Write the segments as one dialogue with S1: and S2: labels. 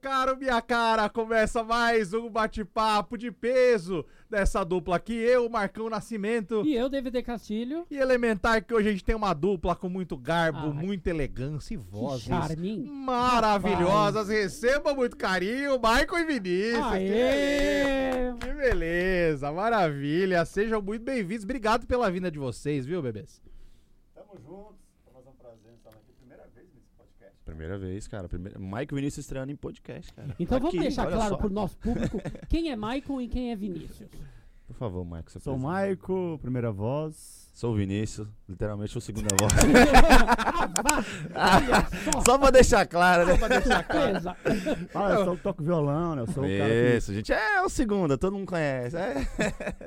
S1: caro, minha cara, começa mais um bate-papo de peso dessa dupla aqui. Eu, Marcão Nascimento.
S2: E eu, David Castilho.
S1: E Elementar, que hoje a gente tem uma dupla com muito garbo,
S2: Ai.
S1: muita elegância e vozes
S2: charme, hein?
S1: maravilhosas. Receba muito carinho, Michael e Vinícius.
S2: Aê!
S1: Que beleza, maravilha. Sejam muito bem-vindos. Obrigado pela vinda de vocês, viu, bebês?
S3: Tamo juntos, pra nós é um prazer estar aqui. Primeira vez nesse podcast.
S4: Primeira vez, cara. Primeira... Mike Vinícius estreando em podcast, cara.
S2: Então
S4: Aqui,
S2: vamos deixar
S4: olha
S2: claro
S4: só.
S2: pro nosso público quem é Maicon e quem é Vinícius.
S4: Por favor, Mike. se
S3: Sou o
S4: apresenta.
S3: Maico, primeira voz.
S4: Sou o Vinícius, literalmente o segundo voz.
S2: Ah, vá, olha
S4: só pra deixar claro, né?
S2: Beleza.
S3: Ah, eu só toco violão, né? Eu sou o cara
S4: Isso, gente. É o segundo, todo mundo conhece. É.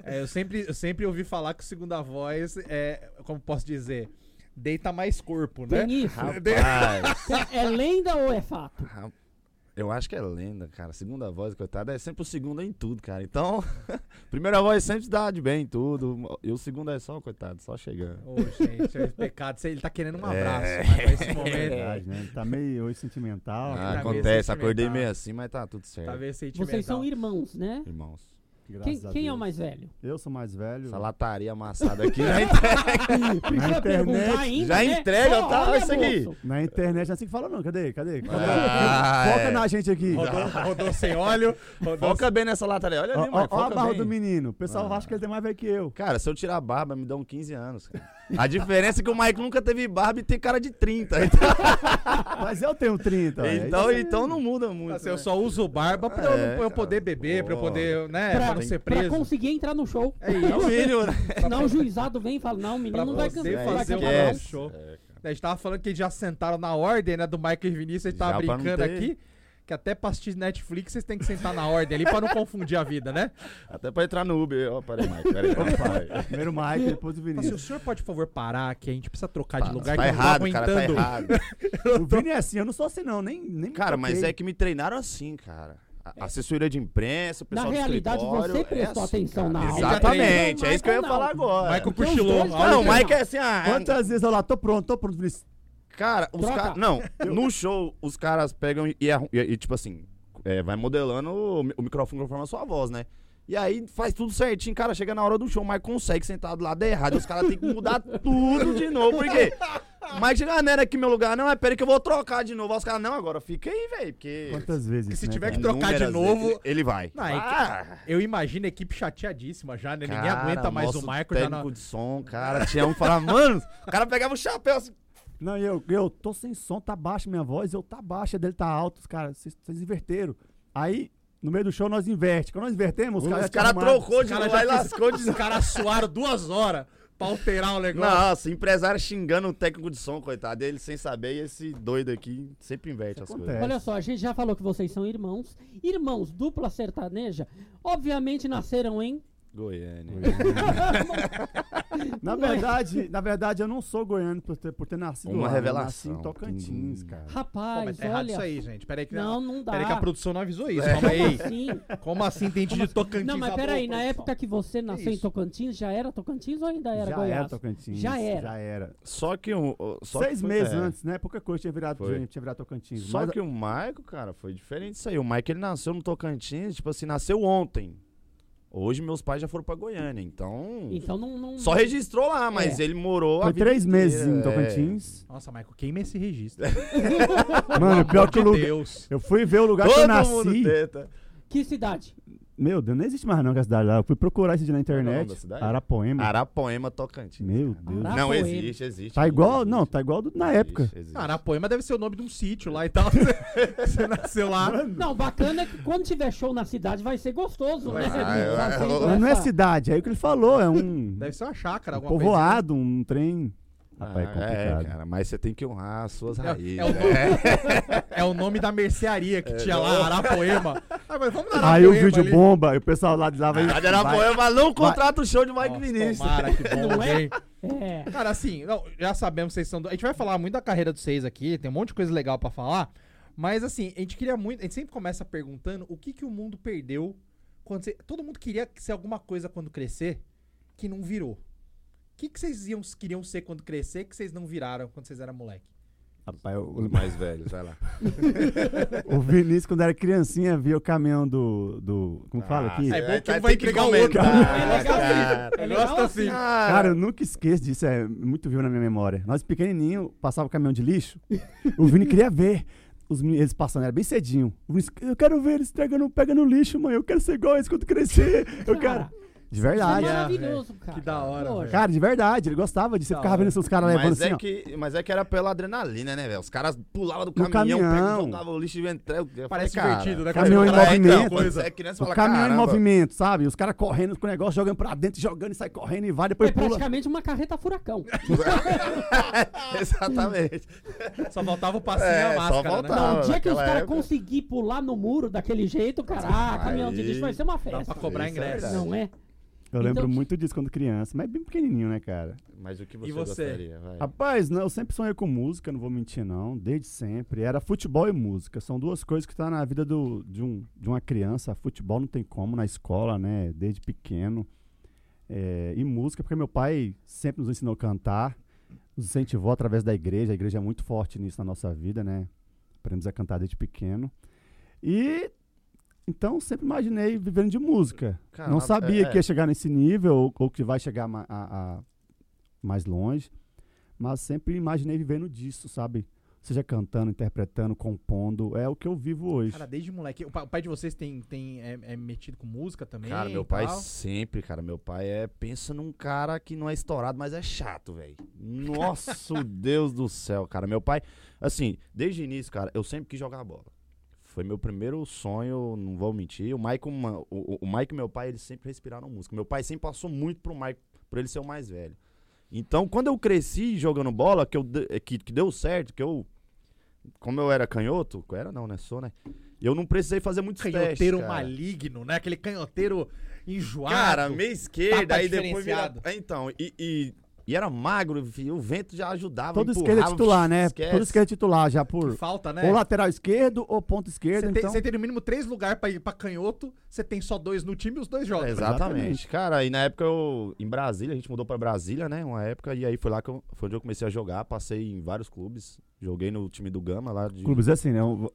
S1: É, eu sempre, eu sempre ouvi falar que o segunda voz é, como posso dizer, deita mais corpo, né?
S2: Tem isso.
S4: Rapaz,
S2: É lenda ou é fato?
S4: ra- eu acho que é lenda, cara. Segunda voz, coitada, é sempre o segundo em tudo, cara. Então, primeira voz sempre dá de bem em tudo. E o segundo é só, coitado, só chegando.
S1: Ô, gente, é pecado. Ele tá querendo um
S4: É.
S1: abraço, mas pra esse
S3: que é
S1: momento.
S3: verdade, né? Tá meio hoje sentimental.
S4: Ah,
S1: tá
S3: né?
S1: meio
S4: acontece, acordei
S1: sentimental.
S4: meio assim, mas tá tudo certo.
S1: Tá meio sentimental.
S2: Vocês são irmãos, né?
S4: Irmãos.
S3: Graças
S2: Quem,
S3: a
S2: quem é
S3: Deus.
S2: o mais velho?
S3: Eu sou mais velho.
S4: Essa lataria amassada aqui, né?
S2: Precisa perguntar ainda,
S4: já
S2: né?
S4: entrega,
S2: Ó,
S4: tá?
S2: olha,
S4: Isso aqui.
S2: moço.
S3: Na internet não é assim que fala, não. Cadê? Cadê? Cadê?
S4: Ah,
S3: Foca
S4: é.
S3: na gente aqui.
S1: Rodou, rodou sem óleo, rodou
S4: Foca bem nessa lataria. Olha
S3: Ó,
S4: ali,
S3: ó,
S4: mano.
S3: ó a
S4: Foca
S3: barra
S4: bem. Ah.
S3: do menino. O pessoal acha que ele tem mais velho que eu.
S4: Cara, se eu tirar a barba, me dão 15 anos. cara. A diferença é que o Mike nunca teve barba e tem cara de 30. Então,
S3: Mas eu tenho É 30. ó.
S4: então, então não muda muito.
S1: Assim, eu
S4: né?
S1: só uso barba pra, eu,
S4: É,
S1: pra eu poder
S4: cara.
S1: beber, pra eu
S4: Pô.
S1: poder, né, pra,
S2: Pra-
S1: não ser
S2: Pra
S1: preso.
S2: conseguir entrar no show.
S1: É
S4: É o
S1: isso.
S4: mínimo, né?
S2: Senão o juizado vem e fala, não, o menino
S1: Pra
S2: não vai
S1: você
S2: cantar. não vai
S1: fazer um
S2: cantar, não.
S1: bom show.
S4: É,
S1: A gente tava falando que eles já sentaram na ordem, né, do Michael e Vinícius, a gente tava
S4: Já pra não
S1: brincando
S4: ter-
S1: aqui. Que até pra assistir Netflix vocês têm que sentar na ordem ali pra não confundir a vida, né?
S4: Até pra entrar no Uber. Ó, peraí, Mike. Peraí, peraí.
S3: Primeiro o Mike, depois o
S1: Fala assim, o
S3: Vinícius.
S1: senhor pode, por favor, parar que a gente precisa trocar de lugar
S4: tá
S1: que eu não tô
S4: errado, cara. Tá
S1: aguentando.
S4: errado.
S3: O Vini é assim, eu não sou assim, não. Nem, nem me
S4: Cara, mas
S3: toquei.
S4: é que me treinaram assim, cara. A- Assessoria de imprensa, o
S2: Na
S4: pessoal do
S2: realidade,
S4: escritório,
S2: você
S4: é
S2: prestou
S4: assim,
S2: atenção
S4: cara.
S2: na aula.
S4: Exatamente.
S2: Não,
S4: É isso que eu ia
S2: Michael,
S4: falar
S2: não.
S4: agora.
S1: Michael
S2: Porque os
S1: cochilou.
S2: dois
S1: a
S2: falam
S1: hora
S4: Não,
S1: que-
S4: o Mike é assim, ah,
S3: Quantas vezes eu lá, tô pronto, tô pronto, Vinícius.
S4: Cara, os
S2: Troca.
S4: caras. Não, no show, os caras pegam e, e arrum- e- e, tipo assim, é, vai modelando o, mi- o microfone conforme a sua voz, né? E aí faz tudo certinho, cara. Chega na hora do show, mas consegue sentar do lado errado. Os caras têm que mudar tudo de novo, por quê? Mas chega, ah, não era aqui meu lugar, não. É, peraí que eu vou trocar de novo. Aí Os caras, não, agora fica aí, velho. Porque. é
S3: Quantas vezes?
S1: Porque se
S3: né,
S1: tiver
S3: cara?
S1: que trocar de
S4: inúmeras
S1: novo-
S4: vezes Ele vai.
S1: Não, é que-
S4: Ah,
S1: Eu imagino a equipe chateadíssima já, né? Ninguém
S4: cara,
S1: aguenta mais o
S4: nosso
S1: Michael já
S4: técnico
S1: na...
S4: de som, cara. Tinha um que falava, mano, o cara pegava o chapéu assim.
S3: Não, e eu, eu tô sem som, tá baixa minha voz, eu tá baixa, dele tá alto, os caras, vocês vocês inverteram. Aí, no meio do show, nós inverte. Quando nós invertemos, os caras
S4: Os
S3: já tinham
S4: caras
S3: arrumado.
S4: trocou
S1: Os
S4: de
S1: caras
S4: novo,
S1: já
S4: aí
S1: fez-
S4: lascou de
S1: Os caras suaram duas horas pra alterar o negócio.
S4: Nossa, empresário xingando o técnico de som, coitado. Ele sem saber, e esse doido aqui sempre inverte
S3: Isso
S4: as
S3: acontece.
S4: coisas.
S2: Olha só, a gente já falou que vocês são irmãos. Irmãos, dupla sertaneja, obviamente nasceram em.
S4: Goiânia.
S3: Na verdade, na verdade, eu não sou goiano por ter, por ter nascido
S4: Uma
S3: lá, né? eu
S4: revelação.
S3: nasci em Tocantins,
S4: Hum.
S3: cara.
S1: Pô,
S2: Rapaz,
S1: mas tá errado
S2: olha.
S1: isso aí, gente. Peraí que,
S2: Não, não dá.
S1: peraí que a produção não avisou
S4: É.
S1: isso. Calma
S2: Como
S1: aí.
S2: assim?
S1: Como assim tem de Tocantins?
S2: Não, mas
S1: Alô,
S2: peraí, na
S1: produção.
S2: época que você nasceu em
S1: isso?
S2: Tocantins, já era Tocantins ou ainda era
S3: já
S2: Goiás?
S3: era Tocantins.
S2: Já era.
S3: Já era.
S4: Só que um. o- Só
S3: Seis
S4: que foi-
S3: meses
S4: é.
S3: antes, né? Pouca coisa tinha virado,
S4: Foi.
S3: tinha virado Tocantins.
S4: Só
S3: mas
S4: que o Maico, cara, foi diferente isso aí. O Maico, ele nasceu no Tocantins, tipo assim, nasceu ontem. Hoje meus pais já foram pra Goiânia, então.
S2: Então não. não-
S4: Só registrou lá, mas
S2: É.
S4: ele morou. a
S3: foi
S4: vida
S3: três meses
S4: inteira, é.
S3: em Tocantins.
S1: Nossa, Michael, queima esse registro.
S3: Mano, pior que o
S1: Meu
S3: lugar.
S1: Deus.
S3: Eu fui ver o
S4: É.
S3: lugar que eu
S4: Todo
S3: nasci.
S4: mundo tenta.
S2: Que cidade?
S3: Meu Deus, não existe mais não aquela cidade lá. Eu fui procurar esse dia na
S4: é o nome
S3: internet.
S4: da cidade?
S3: Arapoema.
S4: Arapoema, Tocantins.
S3: Meu Deus.
S2: Ara-
S4: Não,
S2: Arapoema.
S4: existe, existe.
S3: Tá igual,
S4: existe.
S3: não, tá igual do- na época.
S4: Existe, existe.
S1: Ah, Arapoema deve ser o nome de um sítio lá e tal. Você nasceu lá.
S2: Não, bacana é que quando tiver show na cidade vai ser gostoso, né?
S4: Ah, eu-
S2: Tá sendo
S4: eu-
S3: Mas não é
S2: essa-
S3: cidade, é o que ele falou, é um
S1: Deve ser uma chácara, alguma coisa.
S3: povoado, um trem. Rapaz, é
S4: Ah,
S3: complicado.
S4: cara, mas você tem que honrar as suas raízes.
S1: É,
S4: né?
S1: é o nome, é o nome da mercearia
S4: É,
S1: que tinha lá, Arapoema. Ah, mas vamos na
S3: Aí o
S1: Arapoema
S3: vídeo
S1: ali.
S3: bomba, e o pessoal lá de lá vai.
S4: Verdade,
S1: é
S4: Arapoema não contrata o show de Mike
S1: Nossa,
S4: Vinícius.
S1: Tomara que bom,
S2: Não é?
S1: hein?
S2: É.
S1: Cara, assim, não, já sabemos que vocês são. do- A gente vai falar muito da carreira de vocês aqui, tem um monte de coisa legal pra falar. Mas assim, a gente queria muito. A gente sempre começa perguntando o que, que o mundo perdeu quando você. Todo mundo queria ser alguma coisa quando crescer que não virou. O que, que vocês iam, queriam ser quando crescer que vocês não viraram quando vocês eram moleque?
S3: Rapaz,
S4: Os
S3: o,
S4: mais velhos, vai lá.
S3: o Vinícius, quando era criancinha, via o caminhão do. do
S4: Ah,
S3: como fala aqui?
S1: É bom que né,
S4: Vai
S1: um vai
S4: ter que
S1: entregar o outro.
S4: comentar,
S2: É legal isso.
S4: cara.
S2: É
S1: Eu
S2: legal
S1: gosto assim.
S3: Cara, eu nunca esqueço disso, é muito vivo na minha memória. Nós pequenininho, passava o caminhão de lixo, o Vini queria ver os meninos eles passando, era bem cedinho. O Vini, eu quero ver eles pegando, pegando lixo, mãe, eu quero ser igual a eles quando crescer. Eu quero... Ah,
S2: Cara,
S3: De
S2: Isso é
S3: verdade.
S2: maravilhoso, cara.
S1: Que da hora,
S2: Poxa.
S1: velho.
S3: Cara, de verdade, ele gostava disso. Você
S1: Da
S3: ficava
S1: hora.
S3: vendo os caras levando
S4: Mas
S3: assim,
S4: é,
S3: ó.
S4: que, mas é que era pela adrenalina, né, velho? Os caras pulavam do
S3: No
S4: caminhão, pegavam,
S3: caminhão.
S4: jogavam o lixo e entravam. Eu
S1: Parece
S4: falei, cara,
S1: divertido, né?
S3: caminhão
S1: Quando
S3: em
S1: você fala, "Ah,
S3: movimento.
S1: então,
S4: Quando
S1: coisa.
S4: você é criança, você
S3: O
S4: fala,
S3: caminhão
S4: caramba.
S3: em movimento, sabe? Os caras correndo com o negócio, jogando pra dentro, jogando e sai correndo e vai, depois
S2: É
S3: pula.
S2: praticamente uma carreta furacão.
S4: Exatamente.
S1: Só faltava o passinho
S4: É,
S1: e a
S4: só
S1: máscara,
S4: faltava.
S1: né?
S2: Não, o dia que os
S4: naquela
S2: caras
S4: época-
S2: conseguir pular no muro daquele jeito, cara, ah, caminhão de
S4: Aí-
S2: lixo vai ser uma
S1: Dá
S2: festa.
S1: pra cobrar
S4: Isso é
S1: ingresso.
S4: verdade.
S2: Não é?
S3: Eu lembro
S2: Então-
S3: muito disso quando criança, mas bem pequenininho, né, cara?
S4: Mas o que você,
S1: E você?
S4: gostaria? vai?
S3: Rapaz, não, eu sempre sonhei com música, não vou mentir não, desde sempre. Era futebol e música, são duas coisas que tá na vida do, de, um, de uma criança. Futebol não tem como na escola, né, desde pequeno. É, e música, porque meu pai sempre nos ensinou a cantar, nos incentivou através da igreja, a igreja é muito forte nisso na nossa vida, né. Aprendemos a cantar desde pequeno. E, então, sempre imaginei vivendo de música.
S4: Cara,
S3: não
S4: é-
S3: sabia
S4: é.
S3: que ia chegar nesse nível ou, ou que vai chegar ma- a- a- mais longe, mas sempre imaginei vivendo disso, sabe? Seja cantando, interpretando, compondo, é o que eu vivo hoje.
S1: Cara, desde moleque. O pa- o pai de vocês tem, tem, é, é metido com música também?
S4: Cara, meu
S1: e
S4: pai
S1: tal?
S4: sempre, cara, meu pai é, pensa num cara que não é estourado, mas é chato, velho. Nossa, Deus do céu, cara. Meu pai, assim, desde o início, cara, eu sempre quis jogar bola. Foi meu primeiro sonho, não vou mentir. O Mike, uma- o, o- o Mike e meu pai, eles sempre respiraram música. Meu pai sempre passou muito pro Mike, por ele ser o mais velho. Então, quando eu cresci jogando bola, que, eu, de- eh, que, que deu certo, que eu. Como eu era canhoto, era não, né? Sou, né? Eu não precisei fazer muito
S1: Canhoteiro maligno, né? Aquele canhoteiro enjoado.
S4: Cara, meia esquerda,
S1: Tapa
S4: aí depois vira...
S1: diferenciado.
S4: É, Então, e, e, e era magro, vi, o vento já ajudava,
S3: Todo esquerda é
S4: empurrava,
S3: titular, né?
S4: esquece.
S3: Todo esquerda é titular, já
S1: que
S3: por
S1: falta, né?
S3: ou lateral esquerdo ou ponto esquerdo,
S1: Você tem,
S3: então...
S1: você tem no mínimo três lugares pra ir pra canhoto, você tem só dois no time e os dois jogam.
S4: Exatamente.
S3: Exatamente.
S4: Cara, e na época eu... Em Brasília, a gente mudou pra Brasília, né? Uma época, e aí foi lá que eu, foi onde eu comecei a jogar, passei em vários clubes. Joguei no time do Gama lá de...
S3: Clubes assim, né? Um-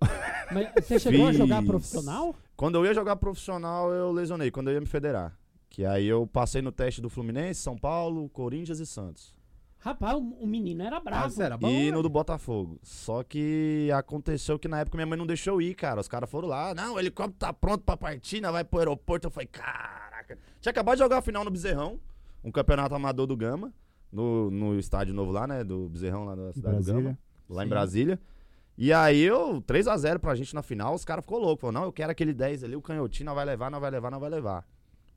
S2: Mas você chegou a jogar
S4: Fiz.
S2: profissional?
S4: Quando eu ia jogar profissional, eu lesionei. Quando eu ia me federar. Que aí eu passei no teste do Fluminense, São Paulo, Corinthians e Santos.
S2: Rapaz, o, o menino era
S1: Ah,
S2: bravo.
S1: você
S3: Tá
S1: era bom?
S4: e
S1: né?
S4: no do Botafogo. Só que aconteceu que na época minha mãe não deixou eu ir, cara. Os caras foram lá, não, o helicóptero tá pronto pra partir, nós vai pro aeroporto. Eu falei, caraca. Tinha acabado de jogar a final no Bezerrão, um campeonato amador do Gama, no, no estádio novo lá, né, do Bezerrão, lá da cidade do né? Gama,
S3: Brasília.
S4: lá
S1: Sim.
S4: em Brasília. E aí eu, 3x0 pra gente na final, os caras ficou louco. Falou, não, eu quero aquele 10 ali, o canhotinho não vai levar, não vai levar, não vai levar.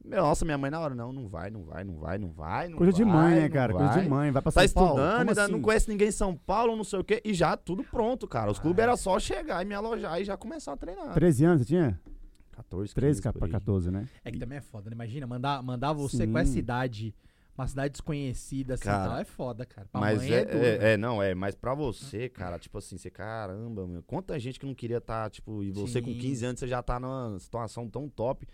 S4: Meu, Nossa, minha mãe na hora, não, não vai, não vai, não vai, não vai, não
S3: Coisa
S4: vai.
S3: de mãe, né,
S4: não
S3: cara? Coisa
S4: vai
S3: de mãe. Vai pra
S4: tá
S3: São Paulo,
S4: estudando,
S3: como
S4: ainda não
S3: assim?
S4: conhece ninguém em São Paulo, não sei o quê, e já tudo pronto, cara. Os clubes era só chegar e me alojar e já começar a treinar.
S3: 13 anos você tinha?
S4: 14,
S3: 13
S4: 15 por
S3: pra
S4: aí.
S3: 14, né?
S1: É que também é foda, né? Imagina, mandar, mandar você
S3: Sim.
S1: com essa idade, uma cidade desconhecida, assim,
S4: Cara,
S1: tal, é foda, cara. Pra
S4: Mas
S1: mãe
S4: é,
S1: duro, né?
S4: é, é, não, é, mas pra você, cara, tipo assim, você, caramba, meu, quanta gente que não queria estar, tipo, e você com
S1: Sim.
S4: 15 anos, você já tá numa situação tão top.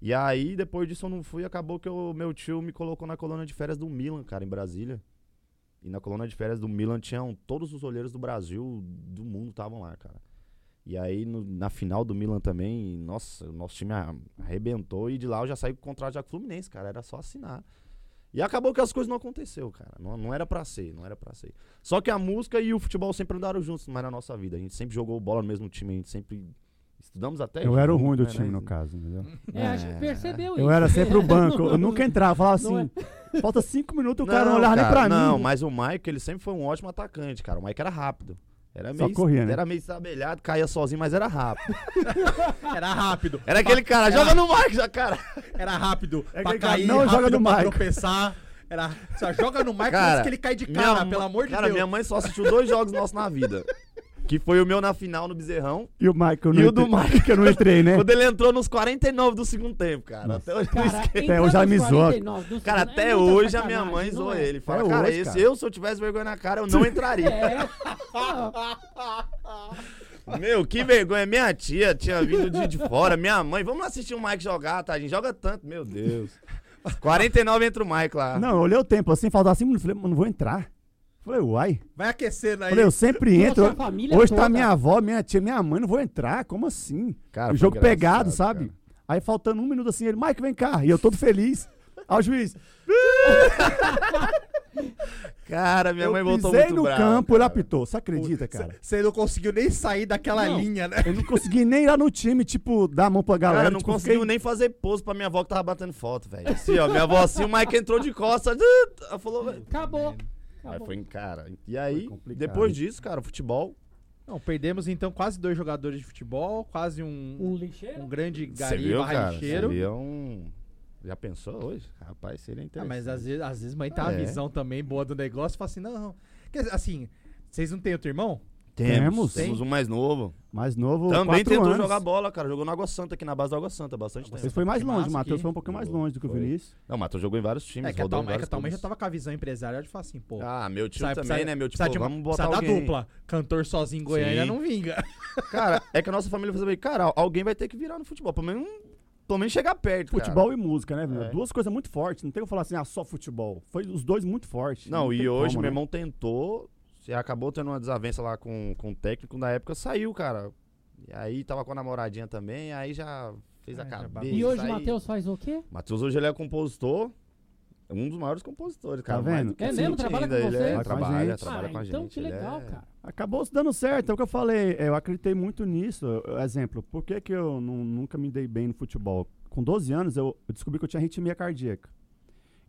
S4: E aí, depois disso, eu não fui, acabou que o meu tio me colocou na coluna de férias do Milan, cara, em Brasília. E na coluna de férias do Milan tinham todos os olheiros do Brasil, do mundo, estavam lá, cara. E aí, no- na final do Milan também, nossa, o nosso time a- arrebentou. E de lá eu já saí com o contrato já com o Fluminense, cara. Era só assinar. E acabou que as coisas não aconteceu, cara. Não, não era pra ser, não era pra ser. Só que a música e o futebol sempre andaram juntos, mas na nossa vida. A gente sempre jogou bola no mesmo time, a gente sempre estudamos até.
S3: Eu era o
S4: junto,
S3: ruim do
S4: né,
S3: time,
S4: né?
S3: no caso, entendeu?
S2: É, acho que
S4: É.
S2: percebeu isso.
S3: Eu era sempre o banco. Eu nunca entrava. eu Falava
S2: é. Não
S3: assim, falta cinco minutos, o cara não, olhava
S4: cara,
S3: nem pra
S4: Não,
S3: mim.
S4: mas o Mike, ele sempre foi um ótimo atacante, cara. O Mike era rápido. Era
S3: Só
S4: meio,
S3: corria, né?
S4: era meio estabelhado, caía sozinho, mas era rápido.
S1: Era rápido.
S4: Era aquele cara, joga no Mike já, cara.
S1: Era rápido
S3: É
S1: pra
S3: aquele cara,
S1: cair,
S3: não,
S1: rápido
S3: joga no
S1: pra
S3: Mike.
S1: tropeçar. Era, só joga no Mike
S4: Cara,
S1: antes que ele cai de cara,
S4: ma-
S1: pelo amor de
S4: cara,
S1: Deus.
S4: minha mãe só assistiu dois jogos nossos na vida. Que foi o meu na final no Bezerrão.
S3: E o Mike, eu não
S4: E o
S3: entrei-
S4: do Mike?
S3: que eu não entrei, né?
S4: Quando ele entrou nos 49 do segundo tempo, cara.
S3: Nossa.
S4: Até hoje,
S2: Cara,
S3: Até É, hoje ela me zoa.
S4: Então, cara,
S2: né? é
S4: até hoje a minha mãe zoa ele. Fala,
S3: Até
S4: cara,
S3: hoje,
S4: esse
S3: cara.
S4: eu, se eu tivesse vergonha na cara, eu não entraria.
S2: É,
S4: Meu, que vergonha. Minha tia tinha vindo de, de fora, minha mãe. Vamos assistir o Mike jogar, tá? A gente joga tanto. Meu Deus. 49 entra o Mike lá.
S3: Não, eu olhei o tempo assim, faltava cinco minutos. Falei, mano, não vou entrar. Falei, Falei, uai.
S1: Vai aquecendo aí.
S3: Falei, eu sempre entro.
S2: Nossa, a família
S3: Hoje tá
S2: toda.
S3: minha avó, minha tia, minha mãe, não vou entrar, como assim?
S4: Cara,
S3: o
S4: foi
S3: jogo
S4: engraçado,
S3: pegado, sabe?
S4: cara.
S3: Aí faltando um minuto assim, ele, Mike, vem cá. E eu todo feliz. Aí o juiz,
S4: Cara, minha
S3: eu
S4: mãe voltou
S3: pisei
S4: muito
S3: no
S4: brava,
S3: campo, ele
S4: cara.
S3: apitou. Você acredita, cara?
S1: Você não conseguiu nem sair daquela
S3: Não.
S1: linha, né?
S3: Eu não consegui nem ir lá no time, tipo, dar a mão pra galera.
S4: Cara, não
S3: tipo,
S4: conseguiu
S3: fiquei-
S4: nem fazer pose pra minha avó que tava batendo foto, velho. Assim, ó, minha avó assim, o Mike entrou de costas. ah, Ela falou. velho.
S2: Acabou.
S4: Aí
S1: Tá
S2: Acabou.
S4: foi, cara. E
S3: Foi
S4: aí,
S3: complicado.
S4: depois disso, cara, futebol.
S1: Não, perdemos então quase dois jogadores de futebol, quase um,
S2: Um lixeiro?
S1: um grande
S4: Você
S1: gari
S4: viu, cara?
S1: barracheiro.
S4: Seria um. Já pensou hoje? Rapaz, seria
S1: Ah,
S4: interessante.
S1: mas às vezes, às vezes mãe tá a
S4: É.
S1: visão também boa do negócio e fala assim, não. Quer dizer, assim, vocês não têm outro irmão?
S3: Temos.
S4: Temos. Temos um mais novo.
S3: Mais novo,
S4: Também
S3: quatro
S4: tentou
S3: anos.
S4: jogar bola, cara. Jogou na Água Santa, aqui na base da Água Santa, bastante
S3: Vocês
S4: tempo.
S3: foi mais
S1: Que
S3: longe, o
S1: massa,
S3: Matheus
S1: que-
S3: foi um pouquinho mais
S4: Jogou,
S3: longe do que o
S4: foi.
S3: Não,
S4: Não, o Matheus jogou em vários times.
S1: é que a
S4: rodou
S1: tua
S4: em
S1: mãe, é que a
S4: vários
S1: tua mãe já
S4: clubes.
S1: tava com a visão empresarial de falar assim, pô.
S4: Ah, meu tio
S1: precisa-
S4: também,
S1: precisa-
S4: né? Meu tio,
S1: precisa de- um-
S4: pô, vamos botar
S1: precisa da
S4: alguém.
S1: dupla. Cantor sozinho em Goiânia
S4: Sim.
S1: não vinga.
S4: Cara, é que a nossa família falou assim, cara, alguém vai ter que virar no futebol. Pelo menos, um- pelo menos chegar perto, cara.
S3: Futebol e música, né? velho?
S4: É.
S3: Duas coisas muito fortes. Não tem como falar assim, ah, só futebol. Foi os dois muito fortes.
S4: Não,
S3: tem
S4: e hoje
S3: como,
S4: meu
S3: né?
S4: irmão tentou, se acabou tendo uma desavença lá com, com o técnico, na época saiu, cara. E aí tava com a namoradinha também, aí já fez a
S1: Ai, já
S4: cabeça.
S1: bagunça.
S2: E hoje o
S4: aí-
S2: Matheus faz o quê?
S4: Matheus hoje ele é compositor, é um dos maiores compositores, cara.
S3: Tá
S4: mais
S3: vendo?
S4: do que
S2: É
S4: assim,
S2: mesmo? Trabalha
S4: ainda,
S2: com
S4: ele
S2: vocês?
S3: Trabalha
S4: É,
S3: com a
S4: trabalha,
S3: gente.
S4: trabalha
S2: ah,
S4: com a gente.
S2: então que
S4: ele
S2: legal,
S4: é-
S2: cara.
S3: Acabou se dando certo, é o que eu falei. Eu acreditei muito nisso. Eu- Exemplo, por que, que eu nu- nunca me dei bem no futebol? Com 12 anos, eu eu descobri que eu tinha arritmia cardíaca.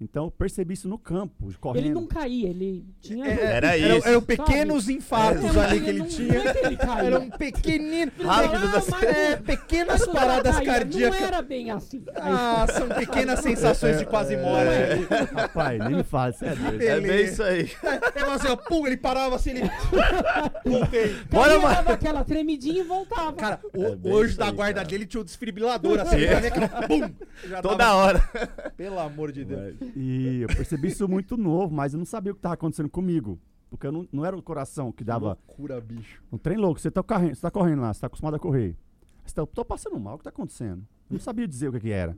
S3: Então, eu percebi isso no campo, correndo.
S2: Ele não caía, ele tinha...
S4: Era
S1: eram,
S4: isso.
S1: eram pequenos
S2: Não,
S1: infartos ali que ele
S2: não-
S1: tinha.
S2: Não é que ele caía.
S1: Era um pequenino.
S4: Rápidos assim.
S1: É, pequenas paradas
S2: Não
S1: cardíacas.
S2: era bem assim.
S1: Ah, são pequenas sensações de quase morte.
S3: Rapaz, nem me fala, você é doido.
S4: É
S1: Beleza.
S4: bem isso aí.
S1: Pegava assim, ó, pum, ele parava assim, ele. Voltei.
S4: Bora,
S2: Bora,
S4: mano.
S2: dava aquela tremidinha e voltava.
S1: Cara, o,
S4: É bem
S1: o anjo
S4: isso
S1: da
S4: aí,
S1: guarda
S4: cara.
S1: dele tinha um desfibrilador assim,
S4: É.
S1: pra ver que- bum,
S3: Tá
S1: já
S4: Toda
S1: dava-
S4: hora.
S1: Pelo amor de Deus.
S3: E eu percebi isso muito novo, mas eu não sabia o que estava acontecendo comigo. Porque eu não, não era o coração que dava.
S1: Loucura, bicho.
S3: Um trem louco, você tá correndo, você tá correndo lá, você tá acostumado a correr. Você tá, tô passando mal, o que tá acontecendo? Eu não sabia dizer o que que era.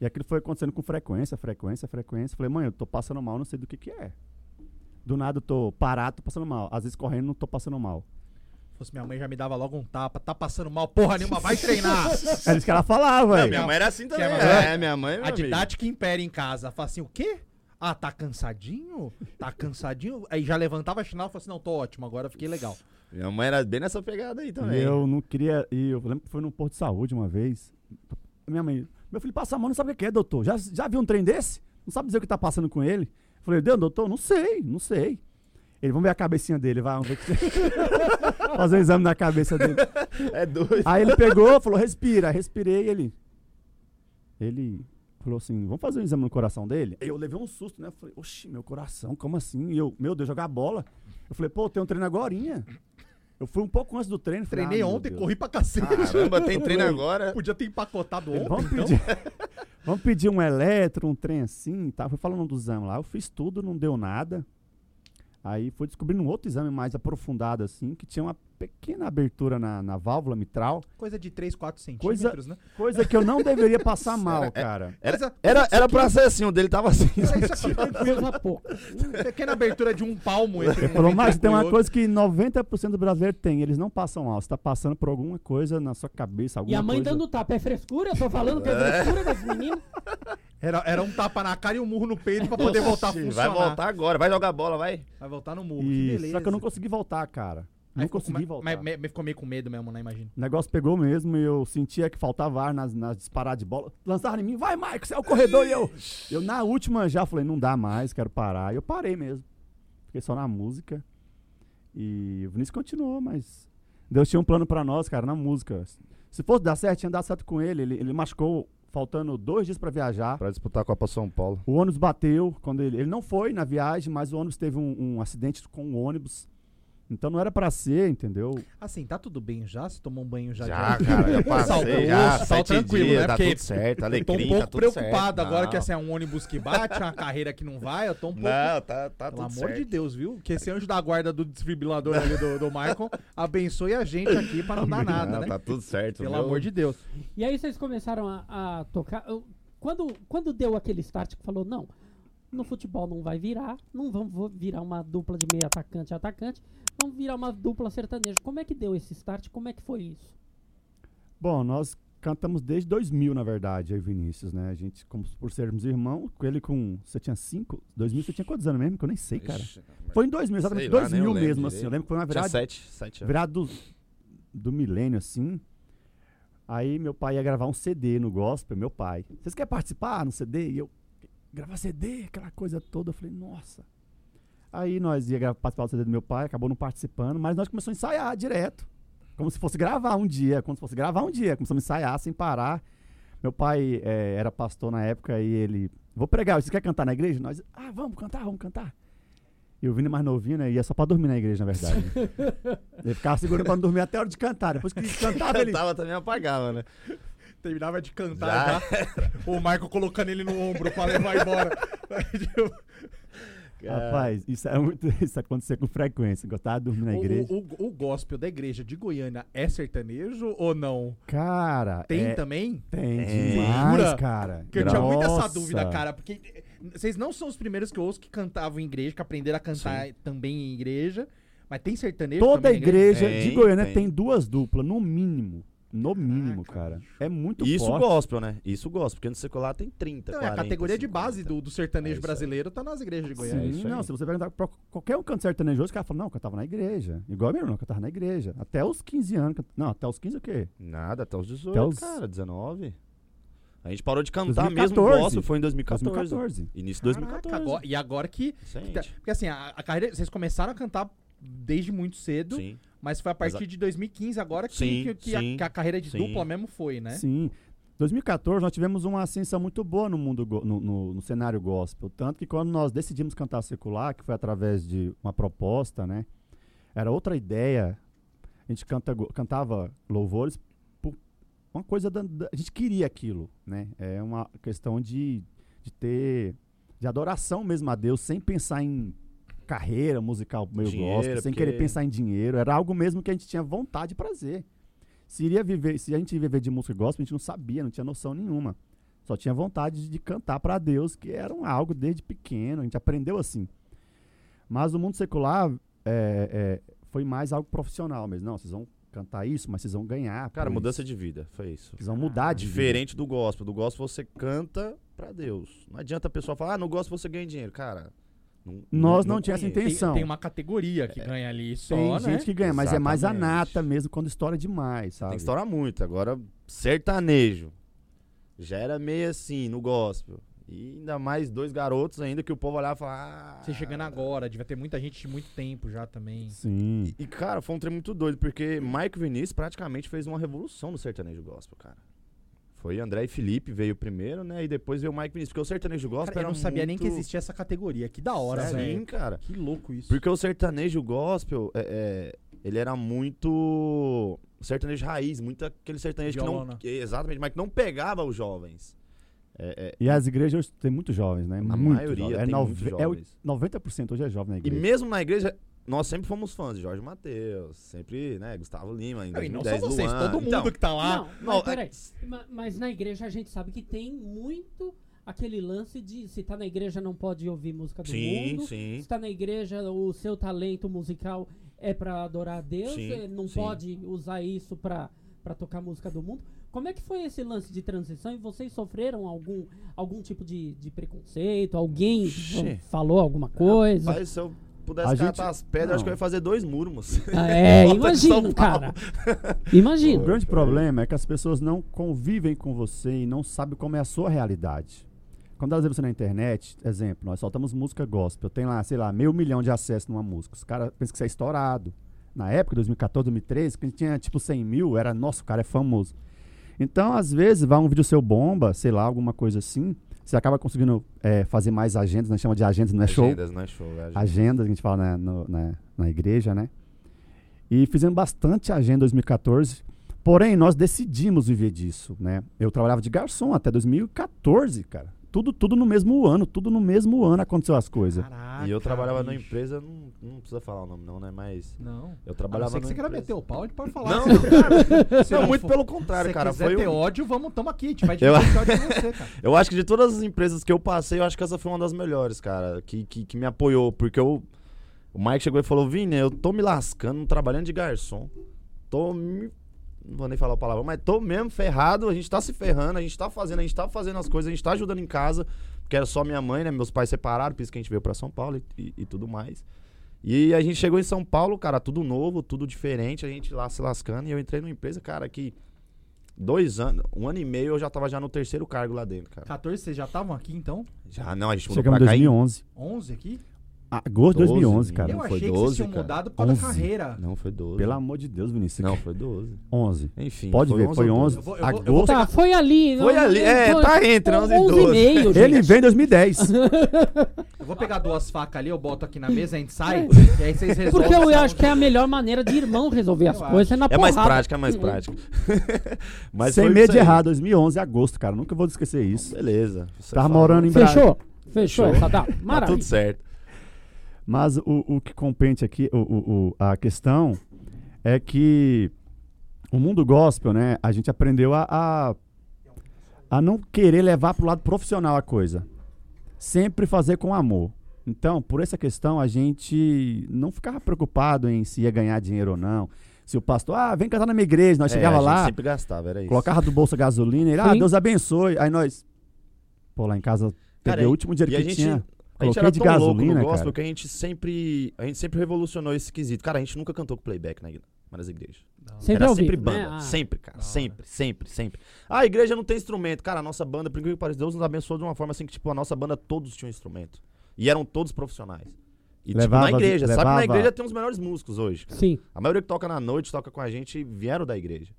S3: E aquilo foi acontecendo com frequência, frequência, frequência. Falei, mãe, eu tô passando mal, não sei do que que é. Do nada eu tô parado, tô passando mal. Às vezes correndo, não tô passando mal.
S1: Se fosse minha mãe já me dava logo um tapa. Tá passando mal, porra nenhuma, vai treinar.
S3: É isso que ela falava,
S4: Não,
S3: velho.
S4: minha mãe era assim também.
S1: Quer mais?
S4: É, minha mãe, meu
S1: A
S4: amigo.
S1: didática impera em casa. Fala assim, o quê? Ah, tá cansadinho? Tá cansadinho? Aí já levantava a chinela e falava assim, não, tô ótimo, agora fiquei legal.
S4: Minha mãe era bem nessa pegada aí
S3: E
S4: também.
S3: eu não queria. E eu lembro que foi num posto de saúde uma vez. Minha mãe, meu filho passa mal, não sabe o que é, doutor. Já, já viu um trem desse? Não sabe dizer o que tá passando com ele? Eu falei, Deus, doutor, não sei, não sei. Ele, vamos ver a cabecinha dele, vai, vamos ver. o que- Fazer um exame na cabeça dele.
S4: É doido.
S3: Aí ele pegou, falou, respira, Aí respirei, ele. Ele falou assim, vamos fazer um exame no coração dele? Aí eu levei um susto, né? Eu falei, oxi, meu coração, como assim? E eu, meu Deus, jogar bola. Eu falei, pô, tem um treino agorinha. Eu fui um pouco antes do treino. falei,
S1: Treinei
S3: ah, meu
S1: ontem,
S3: Deus.
S1: corri pra cacete.
S4: Caramba, tem treino agora.
S1: Podia ter empacotado ontem,
S3: Ele, vamos
S1: então.
S3: pedir. Vamos pedir um eletro, um trem assim e tal. Fui falando do exame lá. Eu fiz tudo, não deu nada. Aí fui descobrindo um outro exame mais aprofundado, assim, que tinha uma pequena abertura na, na válvula mitral.
S1: Coisa de 3, 4
S3: Coisa-
S1: centímetros, né?
S3: Coisa que eu não deveria passar mal, cara.
S1: Coisa-
S4: Era, era, era pra ser assim, o dele tava assim.
S1: Isso aqui foi
S2: Coisa pouca.
S1: uma pequena abertura de um palmo. entre
S3: Ele
S1: um
S3: falou, mas
S1: ventrículo
S3: tem
S1: e
S3: uma
S1: outro."
S3: coisa que 90% do brasileiro tem, eles não passam mal. Você tá passando por alguma coisa na sua cabeça, alguma
S2: E a mãe
S3: coisa.
S2: dando tapa. É frescura? Eu tô falando que é frescura desse menino.
S1: Era, era um tapa na cara e um murro no peito pra poder voltar a
S4: Oxi,
S1: funcionar.
S4: Vai voltar agora, vai jogar bola, vai.
S1: Vai voltar no murro. que
S3: E-
S1: beleza.
S3: Só que eu não consegui voltar, cara. Não
S1: Aí ficou
S3: consegui
S1: com-
S3: voltar.
S1: Mas, mas- mas ficou meio com medo mesmo, né? Imagina.
S3: O negócio pegou mesmo e eu sentia que faltava ar nas, nas disparadas de bola. Lançaram em mim, vai, Marcos, é o corredor e eu. Eu na última já falei, não dá mais, quero parar. E eu parei mesmo. Fiquei só na música. E o Vinícius continuou, mas. Deus tinha um plano pra nós, cara, na música. Se fosse dar certo, tinha dado certo com ele. Ele, ele machucou, faltando dois dias pra viajar.
S4: Pra disputar a Copa São Paulo.
S3: O ônibus bateu quando ele. Ele não foi na viagem, mas o ônibus teve um, um acidente com o ônibus. Então não era pra ser, entendeu?
S1: Assim, tá tudo bem já? Você tomou um banho já?
S4: Já, cara, já passei, já,
S1: Tá
S4: sete
S1: tranquilo,
S4: dias,
S1: né?
S4: tá
S1: Porque
S4: tudo certo,
S1: Eu tô um
S4: alecrim, tá
S1: pouco
S4: tudo
S1: preocupado
S4: certo.
S1: agora
S4: Não.
S1: que essa é um ônibus que bate, uma carreira que não vai. Eu tô um pouco.
S4: Não, tá, tá
S1: Pelo
S4: tudo
S1: amor
S4: certo.
S1: de Deus, viu? Que esse anjo da guarda do desfibrilador ali do, do Michael abençoe a gente aqui pra não dar nada,
S4: Não,
S1: né?
S4: Tá tudo certo.
S1: Pelo
S4: meu.
S1: amor de Deus.
S2: E aí vocês começaram a, a tocar. Eu- quando, quando deu aquele start que falou, não, No futebol não vai virar, não vamos vo- virar uma dupla de meio atacante e atacante, vamos virar uma dupla sertaneja. Como é que deu esse start? Como é que foi isso?
S3: Bom, nós cantamos desde 2000, na verdade, eu e o Vinícius, né? A gente, como por sermos irmãos, com ele com. Você tinha 5? 2000 você tinha quantos anos mesmo? Que eu nem sei, cara.
S4: Ixi, mas-
S3: Foi em 2000, exatamente.
S4: Sei lá,
S3: 2000
S4: nem eu lembro
S3: mesmo, assim.
S4: direito.
S3: Eu lembro que foi uma
S4: Tinha
S3: virada,
S4: sete, sete né? anos.
S3: virada do, do milênio, assim. Aí meu pai ia gravar um CD no gospel, meu pai. Vocês querem participar no CD? E eu, gravar CD, aquela coisa toda. Eu falei, nossa. Aí nós ia gra- participar do CD do meu pai, acabou não participando, mas nós começamos a ensaiar direto. Como se fosse gravar um dia, como se fosse gravar um dia. Começamos a ensaiar sem parar. Meu pai eh, era pastor na época e ele, vou pregar, vocês querem cantar na igreja? Nós, ah, vamos cantar, vamos cantar. E o Vini mais novinho, né, ia só pra dormir na igreja, na verdade. ele ficava segurando pra não dormir até a hora de cantar. Depois que ele cantava, ele...
S4: Cantava também apagava, né?
S1: Terminava de cantar já. o Marco colocando ele no ombro pra levar embora.
S3: Rapaz, isso, é muito, isso acontecia com frequência. Gostava de dormir na igreja.
S1: o, o, o gospel da igreja de Goiânia é sertanejo ou não?
S3: Cara,
S1: Tem
S3: é,
S1: também?
S3: tem
S4: É.
S3: demais,
S1: Jura?
S3: cara.
S1: Porque eu tinha muito essa
S3: Nossa.
S1: dúvida, cara. Porque eh, vocês não são os primeiros que eu ouço que cantavam em igreja, que aprenderam a cantar também em igreja. Mas tem sertanejo
S3: Toda
S4: é
S1: também né? na
S3: igreja de
S4: Tem,
S3: Goiânia tem.
S4: tem.
S3: duas duplas, no mínimo. No mínimo, cara. É muito
S4: Isso
S3: forte.
S4: gospel, né? Isso gospel, porque no secular tem 30,
S1: Então, é
S4: 40,
S1: a categoria de
S4: 50.
S1: base do, do sertanejo
S4: É isso aí.
S1: brasileiro tá nas igrejas de Goiânia.
S4: é
S3: Sim,
S4: isso aí.
S3: não, se você perguntar pra qualquer um canto sertanejoso, o cara fala, não, eu cantava na igreja. Igual a minha irmã, eu cantava na igreja. Até os 15 anos. cant- Não, até os 15 o quê?
S4: Nada, até os 18,
S3: Até os-
S4: cara, 19. A gente parou de cantar
S3: 2014.
S4: mesmo gospel, foi em 2014.
S3: 2014.
S4: Início de
S1: Caraca,
S4: 2014.
S1: agora- e agora que. que tá-
S4: Gente,
S1: porque assim, a, a carreira. Vocês começaram a cantar desde muito cedo,
S4: sim.
S1: mas foi a partir
S4: Exa-
S1: de 2015 agora que,
S4: Sim,
S1: que, que a,
S4: sim,
S1: que a carreira de
S4: sim.
S1: dupla mesmo foi, né?
S3: Sim. 2014 nós tivemos uma ascensão muito boa no mundo go- no, no- no cenário gospel, tanto que quando nós decidimos cantar secular, que foi através de uma proposta, né? Era outra ideia. A gente canta, go- cantava louvores por uma coisa da, da- a gente queria aquilo, né? É uma questão de, de ter de adoração mesmo a Deus, sem pensar em carreira musical meio
S4: Dinheiro,
S3: gospel, sem
S4: porque-
S3: querer pensar em dinheiro, era algo mesmo que a gente tinha vontade e prazer. Se iria viver, se a gente ia viver de música gospel, a gente não sabia, não tinha noção nenhuma. Só tinha vontade de cantar pra Deus, que era um algo desde pequeno, a gente aprendeu assim. Mas o mundo secular é, é, foi mais algo profissional mesmo. Não, vocês vão cantar isso, mas vocês vão ganhar.
S4: Cara,
S3: por
S4: mudança
S3: isso.
S4: de vida, foi isso.
S3: Vocês vão mudar de vida.
S4: Diferente do gospel. Do gospel você canta pra Deus. Não adianta a pessoa falar, ah, no gospel você ganha dinheiro. Cara, não,
S3: Nós não tinha essa
S4: conheço.
S1: Tem,
S3: intenção.
S1: tem uma categoria
S4: É.
S1: que ganha ali só,
S3: Tem
S1: né?
S3: gente que ganha, mas é mais a
S4: Exatamente.
S3: nata mesmo quando estoura demais, sabe?
S4: Tem que estourar muito. Agora, sertanejo. Já era meio assim, no gospel. E ainda mais dois garotos ainda que o povo olhava e falava... Ah,
S1: Você chegando agora, devia ter muita gente de muito tempo já também.
S3: Sim.
S4: E, cara, foi um trem muito doido, porque Mike Vinícius praticamente fez uma revolução no sertanejo gospel, cara. Foi André e Felipe, veio primeiro, né? E depois veio o Mike Vinícius. Porque o sertanejo gospel
S1: Cara, eu
S4: era
S1: não sabia nem
S4: muito-
S1: que existia essa categoria. Que da hora,
S4: Sim,
S1: velho.
S4: cara.
S1: Que louco isso.
S4: Porque o sertanejo gospel, é, é, ele era muito. Sertanejo raiz, muito aquele sertanejo
S1: Violona.
S4: que não. Exatamente, mas que não pegava os jovens. É, é,
S3: E as igrejas têm muitos jovens, né?
S4: a
S3: muito
S4: maioria
S3: jovem. É
S4: tem
S3: nove-
S4: muitos
S3: é o-
S4: jovens.
S3: 90% hoje é jovem na
S4: E
S3: igreja.
S4: mesmo na igreja, nós sempre fomos fãs de Jorge Mateus, sempre, né? Gustavo Lima, em
S1: Não, e não
S4: 2010,
S1: só vocês,
S4: Luan.
S1: todo mundo
S4: Então,
S1: que tá lá.
S2: não,
S4: não,
S2: mas
S4: é-
S2: peraí. Ma- Mas na igreja a gente sabe que tem muito aquele lance de se tá na igreja não pode ouvir música do
S4: Sim,
S2: mundo.
S4: sim.
S2: Se tá na igreja, o seu talento musical é pra adorar a Deus,
S4: Sim,
S2: eh, não
S4: sim.
S2: pode usar isso pra para tocar música do mundo. Como é que foi esse lance de transição e vocês sofreram algum algum tipo de, de preconceito? Alguém hum,
S4: Oxê.
S2: falou alguma coisa?
S4: Mas se eu pudesse
S3: A gente-
S4: catar as pedras,
S3: não.
S4: acho que eu ia fazer dois muros, moço.
S2: Ah, é,
S4: Volta de
S2: imagino,
S4: São Paulo.
S2: cara. Imagino.
S3: O grande problema é que as pessoas não convivem com você e não sabem como é a sua realidade. Quando elas veem você na internet, exemplo, nós soltamos música gospel, tem lá, sei lá, meio milhão de acessos numa música. Os caras pensam que você é estourado. Na época, 2014, 2013, que a gente tinha tipo 100 mil, era, nossa, o cara é famoso. Então, às vezes, vai um vídeo seu bomba, sei lá, alguma coisa assim, você acaba conseguindo eh, fazer mais agendas, nós chamamos de agendas, não é show?
S4: Agendas, não é show, é agenda.
S3: agenda, que a gente fala na, no- na, na igreja, né? E fizemos bastante agenda em 2014. Porém, nós decidimos viver disso, né? Eu trabalhava de garçom até 2014, cara. Tudo, tudo no mesmo ano, tudo no mesmo ano aconteceu as coisas.
S1: Caraca,
S4: e eu trabalhava
S3: tá
S4: numa
S1: bicho.
S4: empresa, não, não precisa falar o nome não, né? Mas
S1: Não.
S4: eu
S1: A não
S4: trabalhava
S1: ser que
S4: numa
S1: você queira
S4: empresa-
S1: meter o pau, ele pode falar.
S4: Não,
S1: Se
S4: cara,
S1: Se
S4: não,
S1: não
S4: muito
S1: for-
S4: pelo contrário,
S1: você
S4: cara.
S1: quiser
S4: Foi
S1: ter
S4: um-
S1: ódio, vamos, tamo aqui. A gente vai
S4: Eu-
S1: dividir esse ódio com você, cara.
S4: Eu acho que de todas as empresas que eu passei, eu acho que essa foi uma das melhores, cara. Que, que, que me apoiou. Porque eu, o Mike chegou e falou: Vini, eu tô me lascando, trabalhando de garçom. Tô me. Não vou nem falar a palavra, mas tô mesmo ferrado. A gente tá se ferrando, a gente tá fazendo, a gente tá fazendo as coisas, a gente tá ajudando em casa. Porque era só minha mãe, né? Meus pais separaram, por isso que a gente veio pra São Paulo e, e- e tudo mais. E a gente chegou em São Paulo, cara, tudo novo, tudo diferente, a gente lá se lascando. E eu entrei numa empresa, cara, que dois anos, um ano e meio eu já tava já no terceiro cargo lá dentro, cara.
S1: 14, vocês já estavam aqui então?
S4: Já não, a gente mudou
S3: Chegamos em
S4: pra cá em
S3: 2011.
S1: 11 aqui?
S3: Agosto de
S4: 12,
S3: 2011,
S1: eu
S3: cara.
S4: foi
S1: achei que
S4: 12,
S1: vocês tinham
S4: cara.
S1: mudado por causa da
S3: 11.
S1: carreira.
S4: Não, foi 12.
S3: Pelo amor de Deus, Vinícius.
S4: Não, foi 12.
S3: 11.
S4: Enfim.
S3: Pode ver, foi 11.
S1: Eu vou- eu vou- eu vou
S3: Agosto.
S2: Tá, foi ali.
S4: Foi ali, é, tá entre 11 e 12.
S2: e meio,
S3: Ele
S2: gente.
S3: vem em 2010.
S1: Eu vou pegar duas facas ali, eu boto aqui na mesa, a gente sai. e aí vocês resolvem.
S2: Porque eu
S1: essa
S2: acho que é a melhor maneira de irmão resolver as
S1: Eu
S2: coisas, é na
S4: É mais
S2: porrada.
S4: prática, é mais prática. Mas
S3: Sem
S4: foi
S3: medo
S4: isso
S3: de
S4: aí.
S3: errar, 2011, agosto, cara. Nunca vou esquecer isso.
S4: Beleza. Você
S3: Tava
S4: fala.
S3: morando em Brasília.
S2: Fechou? Fechou essa data.
S4: Tá tudo
S2: Maravilha.
S4: certo.
S3: Mas o, o que compete aqui, o, o- o- a questão é que o mundo gospel, né? A gente aprendeu a, a, a não querer levar pro lado profissional a coisa. Sempre fazer com amor. Então, por essa questão, a gente não ficava preocupado em se ia ganhar dinheiro ou não. Se o pastor, ah, vem cantar na minha igreja, nós
S4: É,
S3: chegava
S4: a gente
S3: lá,
S4: sempre gastava, era isso.
S3: colocava do bolso a gasolina, e, ah,
S2: Sim.
S3: Deus abençoe. Aí nós, pô, lá em casa,
S4: Cara,
S3: peguei
S4: e-
S3: o último dinheiro
S4: e
S3: que
S4: a gente-
S3: tinha.
S4: A gente
S3: Coloquei
S4: era
S3: de
S4: tão louco
S3: gasolina,
S4: no gospel
S3: cara.
S4: que a gente sempre, a gente sempre revolucionou esse quesito. Cara, a gente nunca cantou com playback na igreja. Nas igrejas.
S2: Sempre
S4: Era
S2: ao
S4: sempre
S2: vivo, né?
S4: banda.
S2: Ah,
S4: Sempre, cara.
S1: Da hora.
S4: Sempre, sempre, sempre. Ah, a igreja não tem instrumento. Cara, a nossa banda, por incrível que pareça, Deus nos abençoou de uma forma assim que, tipo, a nossa banda todos tinham instrumento. E eram todos profissionais. E,
S3: Levava-
S4: tipo, na igreja. Sabe que na
S3: levava-
S4: igreja tem os melhores músicos hoje. cara.
S2: Sim.
S4: A maioria que toca na noite, toca com a gente, vieram da igreja.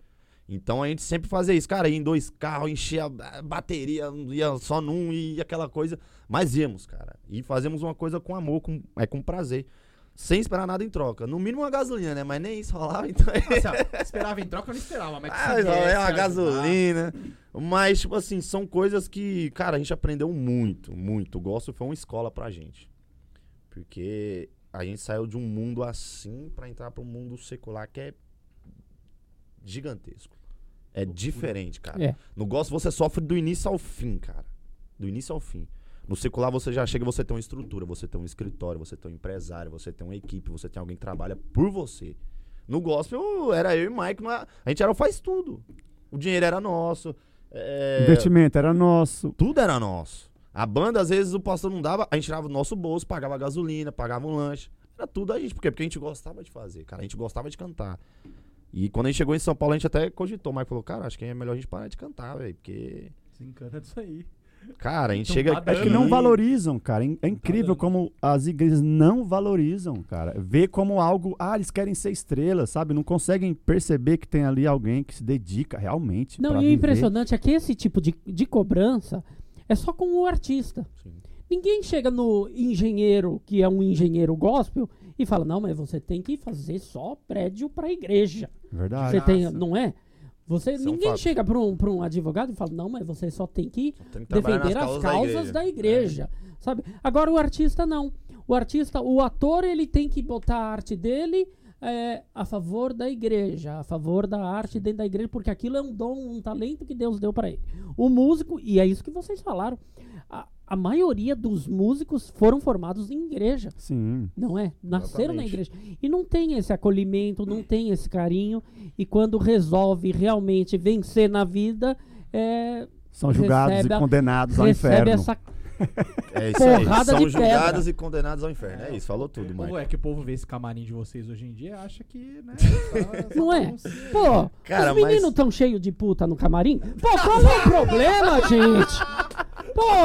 S4: Então a gente sempre fazia isso, cara, ia em dois carros, enchia a bateria, ia só num e aquela coisa. Mas íamos, cara. E fazemos uma coisa com amor, com, é com prazer. Sem esperar nada em troca. No mínimo uma gasolina, né? Mas nem isso rolava, então.
S1: Nossa, Assim, esperava em troca, eu não esperava, mas que
S4: Ah,
S1: você né, merece,
S4: é uma
S1: cara,
S4: gasolina. Mas, tipo assim, são coisas que, cara, a gente aprendeu muito, muito. O gospel foi uma escola pra gente. Porque a gente saiu de um mundo assim pra entrar pra um mundo secular que é gigantesco. É diferente, cara.
S2: É.
S4: No gospel você sofre do início ao fim, cara. Do início ao fim. No secular você já chega, você tem uma estrutura, você tem um escritório, você tem um empresário, você tem uma equipe, você tem alguém que trabalha por você. No gospel era eu e o Mike, mas a gente era o faz tudo. O dinheiro era nosso. é,
S3: Investimento era nosso.
S4: tudo era nosso. A banda, às vezes, o pastor não dava, a gente tirava do nosso bolso, pagava gasolina, pagava um lanche. Era tudo a gente. Por quê? Porque a gente gostava de fazer, cara. A gente gostava de cantar. E quando a gente chegou em São Paulo, a gente até cogitou. O Mike falou, cara, acho que é melhor a gente parar de cantar, velho. Porque,
S1: Se encanta disso aí.
S4: cara, a
S2: Então
S4: gente
S1: Não
S4: chega...
S1: tá
S3: É
S1: dando.
S3: que não
S4: aqui-
S3: valorizam, cara. É incrível
S1: dando.
S3: como as igrejas não valorizam, cara. Vê como algo. Ah, eles querem ser estrelas, sabe? Não conseguem perceber que tem ali alguém que se dedica realmente.
S2: Não,
S3: pra
S2: e o
S3: viver.
S2: impressionante é que esse tipo de, de cobrança é só com o artista.
S4: Sim.
S2: Ninguém chega no engenheiro, que é um engenheiro gospel, e fala: não, mas você tem que fazer só prédio para igreja.
S3: Verdade.
S2: Você tem, não é? Você,
S4: Ah, Isso é um
S2: ninguém
S4: fato.
S2: chega para um, pra um advogado e fala: não, mas você só tem que
S4: Tem que trabalhar
S2: defender
S4: nas
S2: as causas da igreja, sabe? Agora o artista não. O artista, o ator, ele tem que botar a arte dele é, a favor da igreja, a favor da arte dentro da igreja, porque aquilo é um dom, um talento que Deus deu para ele. O músico, e é isso que vocês falaram, a, a maioria dos músicos foram formados em igreja.
S3: Sim.
S2: Não é? Nasceram na
S4: Exatamente.
S2: igreja. E não tem esse acolhimento, não tem esse carinho. E quando resolve realmente vencer na vida, é,
S3: São julgados
S2: Recebe
S3: e
S2: a-
S3: condenados ao
S2: recebe
S3: inferno.
S2: essa
S4: É isso aí.
S2: Porrada
S4: São
S2: de
S4: julgados
S2: pedra.
S4: e condenados ao inferno. É isso, falou tudo,
S1: Ou
S4: Mike.
S1: é que o povo vê esse camarim de vocês hoje em dia e acha que, né?
S2: Não é? Pô,
S4: Cara,
S2: os meninos
S4: mas-
S2: tão cheios de puta no camarim? Pô, qual é o problema, gente?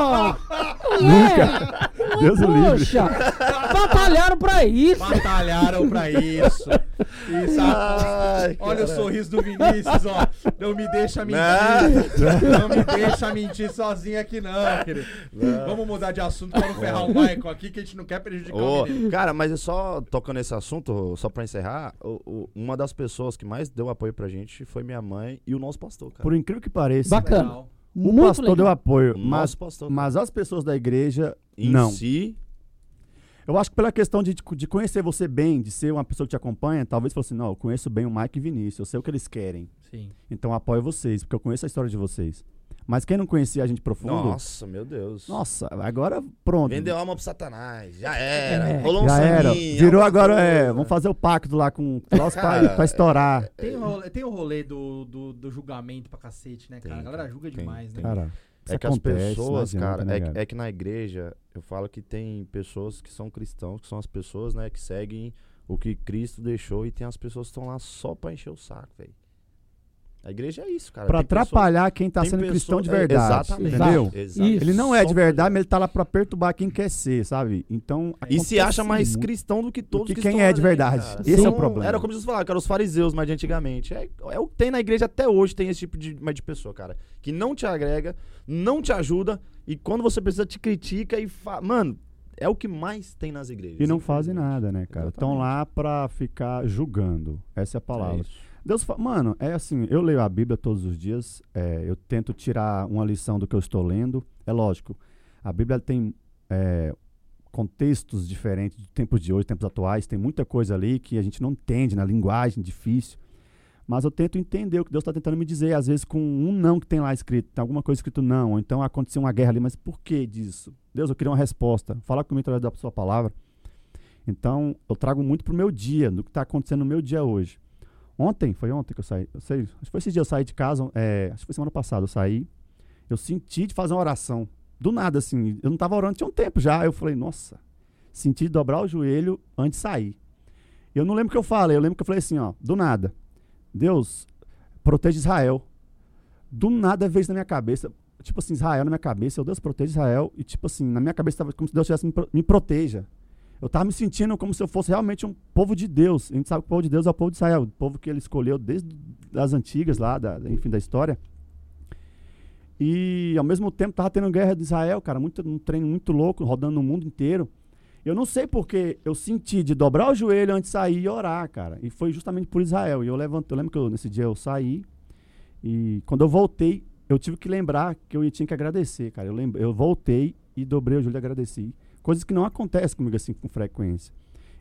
S2: Pô! Nunca!
S3: Deus o livre.
S2: é? Poxa! Batalharam pra isso!
S1: Batalharam pra isso. Isso,
S4: Ah, Ai,
S1: Olha o
S4: cara.
S1: sorriso do Vinícius, ó. Não me deixa
S4: Né?
S1: mentir. Não, me deixa mentir sozinho aqui, não, querido. Vamos mudar de assunto pra não ferrar o Michael aqui, que a gente não quer prejudicar
S4: Né? Ô,
S1: o menino.
S4: cara, mas é só tocando nesse assunto, só pra encerrar, o- o- uma das pessoas que mais deu apoio pra gente foi minha mãe e o nosso pastor, cara.
S3: Por incrível que pareça.
S2: Bacana.
S1: Legal.
S4: O
S2: muito
S4: pastor
S2: legal.
S4: deu apoio, mas,
S5: Nosso pastor.
S4: mas as pessoas da igreja,
S5: Em
S4: não.
S5: si,
S4: Eu acho que pela questão de, de conhecer você bem, de ser uma pessoa que te acompanha, talvez fosse assim, não, eu conheço bem o Mike e Vinícius, eu sei o que eles querem.
S1: Sim.
S4: Então eu apoio vocês, porque eu conheço a história de vocês. Mas quem não conhecia a gente profundo, nossa,
S5: nossa, meu Deus.
S4: agora pronto.
S5: Vendeu alma pro satanás. Já era.
S2: É,
S5: Rolou um
S4: Já era.
S5: sanguinho,
S4: Virou
S5: alguma
S4: agora, é,
S5: coisa.
S4: vamos fazer o pacto lá com o Klaus pra,
S5: Cara, é,
S4: pra estourar.
S1: Tem o rolê, tem o rolê do, do, do julgamento pra cacete, né, cara?
S5: Tem,
S1: a galera julga
S5: tem,
S1: demais, né?
S5: tem.
S4: Cara, isso
S5: É que
S4: acontece, não
S5: as pessoas,
S4: adianta,
S5: cara,
S4: né,
S5: é, que-
S4: cara?
S5: é que na igreja, eu falo que tem pessoas que são cristãos, que são as pessoas, né, que seguem o que Cristo deixou e tem as pessoas que estão lá só pra encher o saco, velho. A igreja é isso, cara.
S4: Pra
S5: Tem pessoa-
S4: atrapalhar quem tá
S5: tem
S4: sendo
S5: pessoa-
S4: cristão de
S5: é,
S4: verdade.
S5: exatamente.
S4: Entendeu?
S5: Exato.
S2: Isso.
S4: Ele não é
S5: Só
S4: de
S5: pra-
S4: verdade, mas ele tá lá pra perturbar quem quer ser, sabe? Então.
S5: E se
S4: acontece
S5: acha mais
S4: muito.
S5: cristão do que todos
S4: que
S5: que
S4: quem
S5: estão
S4: é de
S5: ali,
S4: verdade.
S5: cara.
S4: Esse é o
S5: São-
S4: problema.
S5: Era como vocês falaram, cara, os fariseus mais de antigamente. É, é o que tem na igreja até hoje, tem esse tipo de, mas de pessoa, cara. Que não te agrega, não te ajuda e quando você precisa te critica e fala. Mano, é o que mais tem nas igrejas. É
S4: E não fazem
S5: infelizmente.
S4: nada, né, cara? Estão
S5: Exatamente.
S4: lá pra ficar julgando. Essa é a palavra.
S5: É isso.
S4: Deus fala, mano, é assim, eu leio a Bíblia todos os dias, é, eu tento tirar um uma lição do que eu estou lendo. É lógico, a Bíblia tem é, contextos diferentes de tempos de hoje, tempos atuais, tem muita coisa ali que a gente não entende na linguagem, difícil. Mas eu tento entender o que Deus está tentando me dizer, às vezes com um não que tem lá escrito, tem alguma coisa escrito não, ou então aconteceu uma guerra ali, mas por que disso? Deus, eu queria uma resposta. Fala comigo através da sua palavra. Então, eu trago muito pro meu dia, do que está acontecendo no meu dia hoje. Ontem, foi ontem que eu saí. Eu sei, acho que foi esse dia eu saí de casa. é, acho que foi semana passada. Eu saí. Eu senti de fazer uma oração. Do nada, assim. Eu não tava orando, tinha um tempo já. Eu falei, nossa. Senti de dobrar o joelho antes de sair. Eu não lembro o que eu falei. Eu lembro que eu falei assim, ó. Do nada. Deus, protege Israel. Do nada veio isso na minha cabeça. Tipo assim, Israel na minha cabeça. Eu, Deus, protege Israel. E tipo assim, na minha cabeça tava como se Deus tivesse me, pro- me proteja. Eu tava me sentindo como se eu fosse realmente um povo de Deus. A gente sabe que o povo de Deus é o povo de Israel, o povo que ele escolheu desde as antigas lá, da, enfim, da história. E ao mesmo tempo tava tendo guerra de Israel, cara, muito, um treino muito louco, rodando no mundo inteiro. Eu não sei porque eu senti de dobrar o joelho antes de sair e orar, cara. E foi justamente por Israel. E eu levanto, eu lembro que eu- nesse dia eu saí e quando eu voltei, eu tive que lembrar que eu tinha que agradecer, cara. Eu, lembro, eu voltei e dobrei o joelho e agradeci coisas que não acontecem comigo assim com frequência.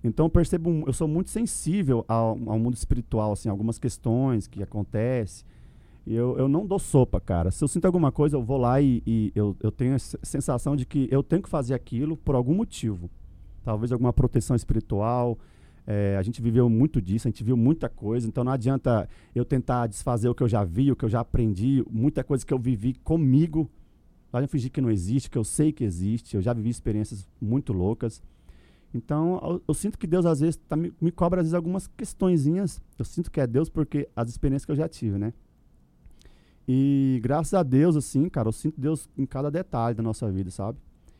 S4: Então eu percebo, mu- eu sou muito sensível ao, ao mundo espiritual, assim, algumas questões que acontecem. E Eu, eu não dou sopa, cara. Se eu sinto alguma coisa, eu vou lá e, e eu, eu tenho a se- sensação de que eu tenho que fazer aquilo por algum motivo. Talvez alguma proteção espiritual. É, a gente viveu muito disso, a gente viu muita coisa. Então não adianta eu tentar desfazer o que eu já vi, o que eu já aprendi, muita coisa que eu vivi comigo para não fingir que não existe, que eu sei que existe, eu já vivi experiências muito loucas. Então, eu, eu sinto que Deus às vezes tá me, me cobra às vezes algumas questõezinhas. Eu sinto que é Deus porque as experiências que eu já tive, né? E graças a Deus, assim, cara, eu sinto Deus em cada detalhe da nossa vida, sabe?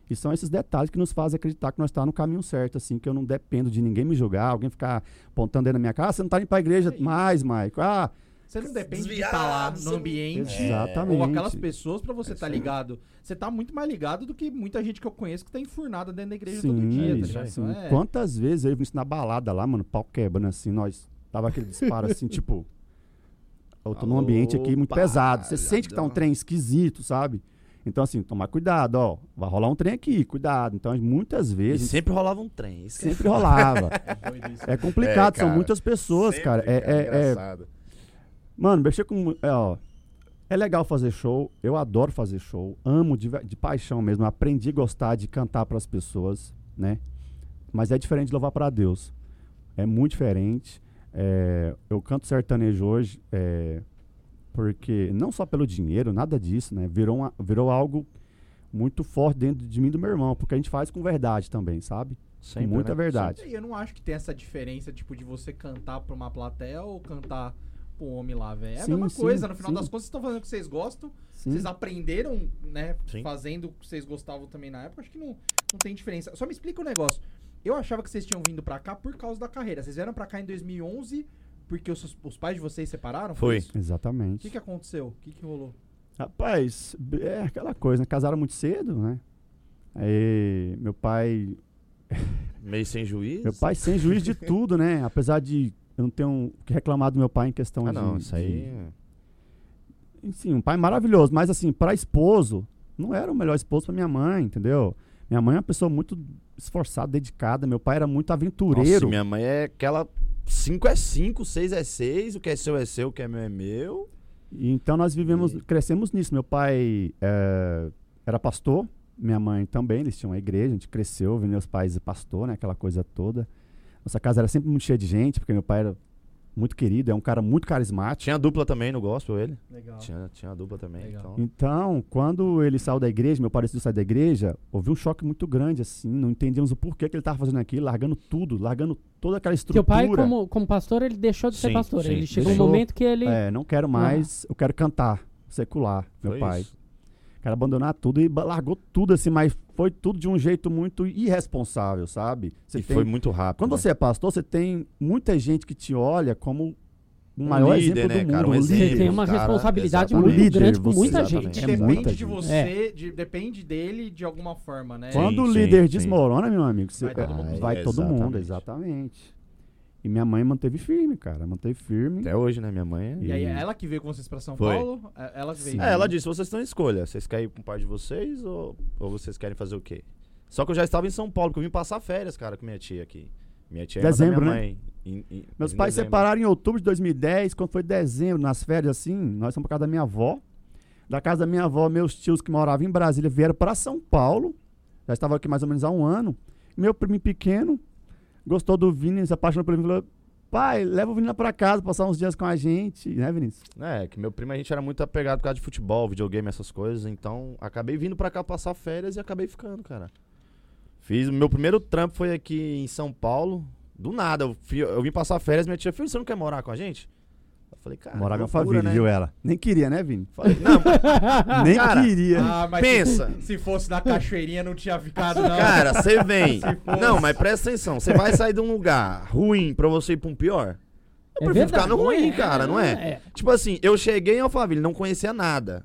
S4: E são esses detalhes que nos fazem acreditar que nós estamos no caminho certo, assim, que eu não dependo de ninguém me julgar, alguém ficar apontando dentro na minha cara, ah, você não tá indo pra
S1: É
S4: igreja mais, Maico. Ah,
S1: Você não depende de
S5: Desviado,
S1: estar lá no
S5: você-
S1: ambiente.
S4: exatamente.
S1: Ou aquelas pessoas pra você estar ligado. Você tá muito mais ligado do que muita gente que eu conheço que tá enfurnada dentro da igreja todo dia,
S5: é
S1: tá
S5: isso,
S1: ligado?
S4: sim.
S1: Então é-
S4: Quantas vezes eu vi isso na balada lá, mano, pau quebrando assim, nós. Tava aquele disparo assim, tipo. Eu tô num
S5: Alô,
S4: ambiente aqui muito
S5: palhaçada.
S4: pesado. Você sente que tá um trem esquisito, sabe? Então, assim, tomar cuidado, ó. Vai rolar um trem aqui, cuidado. Então, muitas
S5: E
S4: vezes
S5: sempre rolava um trem. Isso que é
S4: sempre rolava.
S1: doido isso.
S4: É complicado,
S5: É, cara,
S4: são muitas pessoas,
S5: sempre,
S4: cara. É- é- é,
S5: engraçado.
S4: Mano, mexer com. É, ó, é legal fazer show, eu adoro fazer show, amo de, ve- de paixão mesmo. Aprendi a gostar de cantar pras pessoas, né? Mas é diferente de louvar pra Deus. É muito diferente. É, eu canto sertanejo hoje é, porque, não só pelo dinheiro, nada disso, né? Virou, uma- virou algo muito forte dentro de mim e do meu irmão, porque a gente faz com verdade também, sabe?
S5: Sempre,
S4: muita
S5: né?
S4: verdade.
S1: E eu não acho que tem essa diferença, tipo, de você cantar pra uma plateia ou cantar pro homem lá, velho. É a
S4: Sim,
S1: mesma
S4: sim,
S1: coisa, no final
S4: sim.
S1: das contas, vocês estão fazendo o que vocês gostam,
S4: Sim.
S1: vocês aprenderam, né,
S5: Sim.
S1: fazendo o que vocês gostavam também na época, acho que não, não tem diferença. Só me explica um negócio. Eu achava que vocês tinham vindo pra cá por causa da carreira. Vocês vieram pra cá em 2011 porque os, seus- os pais de vocês separaram?
S5: Foi.
S1: isso? O
S4: Exatamente.
S1: que, que aconteceu? O que, que rolou?
S4: Rapaz, b- é aquela coisa, né? Casaram muito cedo, né? Aí, meu pai.
S5: Meio sem juízo.
S4: Meu pai sem juiz de tudo, né? Apesar de eu não ter um, o que reclamar do meu pai em questão
S5: Ah, não,
S4: de,
S5: isso aí.
S4: de-
S3: Sim, um pai maravilhoso, mas assim, para esposo, não era o melhor esposo para minha mãe, entendeu? Minha mãe é uma pessoa muito esforçada, dedicada. Meu pai era muito
S4: Nossa,
S3: aventureiro.
S4: minha mãe é aquela. 5 é 5, 6 é 6, o que é seu é seu, o que é meu é meu.
S3: E Então nós vivemos,
S4: Uhum.
S3: crescemos nisso. Meu pai eh, era pastor, minha mãe também, eles tinham uma igreja, a gente cresceu, vendo meus pais e pastor, né, aquela coisa toda. Nossa casa era sempre muito cheia de gente, porque meu pai era muito querido, é um cara muito carismático.
S4: Tinha dupla também no gospel, ele.
S1: Legal.
S4: Tinha, tinha dupla também.
S1: Legal.
S4: Então.
S3: Então, quando ele saiu da igreja, meu pai decidiu sair da igreja, houve um choque muito grande, assim, não entendíamos o porquê que ele estava fazendo aquilo, largando tudo, largando toda aquela estrutura.
S2: Teu pai, como, como pastor, ele deixou de ser
S4: Sim,
S2: pastor.
S4: sim,
S2: ele chegou um
S3: deixou.
S2: momento que ele.
S3: É, não quero mais, eu quero cantar secular, meu
S4: Foi
S3: pai.
S4: isso.
S3: Quero abandonar tudo e ba- largou tudo assim, mas foi tudo de um jeito muito irresponsável, sabe? Você
S4: e
S3: tem-
S4: foi muito rápido.
S3: Quando
S4: né?
S3: você é pastor, você tem muita gente que te olha como o
S4: Um
S3: maior
S4: líder,
S3: exemplo
S4: né,
S3: do mundo,
S4: cara? Um
S3: um
S4: exemplo.
S3: líder.
S2: Ele tem uma
S4: cara,
S2: responsabilidade
S4: exatamente.
S2: muito
S3: Líder,
S2: grande com
S3: você-
S2: muita
S4: exatamente.
S2: gente.
S1: Que
S3: É muita
S1: depende de
S3: gente.
S1: você, de- depende dele de alguma forma, né?
S4: Sim,
S3: Quando o
S4: sim,
S3: líder
S4: sim.
S3: desmorona, meu amigo, você-
S1: Vai todo mundo.
S3: vai todo mundo,
S4: Exatamente.
S3: exatamente. E minha mãe manteve firme, cara, manteve firme.
S4: Até hoje, né? Minha mãe. é-
S1: E aí, ela que veio com vocês pra São
S4: Foi.
S1: Paulo? É- Ela que veio.
S4: É, ela disse: vocês estão em escolha. Vocês querem ir com o pai de vocês ou, ou vocês querem fazer o quê? Só que eu já estava em São Paulo, porque eu vim passar férias, cara, com minha tia aqui. Minha tia é irmã da
S3: Dezembro,
S4: minha
S3: né?
S4: mãe. Em- em-
S3: Meus
S4: em
S3: pais
S4: dezembro.
S3: separaram em outubro de 2010, quando foi dezembro, nas férias assim, nós fomos pra casa da minha avó. Da casa da minha avó, meus tios que moravam em Brasília vieram para São Paulo. Já estavam aqui mais ou menos há um ano. Meu primo pequeno gostou do Vinícius, se apaixonou por ele, falou: "Pai, leva o Vinícius pra casa passar uns dias com a gente", né, Vinícius?
S4: É, que meu primo a gente era muito apegado por causa de futebol, videogame, essas coisas. Então, acabei vindo pra cá passar férias e acabei ficando, cara. Fiz. Meu primeiro trampo foi aqui em São Paulo. Do nada, eu, fui- eu vim passar férias, minha tia, filho, você não quer morar com a gente? Eu falei, cara.
S3: Morava em
S4: loucura,
S3: família,
S4: né?
S3: viu ela? Nem queria, né, Vini?
S4: Falei, não,
S3: Nem
S4: cara,
S3: queria.
S1: Ah, mas
S4: Pensa.
S1: Se, se fosse na cachoeirinha, não tinha ficado, não.
S4: Então, Cara, você vem.
S1: Se fosse.
S4: Não, mas presta atenção. Você vai sair de um lugar ruim pra você ir pra um pior? Eu
S1: É
S4: prefiro ficar no ruim, cara, não é? Tipo assim, eu cheguei em Alphaville, não conhecia nada.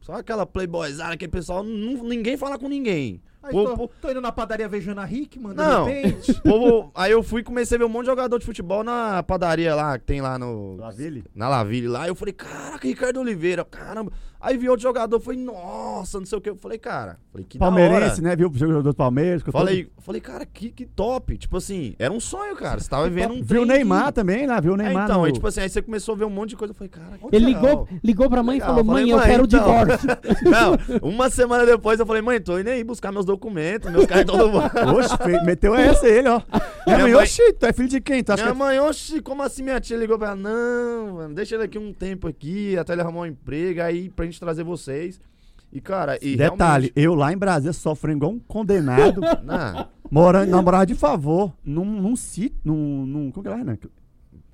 S4: Só aquela playboyzada que o pessoal, nu- ninguém fala com ninguém.
S1: Aí
S4: Pô,
S1: tô,
S4: pô-
S1: tô indo na padaria ver Jana Hickman, de
S4: Não.
S1: repente.
S4: Povo- aí eu fui e comecei a ver um monte de jogador de futebol na padaria lá, que tem lá no...
S3: Laville?
S4: Na Laville lá. Eu falei, caraca, Ricardo Oliveira, caramba. Aí vi outro jogador, falei, nossa, não sei o que. Eu falei, cara, falei, que da hora.
S3: Palmeirense, né? Viu o jogador do Palmeiras? ficou todo-
S4: Falei, falei, cara, que, que top. Tipo assim, era um sonho, cara. Você tava vivendo um
S3: Viu o
S4: trem que-
S3: Neymar também, lá, viu o
S4: É,
S3: Neymar
S4: então,
S3: no-
S4: aí, tipo assim, aí você começou a ver um monte de coisa. Eu falei, cara, que
S2: Ele
S4: legal.
S2: ligou, ligou pra mãe e
S4: Legal,
S2: falou:
S4: falei,
S2: Mãe, eu
S4: "Mãe,
S2: quero o
S4: então."
S2: divórcio.
S4: Não, uma semana depois eu falei, mãe, tô indo aí buscar meus documentos, meus cartões do banco.
S3: Oxe, fe- meteu essa ele, ó. Minha
S4: Minha
S3: mãe,
S4: mãe-
S3: oxe, tu é filho de quem? Tu acha que
S4: Minha
S3: é
S4: mãe, oxi, como assim minha tia ligou pra ela? Não, mano, deixa ele aqui um tempo aqui, até ele arrumar um emprego, aí pra gente trazer vocês. E, cara, e
S3: Detalhe, eu lá em Brasília sofrendo igual um condenado,
S4: realmente- Não,
S3: morando, namorado de favor, num, num sítio, num, num. Como que era, né?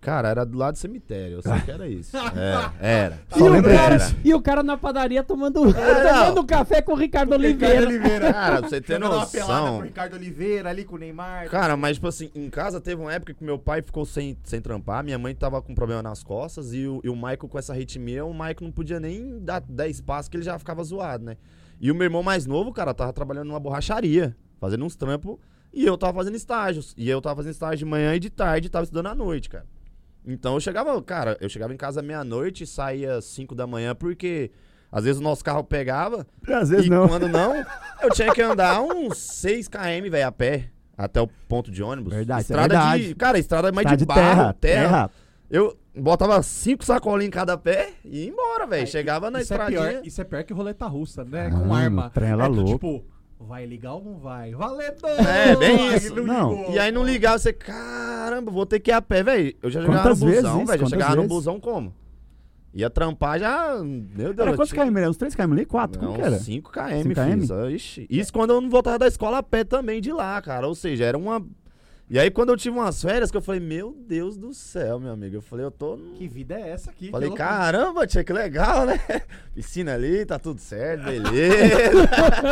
S4: cara, era do lado do cemitério, eu sei que era isso. Era, era.
S3: Só
S2: E o,
S3: lembra
S2: cara,
S3: disso.
S2: e o cara na padaria tomando,
S4: É, não.
S2: tomando café com o Ricardo
S1: Ricardo
S2: Oliveira.
S1: Oliveira.
S4: Cara, pra você ter
S1: Jogando uma pelada
S4: noção.
S1: com o Ricardo Oliveira ali, com o Neymar.
S4: Cara, mas tipo assim, em casa teve uma época que meu pai ficou sem, sem trampar, minha mãe tava com problema nas costas e o, e o Michael com essa arritmia, o Michael não podia nem dar, dar espaço que ele já ficava zoado, né? E o meu irmão mais novo, cara, tava trabalhando numa borracharia, fazendo uns trampos, e eu tava fazendo estágios. E eu tava fazendo estágio de manhã e de tarde, e tava estudando à noite, cara. Então eu chegava, cara, eu chegava em casa meia-noite e saía às 5 da manhã, porque às vezes o nosso carro pegava,
S3: Às vezes
S4: e
S3: não.
S4: quando não, eu tinha que andar uns 6 km, velho, a pé. Até o ponto de ônibus.
S3: Verdade, isso é
S4: estrada
S3: verdade.
S4: de. Cara, estrada mais
S3: Tá
S4: de,
S3: de
S4: barro,
S3: terra,
S4: terra.
S3: terra.
S4: Eu botava cinco sacolinhas em cada pé e ia embora, velho. Chegava na
S1: isso, é
S4: estradinha.
S1: pior, isso é pior que roleta russa, né?
S3: Ah,
S1: com arma.
S3: trem lá
S1: é tu,
S3: louco.
S1: Tipo, vai ligar ou não vai? Valendo!
S4: É, bem isso.
S3: Não.
S1: ligou.
S4: E aí não ligava, você, caramba, vou ter que ir a pé, velho. Eu já jogava
S3: Quantas
S4: no
S3: vezes
S4: busão,
S3: isso?
S4: velho. Já
S3: Quantas
S4: chegava no
S3: vezes?
S4: busão como? Ia trampar já. Meu Deus
S3: Era
S4: eu
S3: quantos
S4: tinha-
S3: KM? Era Uns 3 KM ali? 4?
S4: Não,
S3: Como que era?
S4: 5 km,
S3: 5 km?
S4: fiz. Ah, Ixi. Isso quando eu não voltava da escola a pé também de lá, cara. Ou seja, era uma. E aí quando eu tive umas férias que eu falei, meu Deus do céu, meu amigo. Eu falei, eu tô. num-
S1: Que vida é essa aqui?
S4: Falei,
S1: Que loucura.
S4: caramba, tia, que legal, né? Piscina ali, tá tudo certo, beleza.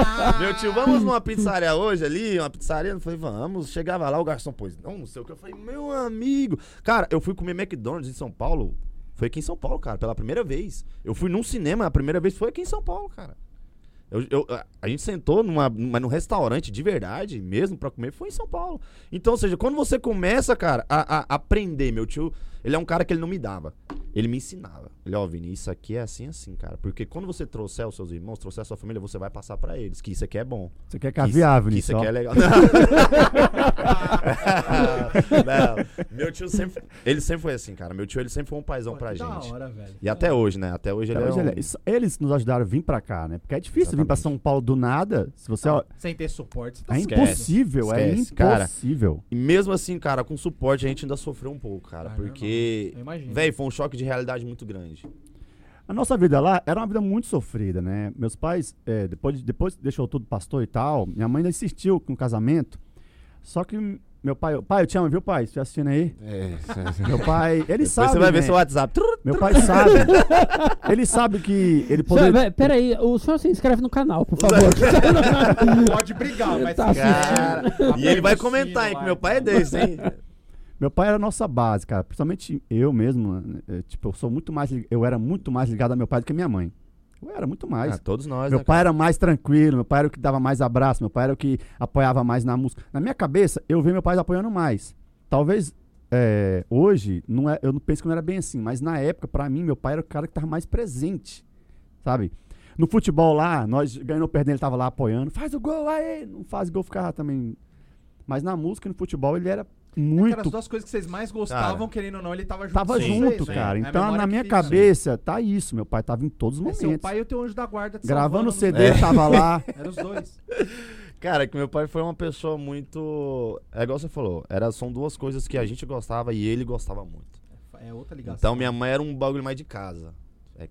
S1: Ah.
S4: Meu tio, vamos numa pizzaria hoje ali, uma pizzaria? Eu falei, vamos. Chegava lá, o garçom, pois não, não sei o que. Eu falei, meu amigo. Cara, eu fui comer McDonald's em São Paulo. Foi aqui em São Paulo, cara, pela primeira vez. Eu fui num cinema, a primeira vez foi aqui em São Paulo, cara. Eu- eu- a- a gente sentou numa, numa- num restaurante de verdade mesmo pra comer, foi em São Paulo. Então, ou seja, quando você começa, cara, a, a aprender, meu tio, ele é um cara que ele não me dava.
S5: Ele me ensinava. Ele, ó, Vini, isso aqui é assim, assim, cara. Porque quando você trouxer os seus irmãos, trouxer a sua família, você vai passar pra eles que isso aqui é bom.
S4: Você quer
S5: Que isso-
S4: caviar,
S5: que
S4: Vinícius?
S5: Isso aqui
S4: ó?
S5: é legal. Não. Não. Meu tio sempre. Ele sempre foi assim, cara. Meu tio, ele sempre foi um paizão pra
S3: que Da
S5: gente.
S3: hora, velho.
S5: E até hoje, né? Até hoje
S4: Até
S5: ele
S4: hoje
S5: é.
S4: ele
S5: Um...
S4: é- isso- Eles nos ajudaram a vir pra cá, né? Porque é difícil vir pra
S5: Exatamente.
S4: São Paulo do nada. Se você ó,
S3: Sem ter suporte. você tá
S4: é
S3: supondo.
S4: impossível,
S5: Esquece,
S4: é
S5: cara.
S4: impossível.
S5: E mesmo assim, cara, com suporte a gente ainda sofreu um pouco, cara.
S3: Ah,
S5: porque.
S3: Eu imagino.
S5: Véi, foi um choque de realidade muito grande.
S4: A nossa vida lá era uma vida muito sofrida, né? Meus pais, é, depois, depois que deixou tudo pastor e tal, minha mãe ainda insistiu com o casamento. Só que meu pai, pai, eu te amo, viu, pai? Você tá assistindo aí?
S5: É.
S4: Meu pai, ele sabe.
S5: você vai
S4: né?
S5: ver seu WhatsApp. Trrr.
S4: Meu pai sabe. ele sabe que ele
S2: Senhor,
S4: poderia.
S2: vé- Peraí, o senhor se inscreve no canal, por favor.
S3: Pode brigar, mas
S2: Tá
S5: Cara,
S3: assistindo.
S5: e ele vai
S3: Aperta o
S5: comentar,
S3: sino
S5: hein, que
S3: lá,
S5: meu
S1: tá
S5: pai é
S3: então.
S5: desse, hein?
S4: Meu pai era a nossa base, cara. Principalmente eu mesmo. né? É, Tipo, eu sou muito mais. li- Eu era muito mais ligado a meu pai do que a minha mãe. Eu era muito mais.
S5: Ah, todos nós,
S4: meu
S5: né?
S4: pai era mais tranquilo, meu pai era o que dava mais abraço, meu pai era o que apoiava mais na música. Na minha cabeça, eu vejo meu pai apoiando mais. Talvez é, hoje, não é, eu não penso que não era bem assim, mas na época, pra mim, meu pai era o cara que tava mais presente, sabe? No futebol lá, nós ganhando ou perdendo, ele tava lá apoiando. Faz o gol, aí! Não faz gol, ficava também. Mas na música e no futebol, ele era
S3: Cara, as
S4: muito.
S3: duas coisas que vocês mais gostavam, querendo ou não, ele tava junto.
S4: Tava
S3: com
S5: Sim.
S4: junto,
S3: vocês, né?
S4: cara.
S3: É a
S4: Então,
S3: memória
S4: na
S3: que
S4: minha
S3: fica.
S4: cabeça, tá isso. Meu pai tava em todos os
S3: É
S4: momentos.
S3: seu pai e o teu anjo da guarda. te
S4: Gravando o
S3: salvando
S4: CD,
S3: no-
S4: tava lá.
S3: Era os dois.
S5: Cara, que meu pai foi uma pessoa muito. É igual você falou, era, são duas coisas que a gente gostava e ele gostava muito.
S3: É outra ligação.
S5: Então minha mãe era um bagulho mais de casa. É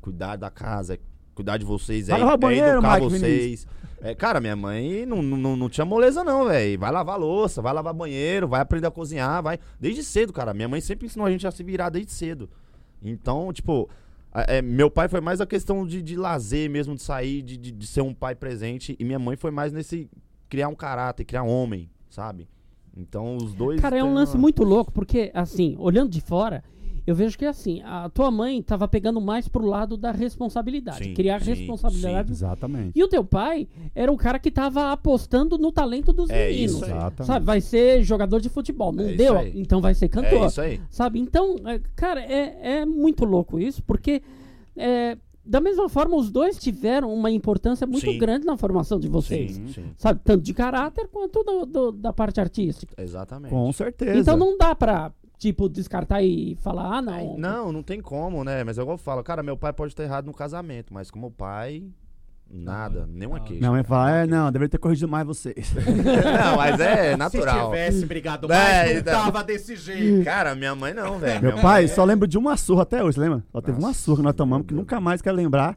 S5: cuidar da casa, é cuidar de vocês, é,
S4: Vai lavar o
S5: é
S4: banheiro,
S5: educar
S4: Mike
S5: vocês. É, cara, minha mãe não, não, não- não tinha moleza, não, velho. Vai lavar louça, vai lavar banheiro, vai aprender a cozinhar, vai. Desde cedo, cara. Minha mãe sempre ensinou a gente a se virar desde cedo. Então, tipo, a- é, meu pai foi mais a questão de, de lazer mesmo, de sair, de, de, de ser um pai presente. E minha mãe foi mais nesse criar um caráter, criar um homem, sabe? Então os dois.
S2: Cara, é um
S5: têm
S2: lance
S5: uma-
S2: muito louco, porque, assim, olhando de fora, eu vejo que, assim, a tua mãe tava pegando mais pro lado da responsabilidade.
S5: Sim,
S2: criar
S5: sim,
S2: responsabilidade.
S4: Exatamente.
S2: E o teu pai era o cara que tava apostando no talento dos
S5: É
S2: meninos.
S5: isso aí.
S4: Exatamente.
S2: Sabe, vai ser jogador de futebol. Não
S5: É isso
S2: deu,
S5: aí.
S2: então vai ser
S5: É
S2: cantor.
S5: isso aí.
S2: Sabe? Então, é, cara, é, é muito louco isso, porque é, da mesma forma os dois tiveram uma importância muito
S5: Sim.
S2: grande na formação de vocês.
S5: Sim, sim.
S2: Sabe? Tanto de caráter quanto do- do- da parte artística.
S5: Exatamente.
S4: Com certeza.
S2: Então não dá pra, tipo, descartar e falar, ah,
S5: Aí,
S2: não.
S5: Não, não tem como, né? Mas é igual eu falo, cara, meu pai pode estar errado no casamento, mas como pai, nada, nenhuma
S3: não.
S5: queixa.
S4: Minha mãe fala, é, não, deveria ter corrigido mais vocês.
S5: Não, mas é
S3: Se
S5: natural.
S3: tivesse brigado
S5: É,
S3: mais, não
S5: então.
S3: tava desse jeito.
S5: Cara, minha mãe não, velho.
S4: Meu
S5: Minha
S4: pai
S5: mãe- é.
S4: só lembra de uma surra até hoje, lembra? Só teve uma
S5: Nossa,
S4: surra que nós tomamos
S5: meu
S4: que
S5: Deus.
S4: nunca mais quer lembrar.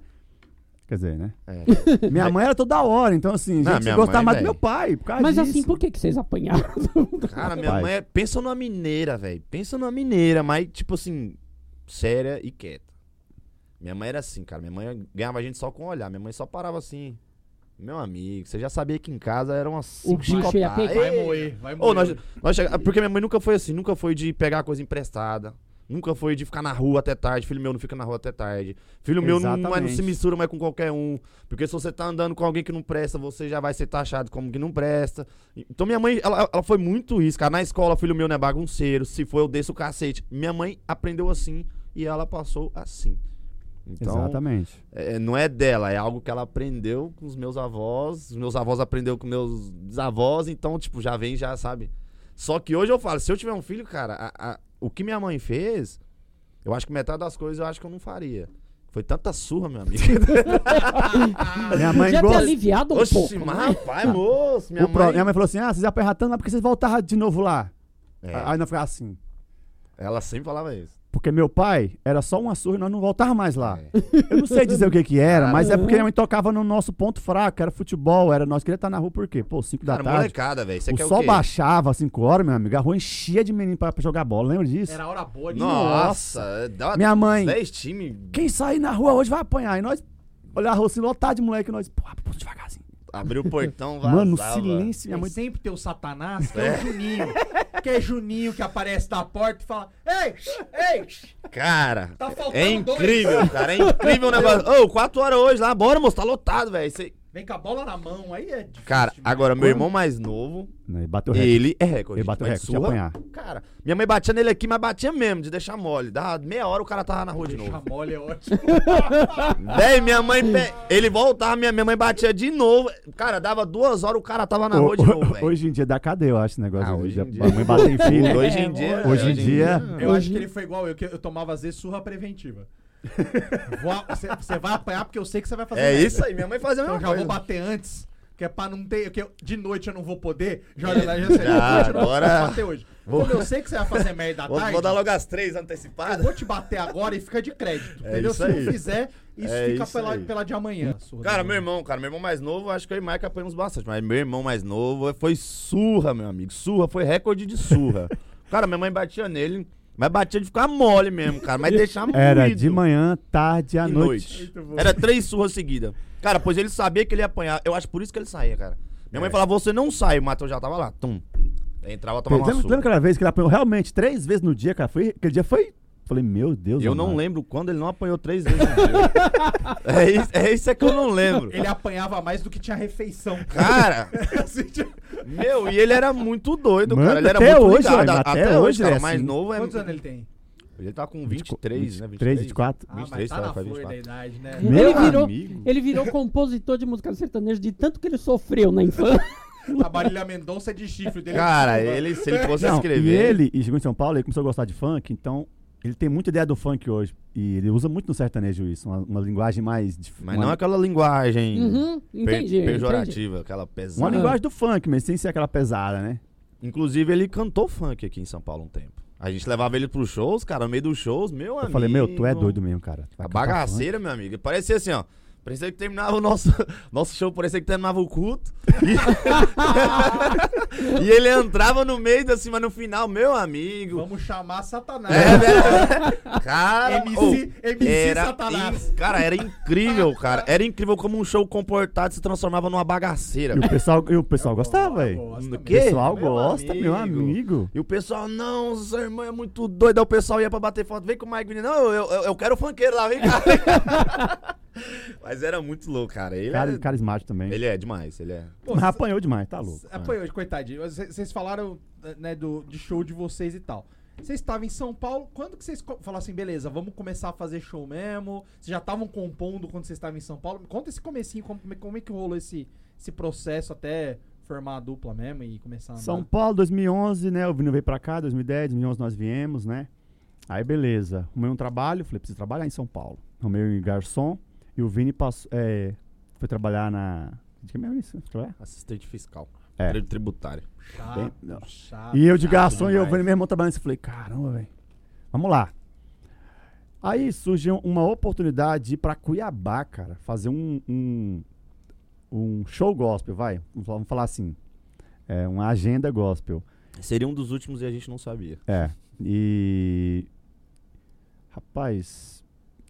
S4: Quer dizer, né?
S5: É.
S4: Minha mãe era toda hora, então assim,
S5: Não,
S4: gente,
S5: minha
S4: gostava
S5: mãe,
S4: mais do
S5: velho.
S4: meu pai. Por causa
S2: Mas
S4: disso.
S2: assim, por que, que vocês apanharam?
S5: Cara, minha
S4: Pai.
S5: mãe é. Pensa numa mineira, velho. Pensa numa mineira, mas, tipo assim, séria e quieta. Minha mãe era assim, cara. Minha mãe ganhava a gente só com o olhar. Minha mãe só parava assim. Meu amigo, você já sabia que em casa era uma
S2: bicho ia pegar.
S3: Vai moer, vai moer.
S5: Ou nós, nós chega- Porque minha mãe nunca foi assim, nunca foi de pegar coisa emprestada. Nunca foi de ficar na rua até tarde. Filho meu não fica na rua até tarde. Filho meu não, mas não
S4: Exatamente.
S5: se mistura mais com qualquer um. Porque se você tá andando com alguém que não presta, você já vai ser taxado como que não presta. Então minha mãe, ela, ela foi muito isso, cara. Na escola, filho meu não é bagunceiro. Se for, eu desço o cacete. Minha mãe aprendeu assim e ela passou assim. Então,
S4: Exatamente.
S5: é, não é dela, é algo que ela aprendeu com os meus avós, os meus avós aprendeu com meus bisavós, então, tipo, já vem, já sabe. Só que hoje eu falo, se eu tiver um filho, cara, a- a- o que minha mãe fez, eu acho que metade das coisas eu acho que eu não faria. Foi tanta surra, meu amigo.
S4: Tipo um Minha mãe
S2: Já ter
S4: gosta.
S2: aliviado um pouco.
S5: Oxi,
S2: né?
S5: mas rapaz, moço, minha
S4: o pro-
S5: mãe...
S4: Minha mãe falou assim: ah, vocês apanharam tanto, mas por que vocês voltaram de novo lá?
S5: É,
S4: Aí nós ficava assim.
S5: ela sempre falava isso.
S4: Porque meu pai era só uma surra e nós não voltávamos mais lá.
S5: É.
S4: Eu não sei dizer o que que era, mas é
S2: Caramba.
S4: porque minha mãe tocava no nosso ponto fraco, era futebol, era nós queríamos estar na rua por quê? Pô, 5 da
S5: Cara,
S4: tarde.
S5: molecada, velho, você
S4: o
S5: quer
S4: sol
S5: o quê?
S4: baixava às 5 horas, meu amigo. A rua enchia de menino pra, pra jogar bola, lembra disso?
S3: Era hora boa de
S5: Nossa, dá
S4: Minha mãe.
S5: 10 times,
S4: Quem sair na rua hoje vai apanhar. E nós olhava a rua assim, lotada de moleque, e nós, pô, pô, devagarzinho.
S5: abriu o portão, vazava.
S4: Mano, silêncio, minha
S3: Tem
S4: mãe.
S3: sempre tem o Satanás, que é. o Juninho. Que é Juninho que aparece na porta e fala: Ei, ei,
S5: Cara,
S3: Tá faltando
S5: é incrível, cara. É incrível o negócio. Ô, quatro horas hoje lá, bora, moço, tá lotado, velho. Cê-
S1: Vem com a bola na mão, aí é difícil.
S3: né?
S5: Cara,
S1: demais.
S5: agora, meu irmão mais novo,
S4: Né, Ele bateu recorde.
S5: ele é recorde.
S4: Ele bateu
S5: mas
S4: recorde de
S5: surra,
S4: apanhar.
S5: Cara, minha mãe batia nele aqui, mas batia mesmo, de deixar mole. Dá meia hora o cara tava na rua de
S1: Deixa
S5: novo.
S1: mole é ótimo.
S5: Véi, minha mãe. pe- Ele voltava, minha, minha mãe batia de novo. Cara, dava duas horas, o cara tava na
S4: O-
S5: rua de
S4: o-
S5: novo, velho.
S4: hoje em dia dá cadeia, eu acho, esse negócio.
S5: Ah,
S4: hoje
S5: hoje
S4: em
S5: em
S4: dia. A mãe bate em filho.
S2: É,
S5: Hoje em dia.
S4: hoje em dia-
S1: Eu acho
S2: Hoje-
S1: que ele foi igual eu, que eu tomava às vezes surra preventiva. Você vai apanhar porque eu sei que você vai fazer
S5: É
S1: merda.
S5: isso aí, minha mãe fazia a
S1: Então eu
S5: mesma
S1: já
S5: coisa.
S1: vou bater antes, que é pra não ter. Que eu- de noite eu não vou poder. Já olha lá, já sei. de
S5: Já,
S1: noite eu não
S5: agora-
S1: posso bater hoje. Como eu sei que você vai fazer merda à
S5: Vou,
S1: tarde,
S5: vou dar logo as três
S1: eu
S5: antecipadas.
S1: vou te bater agora e fica de crédito.
S5: É
S1: entendeu?
S5: isso
S1: Se
S5: aí.
S1: não fizer, isso
S5: É
S1: fica
S5: isso
S1: pela,
S5: aí.
S1: pela de amanhã. surra
S5: Cara,
S1: do
S5: meu irmão, cara, meu irmão mais novo, acho que eu e Mike apanhamos bastante. Mas meu irmão mais novo foi surra, meu amigo. Surra, foi recorde de surra. cara, minha mãe batia nele, mas batia de ficar mole mesmo, cara. Mas deixar moído.
S4: Era de manhã, tarde e à
S5: e
S4: noite.
S5: noite.
S1: Muito bom.
S5: Era três surras seguidas. Cara, pois ele sabia que ele ia apanhar. Eu acho por isso que ele saía, cara. Minha
S4: É.
S5: mãe falava, você não sai. O Matheus já tava lá. Tum. Entrava, tomava
S4: Lembra, lembra
S5: uma surra.
S4: aquela vez que ele apanhou realmente três vezes no dia, cara? Foi, aquele dia foi. Falei, meu Deus.
S5: Eu não
S4: amado.
S5: lembro quando ele não apanhou três vezes. no dia. é, isso, é isso é que eu não lembro.
S1: Ele apanhava mais do que tinha refeição.
S5: Cara,
S1: Assim, tinha-
S5: meu, e ele era muito doido,
S4: Mano,
S5: cara. Ele era
S4: até
S5: muito
S4: hoje,
S5: ligado.
S4: velho,
S5: até,
S4: até hoje
S5: hoje, cara,
S4: é
S5: mais
S4: assim.
S5: novo é...
S1: Quantos anos ele tem?
S5: Ele tá com
S4: 24,
S5: 23, né?
S4: 23, 24.
S1: Ah,
S5: 23,
S1: mas tá na
S5: faz
S1: flor
S5: 24.
S1: da idade, né?
S4: Meu
S2: ele, virou,
S4: amigo.
S2: ele virou compositor de música sertaneja de tanto que ele sofreu na infância.
S1: A Marília Mendonça é de chifre dele.
S5: Cara, ele, se ele fosse
S4: Não,
S5: escrever...
S4: E ele, e chegou em São Paulo, ele começou a gostar de funk, então ele tem muita ideia do funk hoje. E ele usa muito no sertanejo isso, uma, uma linguagem mais. dif-
S5: Mas
S4: uma,
S5: não é- aquela linguagem
S2: Uhum,
S5: pe-
S2: entendi.
S5: pejorativa, aquela
S4: Uma
S5: pesada.
S4: linguagem do funk, mas sem ser aquela pesada, né?
S5: Inclusive, ele cantou funk aqui em São Paulo um tempo. A gente levava ele pros shows, cara, no meio dos shows, meu
S4: Eu
S5: amigo.
S4: falei, meu, tu é doido mesmo, cara. Tu vai
S5: A
S4: cantar funk?
S5: bagaceira, Tá meu amigo. Parecia assim, ó. Parecia que terminava o nosso, nosso show, parecia que terminava o culto. E, e ele entrava no meio, assim, mas no final, meu amigo.
S1: Vamos chamar Satanás.
S5: É, velho. Cara,
S1: MC,
S5: ô,
S1: MC
S5: era
S1: Satanás.
S5: in- Cara, era incrível, cara. Era incrível como um show comportado se transformava numa bagaceira.
S4: E o pessoal, e o pessoal
S1: Eu
S4: gostava,
S1: gosto, eu
S4: velho.
S1: gosto
S5: Do
S1: também.
S4: O
S5: quê?
S4: pessoal
S5: Meu
S4: gosta, meu amigo.
S5: E o pessoal, não, sua irmã é muito doida. Aí O pessoal ia pra bater foto, vem com o Mike Vini. Não, eu, eu, eu quero o funkeiro lá, vem cá. vem cá." Mas era muito louco, cara. Ele,
S4: Cara,
S5: é,
S4: carismático também.
S5: ele é demais, ele é.
S1: Pô,
S4: Mas apanhou demais, tá louco.
S1: Ah, Foi hoje, coitadinho. Vocês vocês falaram né, do, de show de vocês e tal. Vocês estavam em São Paulo, quando que vocês co- falaram assim, beleza, vamos começar a fazer show mesmo? Vocês já estavam compondo quando vocês estavam em São Paulo? Conta esse comecinho, como, como é- como é que rolou esse, esse processo até formar a dupla mesmo e começar a andar?
S4: São Paulo, 2011, né? O Vino veio pra cá, 2010, 2011 nós viemos, né? Aí beleza. Arrumei um trabalho, falei, preciso trabalhar em São Paulo. Arrumei um garçom e o Vini passou, é, foi trabalhar na. De que mesmo isso? Trabalhar?
S5: Assistente fiscal.
S4: É.
S5: Tri- Tributário.
S1: Chato,
S4: Bem- não.
S1: Ah, chato.
S4: E eu de garçom e eu
S5: demais.
S4: vendo meu irmão trabalhando isso. Falei, caramba, velho. Vamos lá. Aí surgiu uma oportunidade de ir pra Cuiabá, cara. Fazer um, um, um show gospel, vai. Vamos falar- vamos falar assim. É, uma agenda gospel.
S5: Seria um dos últimos e a gente não sabia.
S4: É. E. Rapaz.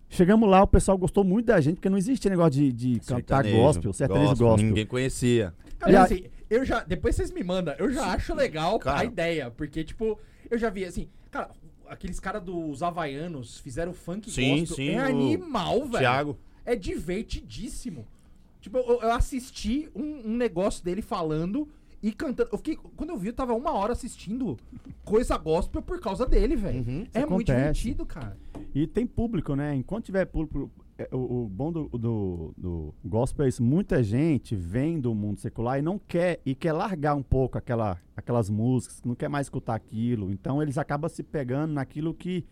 S4: Chegamos lá, o pessoal gostou muito da gente, porque não existia negócio de, de cantar
S5: Sertanejo,
S4: gospel, sertanejo gospel.
S5: Ninguém conhecia.
S1: Cara,
S4: E a-
S1: assim, eu já. Depois vocês me mandam, eu já acho legal a
S5: Cara.
S1: ideia. Porque, tipo, eu já vi assim, cara, aqueles caras dos Havaianos fizeram funk
S5: Sim,
S1: gospel.
S5: sim,
S1: é
S5: o
S1: animal, velho.
S5: Thiago.
S1: É divertidíssimo. Tipo, eu, eu assisti um, um negócio dele falando e cantando. Eu fiquei, quando eu vi, eu tava uma hora assistindo coisa gospel por causa dele, velho.
S5: Uhum.
S1: é
S4: Isso
S1: muito
S4: acontece.
S1: divertido, cara.
S4: E tem público, né? Enquanto tiver público. é, O, o bom do, do, do gospel é isso. Muita gente vem do mundo secular e não quer, e quer largar um pouco aquela, aquelas músicas, não quer mais escutar aquilo. Então eles acabam se pegando naquilo que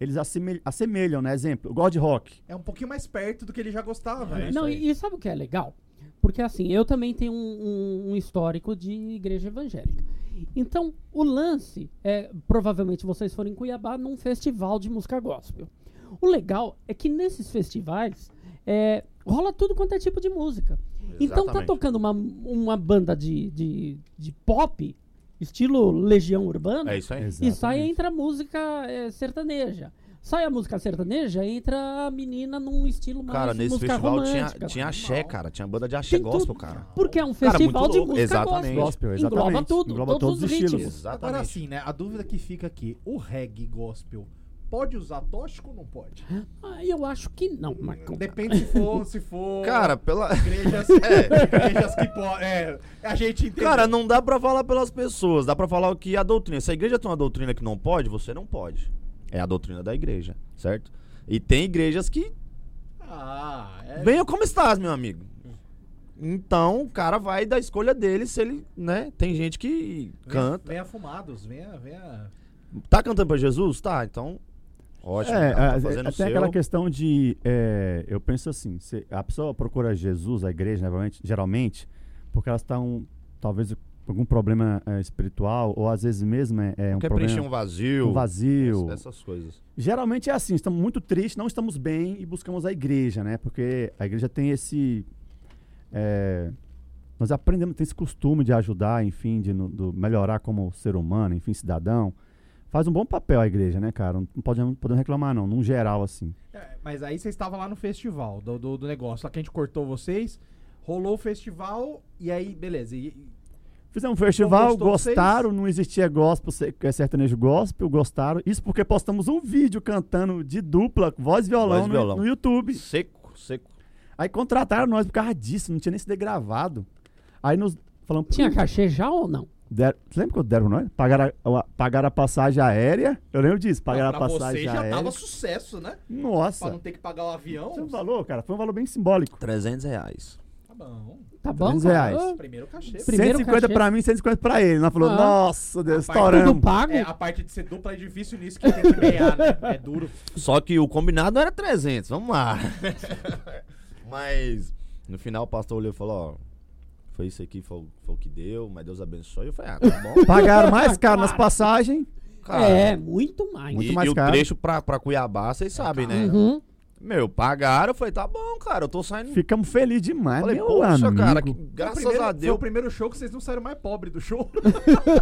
S4: eles assemelham, assemelham né? Exemplo, eu gosto de rock.
S1: É um pouquinho mais perto do que ele já gostava, né?
S2: Não, e, e sabe o que é legal? Porque assim, eu também tenho um, um- um histórico de igreja evangélica. Então, o lance é, provavelmente vocês foram em Cuiabá num festival de música gospel. O legal é que nesses festivais é, rola tudo quanto é tipo de música. Então tá
S5: Exatamente.
S2: tocando uma, uma banda de, de, de pop, estilo Legião Urbana,
S5: É isso aí.
S2: e sai entra a música é, sertaneja. Sai a música sertaneja, entra a menina num estilo mais
S5: Cara, nesse
S2: música
S5: festival tinha,
S2: romântica.
S5: tinha axé, cara. Tinha banda de axé
S2: Tem tudo.
S5: gospel, cara.
S2: Porque é um
S5: Cara, muito
S2: festival de
S5: louco.
S2: música
S5: Exatamente.
S2: gospel.
S4: Gospel,
S2: Engloba
S4: exatamente.
S2: tudo,
S4: Engloba
S2: todos
S4: todos
S2: os
S4: os estilos.
S2: ritmos.
S1: Agora sim, né? A dúvida que fica aqui: o reggae gospel pode usar tóxico ou não pode?
S2: Ah, eu acho que não, Marcão.
S1: Depende se for, se for
S5: Cara, pela.
S1: igrejas,
S5: É.
S1: igrejas que podem. É, a gente entende.
S5: Cara, não dá pra falar pelas pessoas, dá pra falar o que a doutrina. Se a igreja tem uma doutrina que não pode, você não pode. É a doutrina da igreja, certo? E tem igrejas que
S1: Ah, é.
S5: venham como estás, meu amigo. Então, o cara vai da escolha dele se ele, né? Tem gente que canta.
S1: Venha fumados, venha, venha.
S5: Tá cantando pra Jesus? Tá, então. Ótimo.
S4: É,
S5: tá
S4: a-
S5: fazendo o
S4: até
S5: seu.
S4: aquela questão de. é, eu penso assim: se a pessoa procura Jesus, a igreja, né, geralmente, geralmente, porque elas estão, talvez, com algum problema é, espiritual, ou às vezes mesmo é, é um
S5: Quer preencher
S4: problema.
S5: um vazio.
S4: um vazio.
S5: Essas, essas coisas.
S4: Geralmente é assim: estamos muito tristes, não estamos bem e buscamos a igreja, né? Porque a igreja tem esse. é, nós aprendemos, tem esse costume de ajudar, enfim, de no- do melhorar como ser humano, enfim, cidadão. Faz um bom papel a igreja, né, cara? Não podemos, não podemos reclamar, não, num geral, assim.
S1: É, Mas aí vocês estavam lá no festival do, do, do negócio, lá que a gente cortou vocês. Rolou o festival e aí, beleza. E, e-
S4: Fizemos um festival,
S1: gostou de vocês?
S4: gostaram, não existia gospel, se- é sertanejo gospel, gostaram. Isso porque postamos um vídeo cantando de dupla, voz e violão,
S5: Voz e
S4: no-
S5: violão.
S4: No, YouTube.
S5: Seco, seco.
S4: Aí contrataram nós por causa disso, não tinha nem CD gravado. Aí nos falamos...
S2: Tinha
S4: "Pô,
S2: cachê já ou não?
S4: deram- Você lembra quando deram pra nós? Pagaram a, a- pagaram a passagem aérea. Eu lembro disso, pagaram
S1: pra
S4: a passagem
S1: vocês já
S4: aérea.
S1: tava sucesso, né? Pra
S4: Nossa,
S1: não ter que pagar o avião.
S4: foi um valor, cara, foi um valor bem simbólico.
S5: 300 reais.
S1: Tá bom.
S2: Tá bom?
S4: 300
S2: cara?
S4: reais.
S1: Primeiro cachê.
S2: Primeiro
S4: 150
S2: cachê.
S4: pra mim, 150 pra ele. Nós falou,
S2: Ah.
S4: nossa, Deus,
S1: Rapaz,
S2: Ah, Tudo
S4: estouramos.
S2: pago?
S1: É, a parte de ser dupla é difícil nisso que tem que ganhar, né? É duro.
S5: Só que o combinado era 300, vamos lá. mas no final o pastor olhou e falou, ó, foi isso aqui, foi, o- foi o que deu, mas Deus abençoe. Eu falei, ah, tá bom.
S4: Pagaram mais caro nas passagens.
S5: Cara,
S2: É, muito mais.
S4: Muito
S5: e,
S4: mais
S5: e o
S4: caro. Tá.
S5: trecho pra, pra Cuiabá, vocês sabem, né?
S2: Uhum.
S5: Meu, pagaram, eu falei, tá bom, cara, eu tô saindo.
S4: Ficamos felizes demais,
S5: falei,
S4: meu
S5: poxa,
S4: amigo.
S5: cara, que
S1: Foi o
S5: graças
S1: primeiro-
S5: a
S1: Foi o
S5: Deus.
S1: primeiro show que vocês não saíram mais pobre do show.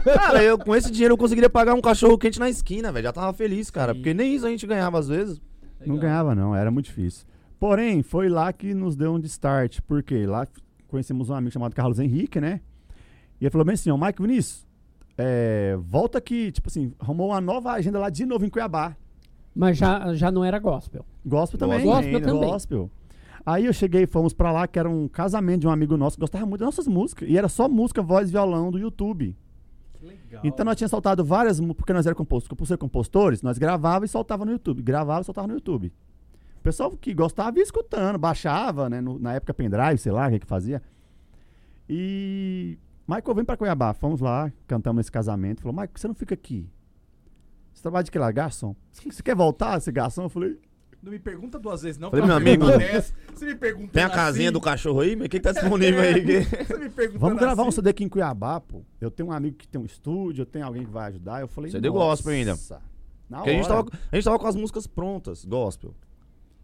S5: Cara, eu com esse dinheiro eu conseguiria pagar um cachorro quente na esquina, velho. Já tava feliz, cara. Porque nem isso a gente ganhava às vezes.
S4: Não ganhava não, era muito difícil. Porém, foi lá que nos deu um start, porque lá f- conhecemos um amigo chamado Carlos Henrique, né? E ele falou bem assim, ó, Mike Vinícius, é, volta aqui, tipo assim, arrumou uma nova agenda lá de novo em Cuiabá.
S2: Mas já, já não era gospel.
S4: Gospel também.
S5: Gospel
S4: ainda.
S2: também.
S4: Gospel. Aí eu cheguei, fomos pra lá, que era um casamento de um amigo nosso que gostava muito das nossas músicas. E era só música, voz e violão do YouTube.
S1: Legal.
S4: Então nós tínhamos soltado várias, mu- porque nós éramos compositores, por ser compositores, nós gravava e soltava no YouTube, gravava e soltava no YouTube. O pessoal que gostava ia escutando, baixava, né, no- na época pendrive, sei lá, o que que fazia. E Michael, vem pra Cuiabá, fomos lá, cantamos nesse casamento, falou: "Michael, você não fica aqui. Você trabalha de que lá, garçom? Você você quer voltar, esse garçom?" Eu falei:
S1: Não me pergunta duas vezes, não.
S5: Falei,
S1: porque
S5: meu
S1: eu
S5: amigo,
S1: pergunto dessa. Você me pergunta. assim,
S5: Tem a casinha do cachorro aí, mas quem tá disponível aí?
S1: Você me pergunta.
S5: tá
S1: assim,
S4: Vamos gravar um CD aqui em Cuiabá, pô. Eu tenho um amigo que tem um estúdio, eu tenho alguém que vai ajudar. Eu falei,
S5: CD
S4: "Nossa."
S5: gospel ainda.
S4: Na
S5: Porque a gente,
S4: hora.
S5: tava, a gente tava com as músicas prontas, gospel.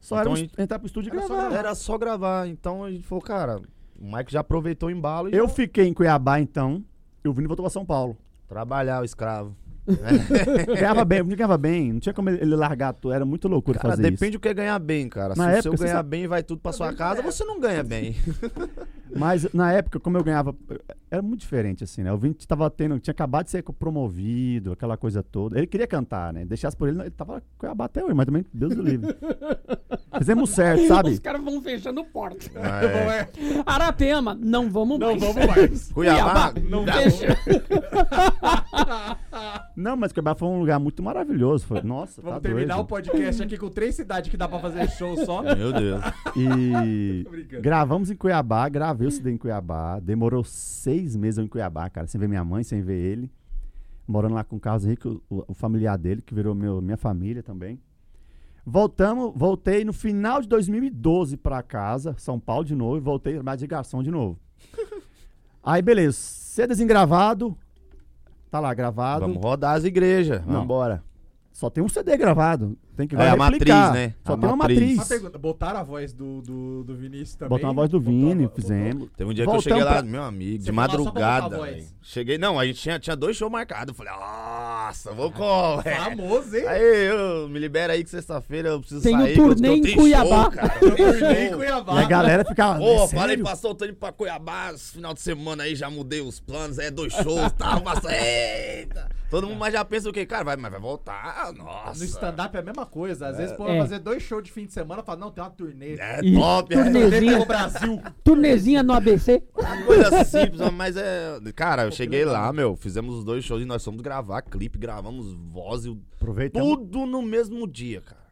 S4: Só
S5: Então
S4: era
S5: a
S4: um-
S5: gente-
S4: entrar pro estúdio e
S5: Era só,
S4: gravar.
S5: gravar. era só gravar. Então a gente falou, cara, o Mike já aproveitou o embalo e
S4: Eu fiquei em Cuiabá, então. E o Vini voltou pra São Paulo.
S5: trabalhar o escravo.
S4: Ganhava bem, o Vini ganhava bem. Não tinha como ele largar tudo. Era muito loucura
S5: Cara,
S4: fazer
S5: depende do que é ganhar bem, cara.
S4: Na época,
S5: Se o
S4: você
S5: seu ganhar
S4: sabe-
S5: bem e vai tudo pra sua casa, você não ganha bem.
S4: isso. Mas na época, como eu ganhava. Era muito diferente, assim, né? O Vini tava tendo. Tinha acabado de ser promovido, aquela coisa toda. Ele queria cantar, né? Deixasse por ele. Ele tava em Cuiabá até hoje, mas também, Deus do livre. Fizemos certo,
S2: Os
S4: sabe?
S2: caras vão fechando porta.
S5: Ah, é.
S2: Aratema, não vamos
S1: Não,
S2: mais.
S1: vamos mais.
S5: Cuiabá,
S1: Não
S5: dá-
S1: deixa.
S4: Não, mas Cuiabá foi um lugar muito maravilhoso. Foi, nossa,
S1: Vamos
S4: tá
S1: terminar o
S4: doido.
S1: podcast aqui com três cidades que dá pra fazer show só.
S5: Meu Deus.
S4: E
S1: Tô brincando.
S4: gravamos em Cuiabá, gravei o CD em Cuiabá. Demorou seis meses eu em Cuiabá, cara, sem ver minha mãe, sem ver ele. Morando lá com o Carlos Henrique, o, o- o familiar dele, que virou meu, minha família também. Voltamos, voltei no final de 2012 pra casa, São Paulo de novo, e voltei a trabalhar de garçom de novo. Aí, beleza, CD desengravado, tá lá gravado.
S5: Vamos rodar as igrejas.
S4: Não.
S5: Vamos embora.
S4: Só tem um CD gravado. Tem que
S5: É,
S4: vai
S5: a matriz,
S4: replicar.
S5: né?
S4: Só
S5: A
S4: tem uma
S5: matriz.
S4: matriz.
S5: Uma
S3: Pergunta, botaram a voz do, do, do Vinícius também?
S4: Botar uma voz do
S3: Botaram a
S4: Vini,
S3: voz-
S4: fizemos.
S5: Teve um dia que eu
S4: Voltamos
S5: cheguei lá,
S4: pra-
S5: meu amigo,
S3: Você foi
S5: de
S3: lá só pra botar
S5: madrugada.
S3: a voz.
S5: velho. Cheguei, não, a gente tinha, tinha dois shows marcados. Falei, nossa, vou com.
S3: botou- Famoso, hein?
S5: É. Aí, eu, me libera aí que sexta-feira eu preciso
S2: Tem o
S5: sair. que eu-
S2: turnê
S5: que eu
S2: em
S5: tenho
S2: Cuiabá.
S5: show, cara. Eu tenho
S3: Turnê um em
S5: show.
S3: Cuiabá.
S4: E a galera ficava.
S5: Pô,
S4: "É
S5: falei,
S4: sério?"
S5: passou o Tony pra Cuiabá, esse final de semana aí já mudei os planos, é dois shows, tá, passa, eita. Todo mundo mais já pensa o quê? Cara, vai, mas vai voltar, nossa.
S3: No stand-up é a mesma coisa. Às vezes, pô,
S2: É.
S3: fazer dois shows de fim de semana e fala, não, tem uma turnê.
S5: É Assim,
S2: Isso.
S5: top, é.
S2: Turnê.
S3: Turnê pelo Brasil.
S2: Turnezinha no ABC.
S5: Uma coisa simples, mas é. Cara, eu cheguei lá, meu, fizemos os dois shows e nós fomos gravar clipe, gravamos voz e
S4: Aproveitamos.
S5: tudo no mesmo dia, cara.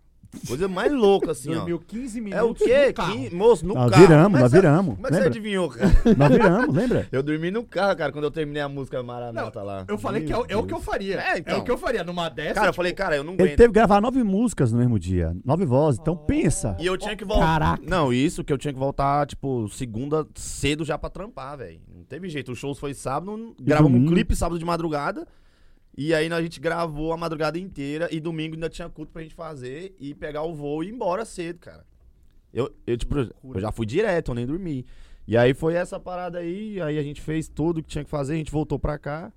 S5: Coisa mais louca, assim, ó.
S3: Dormiu 15 minutos.
S5: É o quê?
S3: no carro.
S5: Que, moço, no
S4: Nós
S5: carro.
S4: viramos,
S5: Mas
S4: nós
S5: você-
S4: viramos,
S5: Como é que você
S4: lembra?
S5: adivinhou, cara?
S4: Nós viramos, lembra?
S5: Eu dormi no carro, cara, quando eu terminei a música
S3: Não,
S5: Maranata lá.
S3: eu falei que é, o- é o que eu faria.
S5: É, então.
S3: o que eu faria. Numa dessa.
S5: Cara, eu falei, cara, eu não
S4: Ele
S5: aguento.
S4: teve que gravar nove músicas no mesmo dia, nove vozes, então pensa.
S5: E eu tinha que voltar.
S2: Caraca.
S5: Não, isso que eu tinha que voltar, tipo, segunda cedo já pra trampar, velho. Não teve jeito. O show foi sábado, gravamos um
S4: domingo?
S5: clipe sábado de madrugada. E aí a gente gravou a madrugada inteira e domingo ainda tinha culto pra gente fazer e pegar o voo e ir embora cedo, cara. Eu, eu, tipo, eu já fui direto, eu nem dormi. E aí foi essa parada aí, aí a gente fez tudo que tinha que fazer, a gente voltou pra cá.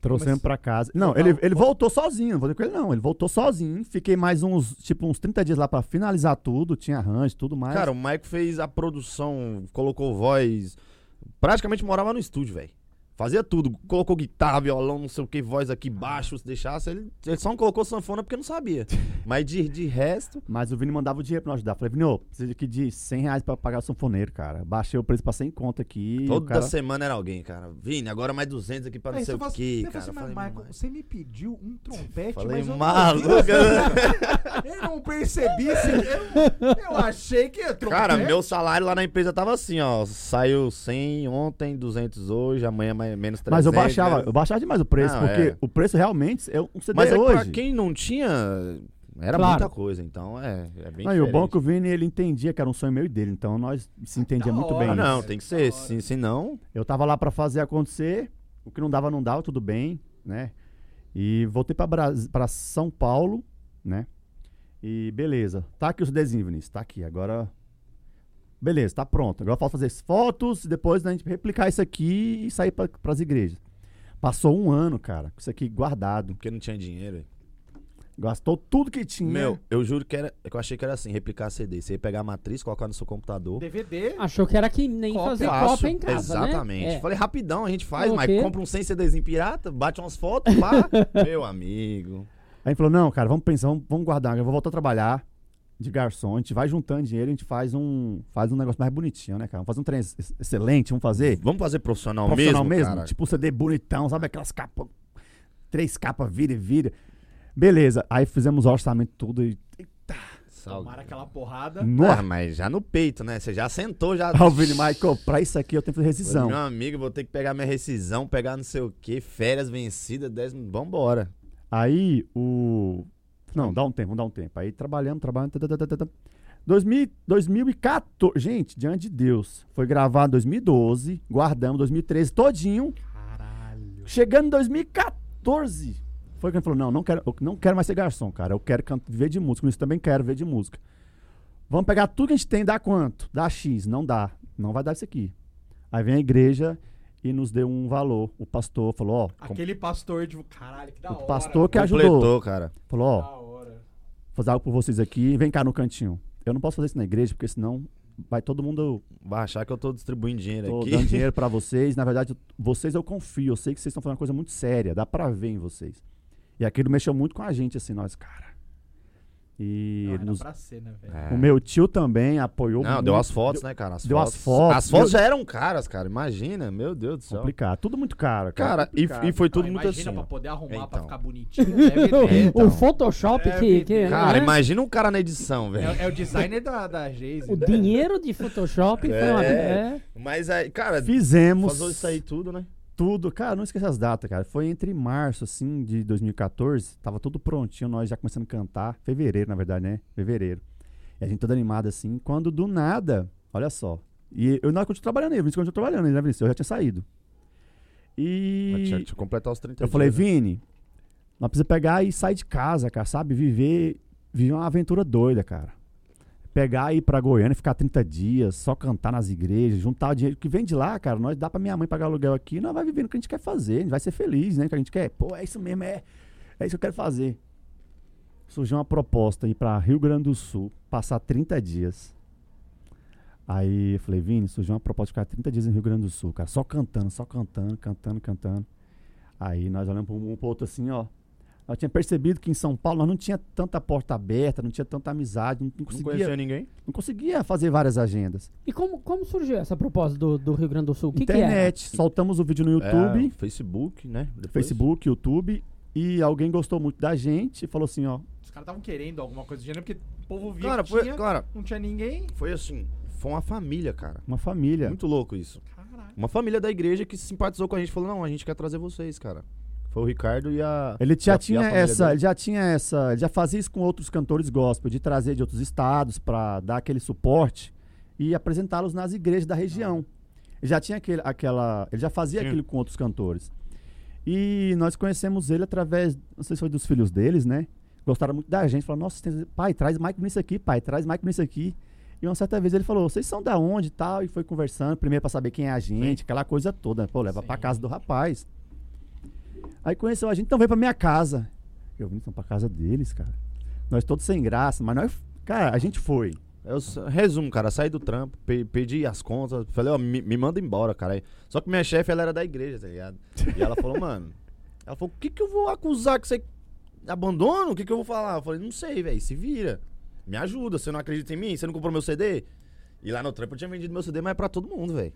S4: Trouxemos pra casa. Não, ele, ele voltou sozinho, não vou dizer com ele não. Ele voltou sozinho. Fiquei mais uns, tipo, uns 30 dias lá pra finalizar tudo, tinha arranjo, tudo mais.
S5: Cara, o Maico fez a produção, colocou voz. Praticamente morava no estúdio, velho. Fazia tudo. Colocou guitarra, violão, não sei o que, voz aqui, baixo, se deixasse. Ele, ele só não colocou sanfona porque não sabia. Mas de, de resto.
S4: Mas o Vini mandava o dinheiro pra nós ajudar. Falei, Vini, ô, precisa aqui de 100 reais pra pagar o sanfoneiro, cara. Baixei o preço pra 100 conto aqui.
S5: toda
S4: o cara...
S5: semana era alguém, cara. Vini, agora mais 200 aqui pra não
S3: Aí
S5: sei
S3: você
S5: o
S3: fala assim,
S5: que,
S3: você
S5: cara.
S3: fala assim,
S5: Eu
S3: mas,
S5: falei,
S3: Michael, você me pediu um trompete,
S5: falei
S3: mas eu um. não
S5: maluco.
S3: Eu não percebi se. Eu, eu achei que é trompete.
S5: Cara, meu salário lá na empresa tava assim, ó. Saiu 100 ontem, 200 hoje, amanhã mais, menos né? 300.
S4: Mas eu baixava,
S5: menos-
S4: eu baixava demais o preço,
S5: Não,
S4: porque
S5: é.
S4: o preço realmente é um CD
S5: Mas é que pra
S4: hoje.
S5: quem não tinha, era
S2: Claro.
S5: muita coisa. Então é, é bem
S4: Não, e o bom é
S5: banco
S4: que o Vini, ele entendia que era um sonho meu e dele, então nós se entendia
S3: da
S4: muito
S3: hora.
S4: bem. né?
S5: Ah,
S4: nisso.
S5: não, tem que ser.
S3: Da hora.
S5: Se, se não.
S4: Eu tava lá pra fazer acontecer, o que não dava, não dava, tudo bem, né? E voltei pra, Bras- pra São Paulo, né? E beleza, tá aqui os desenhos, Vinícius, tá aqui, agora... Beleza, tá pronto. Agora falta fazer as fotos, depois né, a gente replicar isso aqui e sair pra, pras igrejas. Passou um ano, cara, com isso aqui guardado.
S5: Porque não tinha dinheiro.
S4: Gastou tudo que tinha.
S5: Meu, eu juro que era. que Eu achei que era assim, replicar CD. Você ia pegar a matriz, colocar no seu computador.
S3: DVD.
S2: Achou que era que nem
S3: Cópia.
S2: fazer
S5: Fácil.
S2: cópia em casa, né?
S5: Exatamente.
S2: É.
S5: Falei, rapidão, a gente faz,
S2: Ok.
S5: mas compra um 100 CDzinho pirata, bate umas fotos, pá. Meu amigo.
S4: Aí ele falou, não, cara, vamos pensar, vamos, vamos guardar, eu vou voltar a trabalhar de garçom, a gente vai juntando dinheiro, a gente faz um, faz um negócio mais bonitinho, né, cara? Vamos fazer um trem ex- excelente, vamos fazer
S5: Vamos fazer profissional,
S4: profissional
S5: mesmo?
S4: mesmo,
S5: cara?
S4: tipo um CD bonitão, sabe aquelas capas, três capas, vira e vira. Beleza, aí fizemos o orçamento tudo e...
S5: Salve.
S3: Tomaram aquela porrada.
S4: Tipo, No
S5: Ah,
S4: ar.
S5: mas já no peito, né? Você já sentou, já.
S4: Aí o Vini, Michael, pra isso aqui eu tenho que fazer rescisão.
S5: Meu amigo, vou ter que pegar minha rescisão, pegar não sei o quê, férias vencidas, 10. Vambora.
S4: Aí o. Não, dá um tempo, vamos dar um tempo. Aí trabalhando, trabalhando. tá, tá, tá, tá, tá. 2000, 2014. Gente, diante de Deus. Foi gravado em 2012, guardamos 2013 todinho.
S3: Caralho.
S4: Chegando em 2014. Foi quando ele falou: não, não quero, eu não quero mais ser garçom, cara. Eu quero can- viver de música. Isso também quero viver de música. Vamos pegar tudo que a gente tem, dá quanto? Dá X, não dá. Não vai dar isso aqui. Aí vem a igreja e nos deu um valor. O pastor falou: ó,
S3: Aquele pastor de. Caralho, que da hora.
S4: o pastor que ajudou.
S5: Completou, cara.
S4: Falou: ó,
S3: Da hora.
S4: fazer algo por vocês aqui. Vem cá no cantinho. Eu não posso fazer isso na igreja, porque senão vai todo mundo
S5: Vai achar que eu tô distribuindo dinheiro
S4: tô
S5: aqui.
S4: dando dinheiro pra vocês. Na verdade, eu- vocês eu confio. Eu sei que vocês estão fazendo uma coisa muito séria. Dá pra ver em vocês. E aquilo mexeu muito com a gente, assim, nós, cara. E
S3: Não,
S4: ele
S3: era
S4: nos-
S3: pra ser, né, velho?
S5: É.
S4: o meu tio também apoiou
S5: Não,
S4: muito.
S5: deu as fotos, né, cara? As
S4: deu
S5: fotos.
S4: as fotos.
S5: As fotos já eram caras, cara. Imagina, meu Deus do céu.
S4: Complicado. Tudo muito caro, cara.
S5: Cara, e, e foi tudo
S3: Não,
S5: muito assim.
S3: imagina pra
S5: ó.
S3: poder arrumar pra
S5: Então.
S3: ficar bonitinho. né, Deve
S5: Então.
S2: É. o Photoshop que, que-
S5: Cara,
S2: né?
S5: imagina um cara na edição, velho.
S3: É, é o designer da, da Geise.
S2: O
S3: né?
S2: dinheiro de Photoshop foi uma... É.
S5: Mas aí, cara,
S4: Fizemos
S5: fazer isso aí tudo, né?
S4: tudo. Cara, não esqueça as datas, cara. Foi entre março, assim, de 2014. Tava tudo prontinho, nós já começando a cantar. Fevereiro, na verdade, né? Fevereiro. E a gente toda animada, assim. Quando do nada, olha só. E eu não continuo trabalhando aí, Vinícius continuou trabalhando aí, né, Vinícius? Eu já tinha saído.
S5: Mas Tinha
S4: E
S5: tinha que completar os 30
S4: eu falei,
S5: dias, né?
S4: Vini, nós precisa pegar e sair de casa, cara, sabe? Viver viver uma aventura doida, cara. Pegar e ir pra Goiânia, ficar 30 dias, só cantar nas igrejas, juntar o dinheiro que vem de lá, cara. Nós dá pra minha mãe pagar aluguel aqui, nós vai vivendo o que a gente quer fazer, a gente vai ser feliz, né? O que a gente quer. Pô, é isso mesmo, é, é isso que eu quero fazer. Surgiu uma proposta ir pra Rio Grande do Sul, passar 30 dias. Aí eu falei, Vini, surgiu uma proposta de ficar 30 dias no Rio Grande do Sul, cara, só cantando, só cantando, cantando, cantando. Aí nós olhamos pra um, um pro outro assim, ó. Eu tinha percebido que em São Paulo nós não tinha tanta porta aberta, não tinha tanta amizade, não, não
S5: Não
S4: conseguia,
S5: conhecia ninguém?
S4: não conseguia fazer várias agendas.
S2: E como, como surgiu essa proposta do, do Rio Grande do Sul? O que, que é?
S4: Internet, soltamos o vídeo no YouTube,
S5: É, Facebook, né? Depois.
S4: Facebook, YouTube, e alguém gostou muito da gente e falou assim, ó,
S1: Os caras estavam querendo alguma coisa do gênero, porque o povo via
S5: Cara,
S1: que
S5: foi,
S1: tinha,
S5: cara,
S1: não tinha ninguém.
S5: foi assim. Foi uma família, cara.
S4: uma família.
S5: Muito louco isso.
S1: Caralho.
S5: Uma família da igreja que simpatizou com a gente falou: não, a gente quer trazer vocês, cara. Foi o Ricardo e a.
S4: Ele
S5: e a-
S4: já
S5: e a
S4: tinha
S5: família
S4: essa,
S5: dele.
S4: ele já tinha essa, ele já fazia isso com outros cantores gospel, de trazer de outros estados pra dar aquele suporte e apresentá-los nas igrejas da região.
S5: Ah.
S4: Ele já tinha aquele, aquela, ele já fazia
S5: Sim.
S4: aquilo com outros cantores. E nós conhecemos ele através, não sei se foi dos filhos deles, né? Gostaram muito da gente, falaram: "Nossa, tem- pai, traz Mike nisso aqui, pai, traz Mike nisso aqui". E uma certa vez ele falou: "Vocês são da onde?" e tal, e foi conversando, primeiro pra saber quem é a gente, aquela coisa toda, pô, leva pra casa do rapaz. Aí conheceu a gente, então veio pra minha casa. Eu vim então pra casa deles, cara. Nós todos sem graça, mas nós. Cara, a gente foi.
S5: Eu s- resumo, cara, saí do trampo, pe- pedi as contas, falei, ó, me, me manda embora, cara. Aí- Só que minha chefe, ela era da igreja, tá ligado? E ela falou, mano, ela falou, o que que eu vou acusar que você abandona? O que que eu vou falar? Eu falei, não sei, velho, se vira. Me ajuda, você não acredita em mim? Você não comprou meu CD? E lá no trampo eu tinha vendido meu CD, mas é pra todo mundo, velho.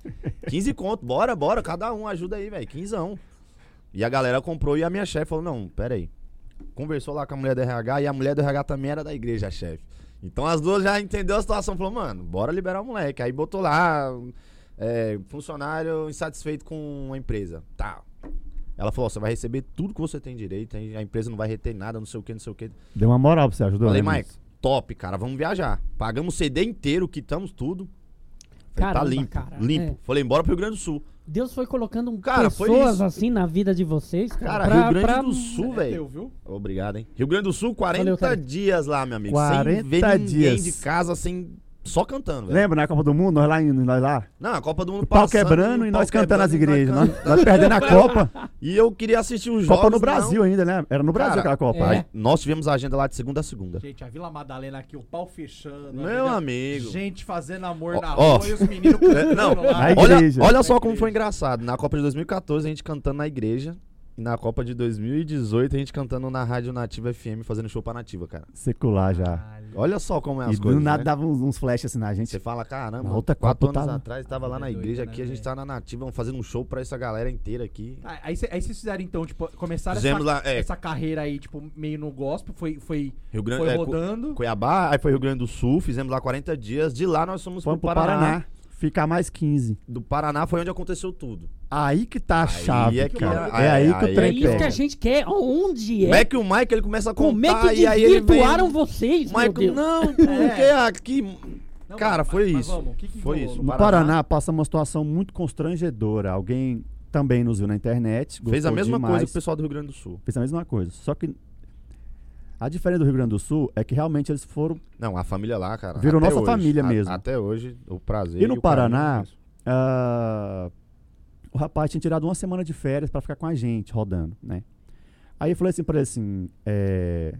S5: 15 conto, bora, bora, cada um, ajuda aí, velho, 15 E a galera comprou e a minha chefe falou, não, pera aí. Conversou lá com a mulher do RH e a mulher do RH também era da igreja, a chefe. Então as duas já entendeu a situação, falou, mano, bora liberar o moleque. Aí botou lá, é, funcionário insatisfeito com a empresa. Tá. Ela falou, ó, você vai receber tudo que você tem direito, hein? a empresa não vai reter nada, não sei o que, não sei o que.
S4: Deu uma moral pra você, ajudou.
S5: Falei,
S4: né,
S5: Mike, top, cara, vamos viajar. Pagamos o CD inteiro, quitamos tudo. Falei, tá
S2: Caramba,
S5: limpo,
S2: cara,
S5: limpo.
S2: é.
S5: Falei, embora pro Rio Grande do Sul.
S2: Deus foi colocando um
S5: Cara, foi
S2: pessoas
S5: isso.
S2: assim na vida de vocês, cara.
S5: Cara,
S2: pra-
S5: Rio Grande
S2: pra-
S5: do Sul,
S1: É teu,
S5: velho.
S1: viu?
S5: Obrigado, hein? Rio Grande do Sul, 40
S2: Valeu, cara.
S5: dias lá, meu amigo.
S4: 40
S5: sem ver ninguém
S4: dias.
S5: de casa, sem... Só cantando, velho.
S4: Lembra na Copa do Mundo? Nós lá, em- nós lá.
S5: Não, a Copa do Mundo
S4: O pau
S5: passando
S4: quebrando
S5: o
S4: e
S5: pau
S4: nós cantando nas
S5: quebrando e
S4: igrejas.
S5: nós
S4: Nós,
S5: cantando.
S4: nós perdendo a Copa.
S5: E eu queria assistir os jogos.
S4: Copa no
S5: não.
S4: Brasil ainda, né? Era no Brasil
S5: Cara,
S4: aquela Copa.
S2: é.
S4: Aí,
S5: Nós tivemos agenda lá de segunda a segunda.
S1: Gente, a Vila Madalena aqui, o pau fechando. a
S5: Meu
S1: Avenida-
S5: amigo.
S1: Gente fazendo amor
S5: Ó,
S1: na
S5: ó.
S1: rua e os meninos
S5: É, não,
S1: cantando lá.
S4: Aí-
S5: olha,
S4: igreja.
S5: olha
S1: Na
S5: só como
S1: igreja.
S5: foi engraçado. Na Copa de 2014, a gente cantando na igreja. E na Copa de 2018, a gente cantando na Rádio Nativa FM, fazendo show pra Nativa, cara.
S4: Secular já.
S1: Caralho.
S5: Olha só como é as
S4: E do
S5: coisas.
S4: nada
S5: né?
S4: dava uns, uns flash assim na
S5: Você
S4: gente.
S5: fala, caramba,
S4: Na outra
S5: quatro
S4: Copa eu
S5: anos
S4: tava-
S5: atrás tava lá
S1: É
S5: na
S1: doido,
S5: igreja
S1: né,
S5: aqui, a gente
S1: velho?
S5: tá na Nativa, vamos fazendo um show pra essa galera inteira aqui.
S1: Ah, Aí, cê- aí vocês fizeram então, tipo, começaram essa,
S5: Fizemos lá, é.
S1: essa carreira aí, tipo, meio no gospel, foi, foi,
S5: Rio Grande
S1: foi
S5: é, Cu-
S1: rodando.
S5: Cuiabá, aí foi Rio Grande do Sul, fizemos lá 40 dias. De lá nós fomos
S4: Fomos
S5: pro
S4: pro
S5: Paraná.
S4: Paraná. Ficar mais 15.
S5: Do Paraná foi onde aconteceu tudo.
S4: Aí que tá a chave,
S5: é que-
S4: cara.
S5: aí-
S4: é aí que
S5: aí-
S4: o
S2: É
S4: trem
S2: isso que a
S4: pega.
S2: gente quer. Onde
S5: Como
S2: é?
S5: é que o Mike ele começa a
S2: Como é
S5: contar
S2: que
S5: e aí ele vem...
S2: desvirtuaram vocês, meu
S5: Mike,
S2: Deus?
S5: não, porque aqui...
S1: Não,
S5: cara,
S1: mas-
S5: foi
S1: mas
S5: isso.
S1: vamos, o que que
S5: Foi
S1: rolou
S5: isso.
S1: no
S4: No
S5: Paraná.
S4: Paraná passa uma situação muito constrangedora. Alguém também nos viu na internet.
S5: Fez a
S4: gostou
S5: mesma
S4: demais.
S5: coisa que o pessoal do Rio Grande do Sul.
S4: Fez a mesma coisa. Só que a diferença do Rio Grande do Sul é que realmente eles foram.
S5: Não, a família lá, cara.
S4: Virou
S5: até
S4: nossa
S5: hoje,
S4: família
S5: a-
S4: mesmo.
S5: Até hoje, o prazer.
S4: E no
S5: o carinho
S4: Paraná,
S5: é isso.
S4: ah, o rapaz tinha tirado uma semana de férias pra ficar com a gente rodando, né? Aí eu falei assim pra ele assim: é,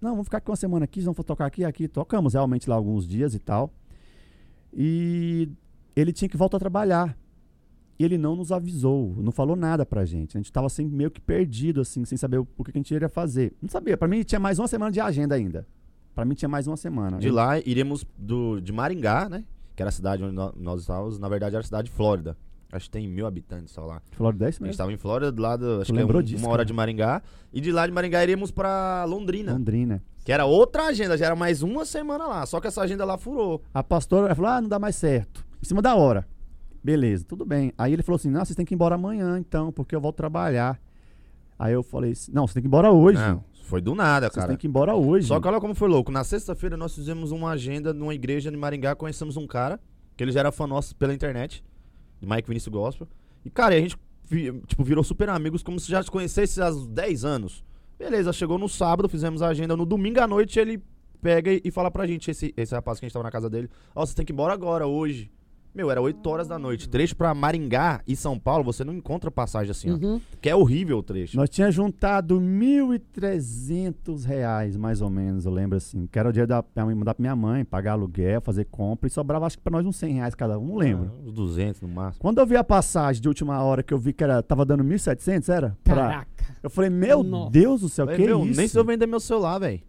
S4: Não, vamos ficar aqui uma semana aqui, vamos tocar aqui, aqui. Tocamos realmente lá alguns dias e tal. E ele tinha que voltar a trabalhar. E ele não nos avisou, não falou nada pra gente. A gente tava assim, meio que perdido, assim, sem saber o, o que que a gente iria fazer. Não sabia. Pra mim tinha mais uma semana de agenda ainda. Pra mim tinha mais uma semana.
S5: De lá, iremos do, de Maringá, né? Que era a cidade onde nó- nós estávamos. Na verdade, era a cidade de Flórida. Acho que tem mil habitantes só lá.
S4: Falou 10
S5: A gente
S2: É.
S4: mesmo.
S5: estava em Flórida, do lado, acho que é
S4: lembrou
S5: um-
S4: disso,
S5: uma hora
S4: cara.
S5: de Maringá. E de lá de Maringá iremos pra Londrina,
S4: Londrina.
S5: que era outra agenda, já era mais uma semana lá. Só que essa agenda lá furou.
S4: A pastora ela falou: ah, não dá mais certo. Em cima da hora. Beleza, tudo bem. Aí ele falou assim: não, vocês têm que ir embora amanhã, então, porque eu volto trabalhar. Aí eu falei: assim, não, você tem que ir embora hoje.
S5: Não, foi do nada,
S4: Vocês
S5: cara.
S4: têm que ir embora hoje.
S5: Só que olha como foi louco. Na sexta-feira nós fizemos uma agenda numa igreja de Maringá, conhecemos um cara, que ele já era fã nosso pela internet, de Mike Vinícius Gospel. E, cara, a gente vi- tipo, virou super amigos, como se já se conhecesse há uns 10 anos. Beleza, chegou no sábado, fizemos a agenda. No domingo à noite ele pega e, e fala pra gente, esse, esse rapaz que a gente tava na casa dele, ó, você tem que ir embora agora, hoje. Meu, era 8 horas da
S4: Uhum.
S5: noite. Trecho pra Maringá e São Paulo, você não encontra passagem assim, ó.
S2: Uhum.
S5: Que é horrível o trecho.
S4: Nós tínhamos juntado 1.300 reais, mais ou menos, eu lembro assim. Que era o dinheiro da minha mãe, mandar pra minha mãe, pagar aluguel, fazer compra. E sobrava, acho que pra nós, uns 100 reais cada um, não lembro.
S5: Ah, uns 200 no máximo.
S4: Quando eu vi a passagem de última hora, que eu vi que era, tava dando 1.700, era? Pra...
S2: Caraca.
S4: Eu falei, meu
S2: Nossa.
S4: Deus do céu,
S5: Falei,
S4: que
S5: meu,
S4: isso?
S5: nem se eu vender meu celular, velho.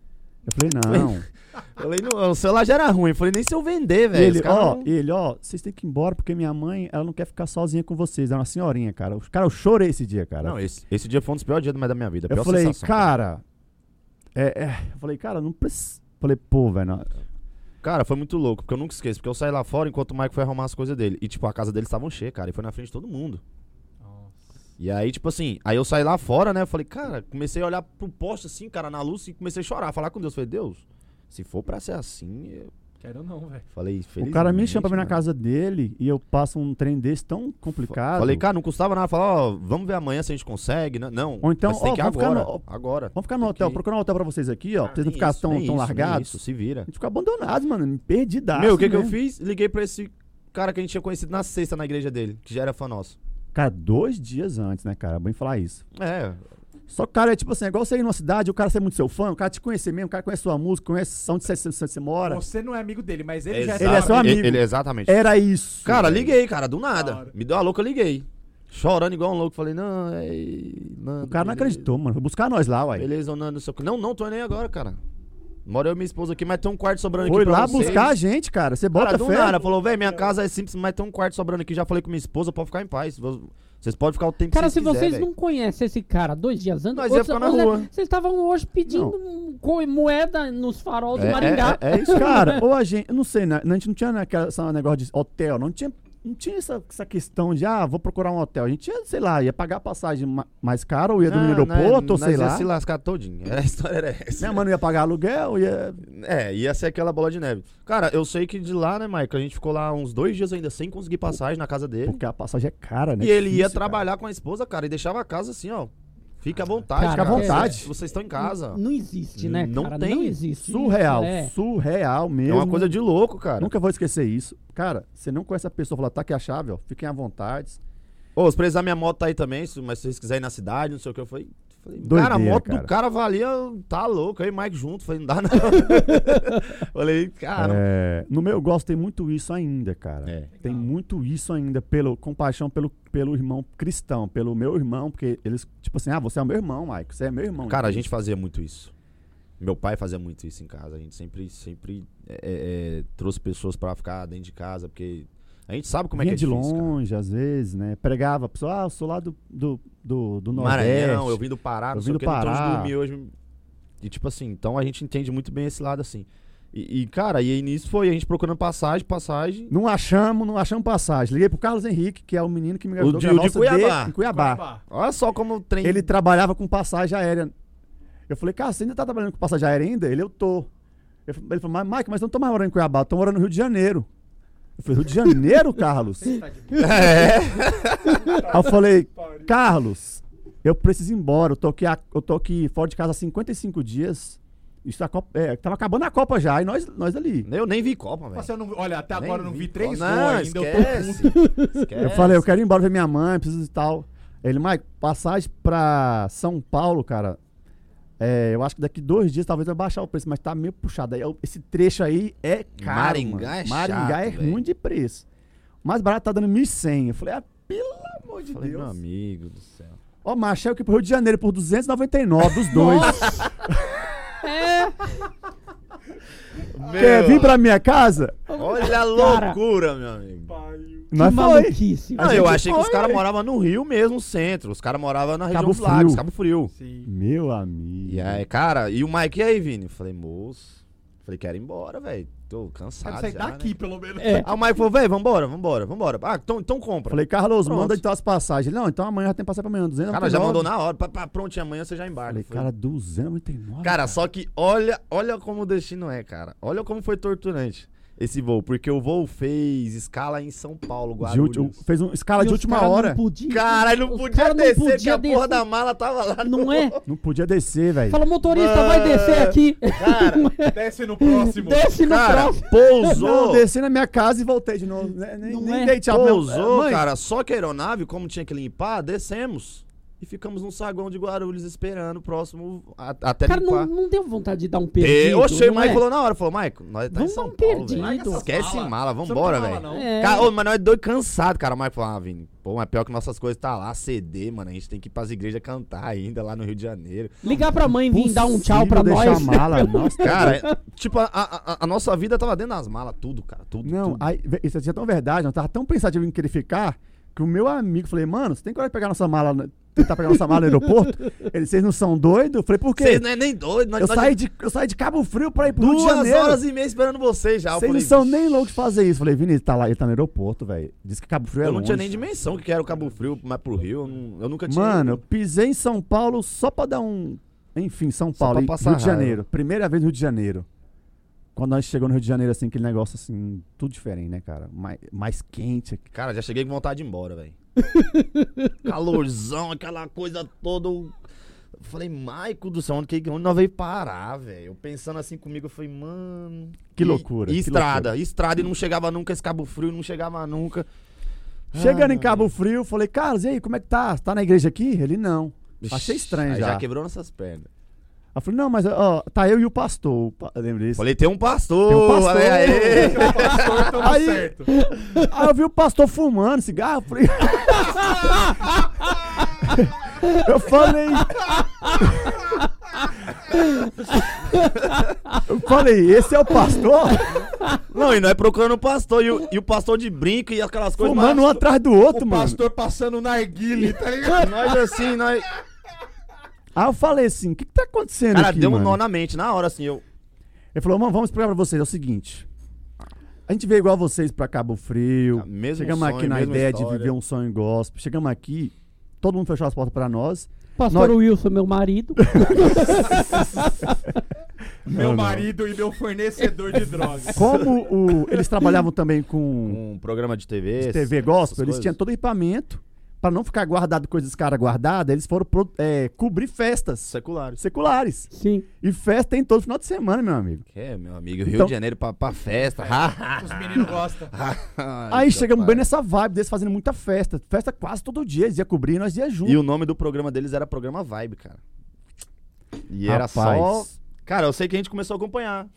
S4: Eu falei, não.
S5: Falei, não, o celular já era ruim. Falei, nem se eu vender,
S4: E
S5: velho.
S4: ele,
S5: Os caras
S4: ó,
S5: não-
S4: ele, ó, vocês têm que ir embora porque minha mãe, ela não quer ficar sozinha com vocês. Era uma senhorinha, cara. Eu- Cara, eu chorei esse dia, cara.
S5: Não, esse, esse dia foi um dos piores dias da minha vida. a
S4: eu
S5: pior
S4: falei,
S5: sensação,
S4: cara. É, é, eu falei, cara, não precisa. Falei, pô, velho. não-
S5: Cara, foi muito louco, porque eu nunca esqueço. Porque eu saí lá fora enquanto o Mike foi arrumar as coisas dele. E, tipo, a casa deles estavam cheia, cara. E foi na frente de todo mundo. E aí, tipo assim, aí eu saí lá fora, né? Eu falei, cara, comecei a olhar pro poste assim, cara, na luz e comecei a chorar, falar com Deus. Falei, Deus, se for pra ser assim, eu
S3: Quero não, velho.
S5: falei, né."
S4: O cara me chama pra vir na
S5: mano."
S4: casa dele e eu passo um trem desse tão complicado.
S5: Falei, cara, não custava nada. Falar, ó, vamos ver amanhã se a gente consegue. né? Não,
S4: Ou então,
S5: mas tem
S4: ó,
S5: que ir
S4: vamos ficar
S5: agora.
S4: no-
S5: agora.
S4: Vamos ficar no
S5: Tem
S4: hotel,
S5: que-
S4: procurar um hotel pra vocês aqui, ó. pra vocês não
S5: Nem
S4: ficarem
S5: isso,
S4: tão,
S5: nem
S4: tão
S5: isso, nem
S4: largados.
S5: Isso, se vira.
S4: A gente ficou abandonado, mano. Perdidaço.
S5: Meu, o que que eu
S4: né?
S5: fiz? Liguei pra esse cara que a gente tinha conhecido na sexta na igreja dele, que já era fã nosso.
S4: Cara, dois dias antes, né, cara? Bem falar isso.
S5: É,
S4: Só que o cara é tipo assim, é igual você ir numa cidade, o cara ser muito seu fã, o cara te conhecer mesmo, o cara conhece sua música, conhece onde você, onde você mora.
S3: Você não é amigo dele, mas ele já é
S4: Ele é seu
S3: amigo.
S4: amigo.
S5: Ele, ele- exatamente.
S4: Era isso.
S5: Cara,
S4: velho.
S5: liguei, cara, do nada.
S3: Da hora.
S5: Me deu a louca, eu liguei. Chorando igual um louco. Falei, não, é. Nando,
S4: O cara não
S5: beleza.
S4: acreditou, mano. Foi buscar nós lá, uai.
S5: Beleza, Nando, não sei o que. Não, não tô nem agora, cara. Mora eu e minha esposa aqui, mas tem um quarto sobrando
S4: Foi
S5: aqui. pra
S4: lá
S5: vocês.
S4: buscar a gente, cara. Você bota
S5: Cara,
S4: fé.
S5: do nada. Falou, velho, minha casa é simples, mas tem um quarto sobrando aqui. Já falei com minha esposa, pode ficar em paz. Vo- Vocês podem ficar o tempo
S2: Cara,
S5: que
S2: se
S5: vocês
S2: vocês
S5: quiser,
S2: não conhecem esse cara dois dias antes,
S5: Nós
S2: ou
S5: ia
S2: se-
S5: ficar na
S2: ou se-
S5: rua.
S2: Vocês estavam hoje pedindo um co- moeda nos farol do
S5: velho.
S2: Maringá.
S5: É, é, é isso.
S4: Cara, ou a gente. Eu não sei, né? A gente não tinha naquela, essa negócio de hotel, não tinha. Não tinha essa, essa questão de, ah, vou procurar um hotel. A gente ia, sei lá, ia pagar a passagem ma- mais cara, ou ia dormir no
S5: Não, né,
S4: aeroporto, ou
S5: nós
S4: sei
S5: ia
S4: lá.
S5: se lascar todinho. A história era essa.
S4: Minha mãe não ia pagar aluguel, ia.
S5: É, ia ser aquela bola de neve. Cara, eu sei que de lá, né, Mike, a gente ficou lá uns dois dias ainda sem conseguir passagem na casa dele.
S4: Porque a passagem é cara, né?
S5: E ele ia
S4: Difícil, cara.
S5: trabalhar com a esposa, cara, e deixava a casa assim, ó. Fica à vontade,
S2: Cara,
S5: cara.
S2: fica à
S4: vontade.
S5: Vocês- Vocês estão em casa.
S2: Não existe, né?
S5: Não
S2: cara?
S5: tem.
S2: Não existe.
S4: Surreal,
S2: Isso, é.
S4: surreal
S5: É
S4: mesmo.
S5: uma coisa de louco, cara.
S4: Nunca vou esquecer isso. Cara, você não conhece a pessoa, fala, tá aqui a chave, ó. Fiquem à vontade.
S5: Ô, se precisar, minha moto tá aí também, se- mas se vocês quiserem ir na cidade, não sei o que. Eu falei, falei,
S4: Doideira,
S5: cara, a moto
S4: cara.
S5: do cara valia, tá louco. Aí, Mike junto, falei, não dá não. falei, cara.
S4: É, no meu gosto tem muito isso ainda, cara.
S5: É.
S4: Tem muito isso ainda, pelo compaixão pelo, pelo irmão cristão, pelo meu irmão, porque eles, tipo assim, ah, você é meu irmão, Maico, você é meu irmão.
S5: Cara, a gente fazia muito isso. Meu pai fazia muito isso em casa. A gente sempre, sempre é, é, trouxe pessoas pra ficar dentro de casa, porque a gente sabe como
S4: Vinha
S5: é que
S4: de
S5: é difícil, cara.
S4: longe, às vezes, né? Pregava a pessoa, ah, eu sou lá do, do, do, do Nordeste.
S5: Maranhão, eu vim do Pará,
S4: Eu
S5: não
S4: vim
S5: sei
S4: do
S5: o que, então
S4: Pará.
S5: eu dormi hoje. E tipo assim, então a gente entende muito bem esse lado assim. E, e, cara, e aí nisso foi a gente procurando passagem, passagem.
S4: Não achamos, não achamos passagem. Liguei pro Carlos Henrique, que é o menino que me ajudou
S5: de-
S4: a
S5: o de
S4: nossa
S5: Cuiabá.
S4: D em Cuiabá.
S5: Olha só como o trem.
S4: Ele trabalhava com passagem aérea. Eu falei, cara, você ainda tá trabalhando com passagem aérea ainda? Ele, eu tô. Eu fa- Ele falou, mas Mike, mas eu não tô mais morando em Cuiabá, eu tô morando no Rio de Janeiro. Eu falei, Rio de Janeiro, Carlos? Aí
S1: tá
S5: É.
S4: eu falei, Carlos, eu preciso ir embora, eu tô aqui, a- eu tô aqui fora de casa há 55 dias. Isso tá, Copa- é, tava acabando a Copa já, e nós, nós ali.
S5: Eu nem vi Copa, velho.
S3: Nossa, eu não, olha, até agora eu não vi três gols
S5: não,
S3: ainda. Eu tô
S5: Esquece.
S3: puto.
S5: esquece.
S4: Eu falei, eu quero ir embora ver minha mãe, preciso e tal. Ele, Mike, passagem pra São Paulo, cara. é, eu acho que daqui dois dias talvez vai baixar o preço, mas tá meio puxado. Aí, eu- esse trecho aí é caro.
S5: Maringá
S4: mano.
S5: é
S4: Maringá
S5: chato,
S4: é
S5: velho.
S4: ruim de preço. O mais barato tá dando 1.100. Eu falei, ah, pelo amor de
S5: Falei, meu
S4: Deus.
S5: amigo do céu.
S4: Ó, macho, eu que pro Rio de Janeiro por 299 dos dois.
S2: É,
S4: Quer vir pra minha casa?
S5: Olha a
S2: Cara.
S5: loucura, meu amigo.
S4: Nós
S2: que
S4: foi.
S2: maluquice.
S5: Não, eu
S4: gente
S5: achei que os
S4: foi,
S5: caras
S4: velho.
S5: moravam no Rio mesmo, no centro. Os caras moravam na região
S4: Cabo
S5: dos lagos,
S4: Frio.
S5: Cabo Frio.
S3: Sim.
S4: Meu amigo.
S5: E aí, cara, e o Mike, e aí, Vini? Eu Falei, moço. Falei, quero ir embora, velho. Tô cansado.
S3: Quero sair
S5: já,
S3: daqui,
S5: né?
S3: pelo menos.
S2: É.
S5: Aí o Mike falou, velho, vambora, vambora, vambora. Ah, então, então compra.
S4: Falei, Carlos,
S5: Pronto.
S4: manda então as passagens. Ele, Não, então amanhã já tem passagem pra amanhã. 299.
S5: cara, já mandou na hora. Pá, pá, pronto, e amanhã você já embarca.
S4: Falei,
S5: Eu Falei,
S4: cara, 299.
S5: cara, só que olha, olha como o destino é, cara. Olha como foi torturante. esse voo, porque o voo fez escala em São Paulo,
S4: De
S5: Guarulhos.
S4: último, fez uma escala de
S2: os
S4: última
S2: cara não
S4: hora. Não,
S2: podia-
S5: Caralho, não
S2: os
S5: podia
S2: cara não
S5: descer,
S2: podia
S5: porque a
S2: descer.
S5: porra da mala tava lá. no-
S2: Não é?
S4: podia descer, velho.
S2: Fala, motorista,
S5: Mano.
S2: vai descer aqui. é.
S5: Cara,
S3: Desce no próximo.
S2: Desce no
S5: Cara,
S2: próximo.
S4: Não,
S5: pousou.
S4: desci na minha casa e voltei de novo. né? Nem,
S2: Não
S4: nem
S2: é?
S4: dei tchau pra minha-
S5: Pousou,
S4: Mãe,
S5: cara, só que a aeronave, como tinha que limpar, descemos. E ficamos num saguão de Guarulhos esperando o próximo a- até
S2: Cara,
S5: limpar.
S2: não, não deu vontade de dar um
S5: E,
S2: perdido.
S5: oxe, o
S2: não
S5: Mike
S2: é?
S5: falou na hora, falou, Maico, nós tá em
S2: Vamos dar
S5: São
S2: um
S5: Paulo,
S2: perdido.
S5: velho.
S2: Larga essas
S5: Esquece
S3: malas.
S5: mala,
S3: Você não tem
S5: vambora,
S3: mala,
S5: velho.
S3: não.
S2: É.
S5: Cara, ô, mas nós dois cansados, cara. O Marco falou, ah, Vini, pô, mas pior que nossas coisas tá lá, CD, mano. A gente tem que ir pras igrejas cantar ainda lá no Rio de Janeiro.
S2: Ligar pra mãe e vir dar um tchau pra
S4: Impossível
S2: nós.
S4: deixar a mala, nossa.
S5: Cara, é- tipo, a, a- a- a nossa vida tava dentro das malas, tudo, cara. Tudo.
S4: Não,
S5: tudo.
S4: aí, vé- isso é tão verdade, eu tava tão pensativo em querer ficar, que o meu amigo, falei, mano, você tem coragem de pegar nossa mala, na- tentar pegar nossa mala no aeroporto? Ele, vocês não são doidos? Eu falei, por quê?
S5: Vocês não é nem doido, nós,
S4: Eu
S5: nós
S4: saí, de, eu saí de Cabo Frio pra ir pro Rio de
S5: duas
S4: Janeiro.
S5: horas e meia esperando vocês já. Eu
S4: Vocês não
S5: falei,
S4: são
S5: "Vixe".
S4: nem loucos de fazer isso. Falei, Vini, ele tá lá, ele tá no aeroporto, velho. Diz que Cabo Frio é
S5: Eu não tinha
S4: longe.
S5: nem dimensão que era o Cabo Frio, mas pro Rio, eu, não- eu nunca tinha.
S4: Mano, eu
S5: ido.
S4: pisei em São Paulo só pra dar um. Enfim, São
S5: Só
S4: Paulo,
S5: pra
S4: e
S5: passar
S4: Rio de
S5: raiva.
S4: Janeiro. Primeira vez no Rio de Janeiro. Quando nós chegamos no Rio de Janeiro, assim, aquele negócio assim, tudo diferente, né, cara? Mais, mais quente aqui.
S5: Cara, já cheguei com vontade de ir embora, velho. Calorzão, aquela coisa toda. eu Falei, Maico do céu, onde, que, onde nós veio parar, velho? Eu pensando assim comigo, eu falei, mano.
S4: Que
S5: e-
S4: loucura,
S5: E
S4: que
S5: estrada, e estrada, e não chegava nunca esse Cabo Frio, não chegava nunca.
S4: Chegando
S5: Ah,
S4: em Cabo Frio, falei, Carlos, e aí, como é que tá? Tá na igreja aqui? Ele, não.
S5: Ixi,
S4: Achei estranho
S5: aí
S4: já.
S5: já quebrou nossas pernas.
S4: Eu falei, não, mas ó, tá eu e o pastor. O pa- Eu lembro disso.
S5: Falei, tem um pastor.
S4: Tem um pastor.
S5: olha aí.
S3: Eu faço torto, eu não
S4: Aí-
S3: acerto.
S4: Aí eu vi o pastor fumando cigarro. eu Falei... eu falei. eu falei, esse é o pastor?
S5: Não, e nós é procurando o pastor, e o, e o pastor de brinco e aquelas coisas.
S4: Fumando um
S5: mas-
S4: atrás do outro,
S3: O
S4: mano.
S3: pastor passando narguile, tá ligado?
S5: Nós assim, nós.
S4: Aí eu falei assim: o que, que tá acontecendo
S5: Cara,
S4: aqui?
S5: deu um
S4: mano?
S5: nó na mente, na hora assim, eu.
S4: Ele falou, mano, vamos explicar pra vocês, é o seguinte. A gente veio igual vocês pra Cabo Frio.
S5: Ah, mesmo
S4: chegamos
S5: sonho,
S4: aqui na
S5: mesma
S4: ideia de
S5: história.
S4: viver um sonho gospel. Chegamos aqui, todo mundo fechou as portas pra nós.
S2: Pastor
S4: Nós-
S2: Wilson, meu marido.
S3: Meu
S4: Não, não.
S3: marido e meu fornecedor de drogas.
S4: Como o- eles trabalhavam também com
S5: Um programa de TV.
S4: de
S5: essas-
S4: TV gospel,
S5: essas
S4: eles
S5: coisas.
S4: tinham todo o equipamento. Pra não ficar guardado coisa dos caras guardada, eles foram pro- é, cobrir festas
S5: seculares.
S4: seculares.
S2: Sim.
S4: E festa tem todo final de semana, meu amigo.
S5: Que é, meu amigo, Rio
S4: Então-
S5: de Janeiro pra, pra festa.
S3: Os meninos gostam.
S4: Aí chegamos bem
S5: nesse.
S4: um nessa vibe deles fazendo muita festa. Festa quase todo dia, eles iam cobrir e nós ia junto.
S5: E o nome do programa deles era Programa Vibe, cara. E era só.
S4: Rapaz.
S5: Cara, eu sei que a gente começou a acompanhar.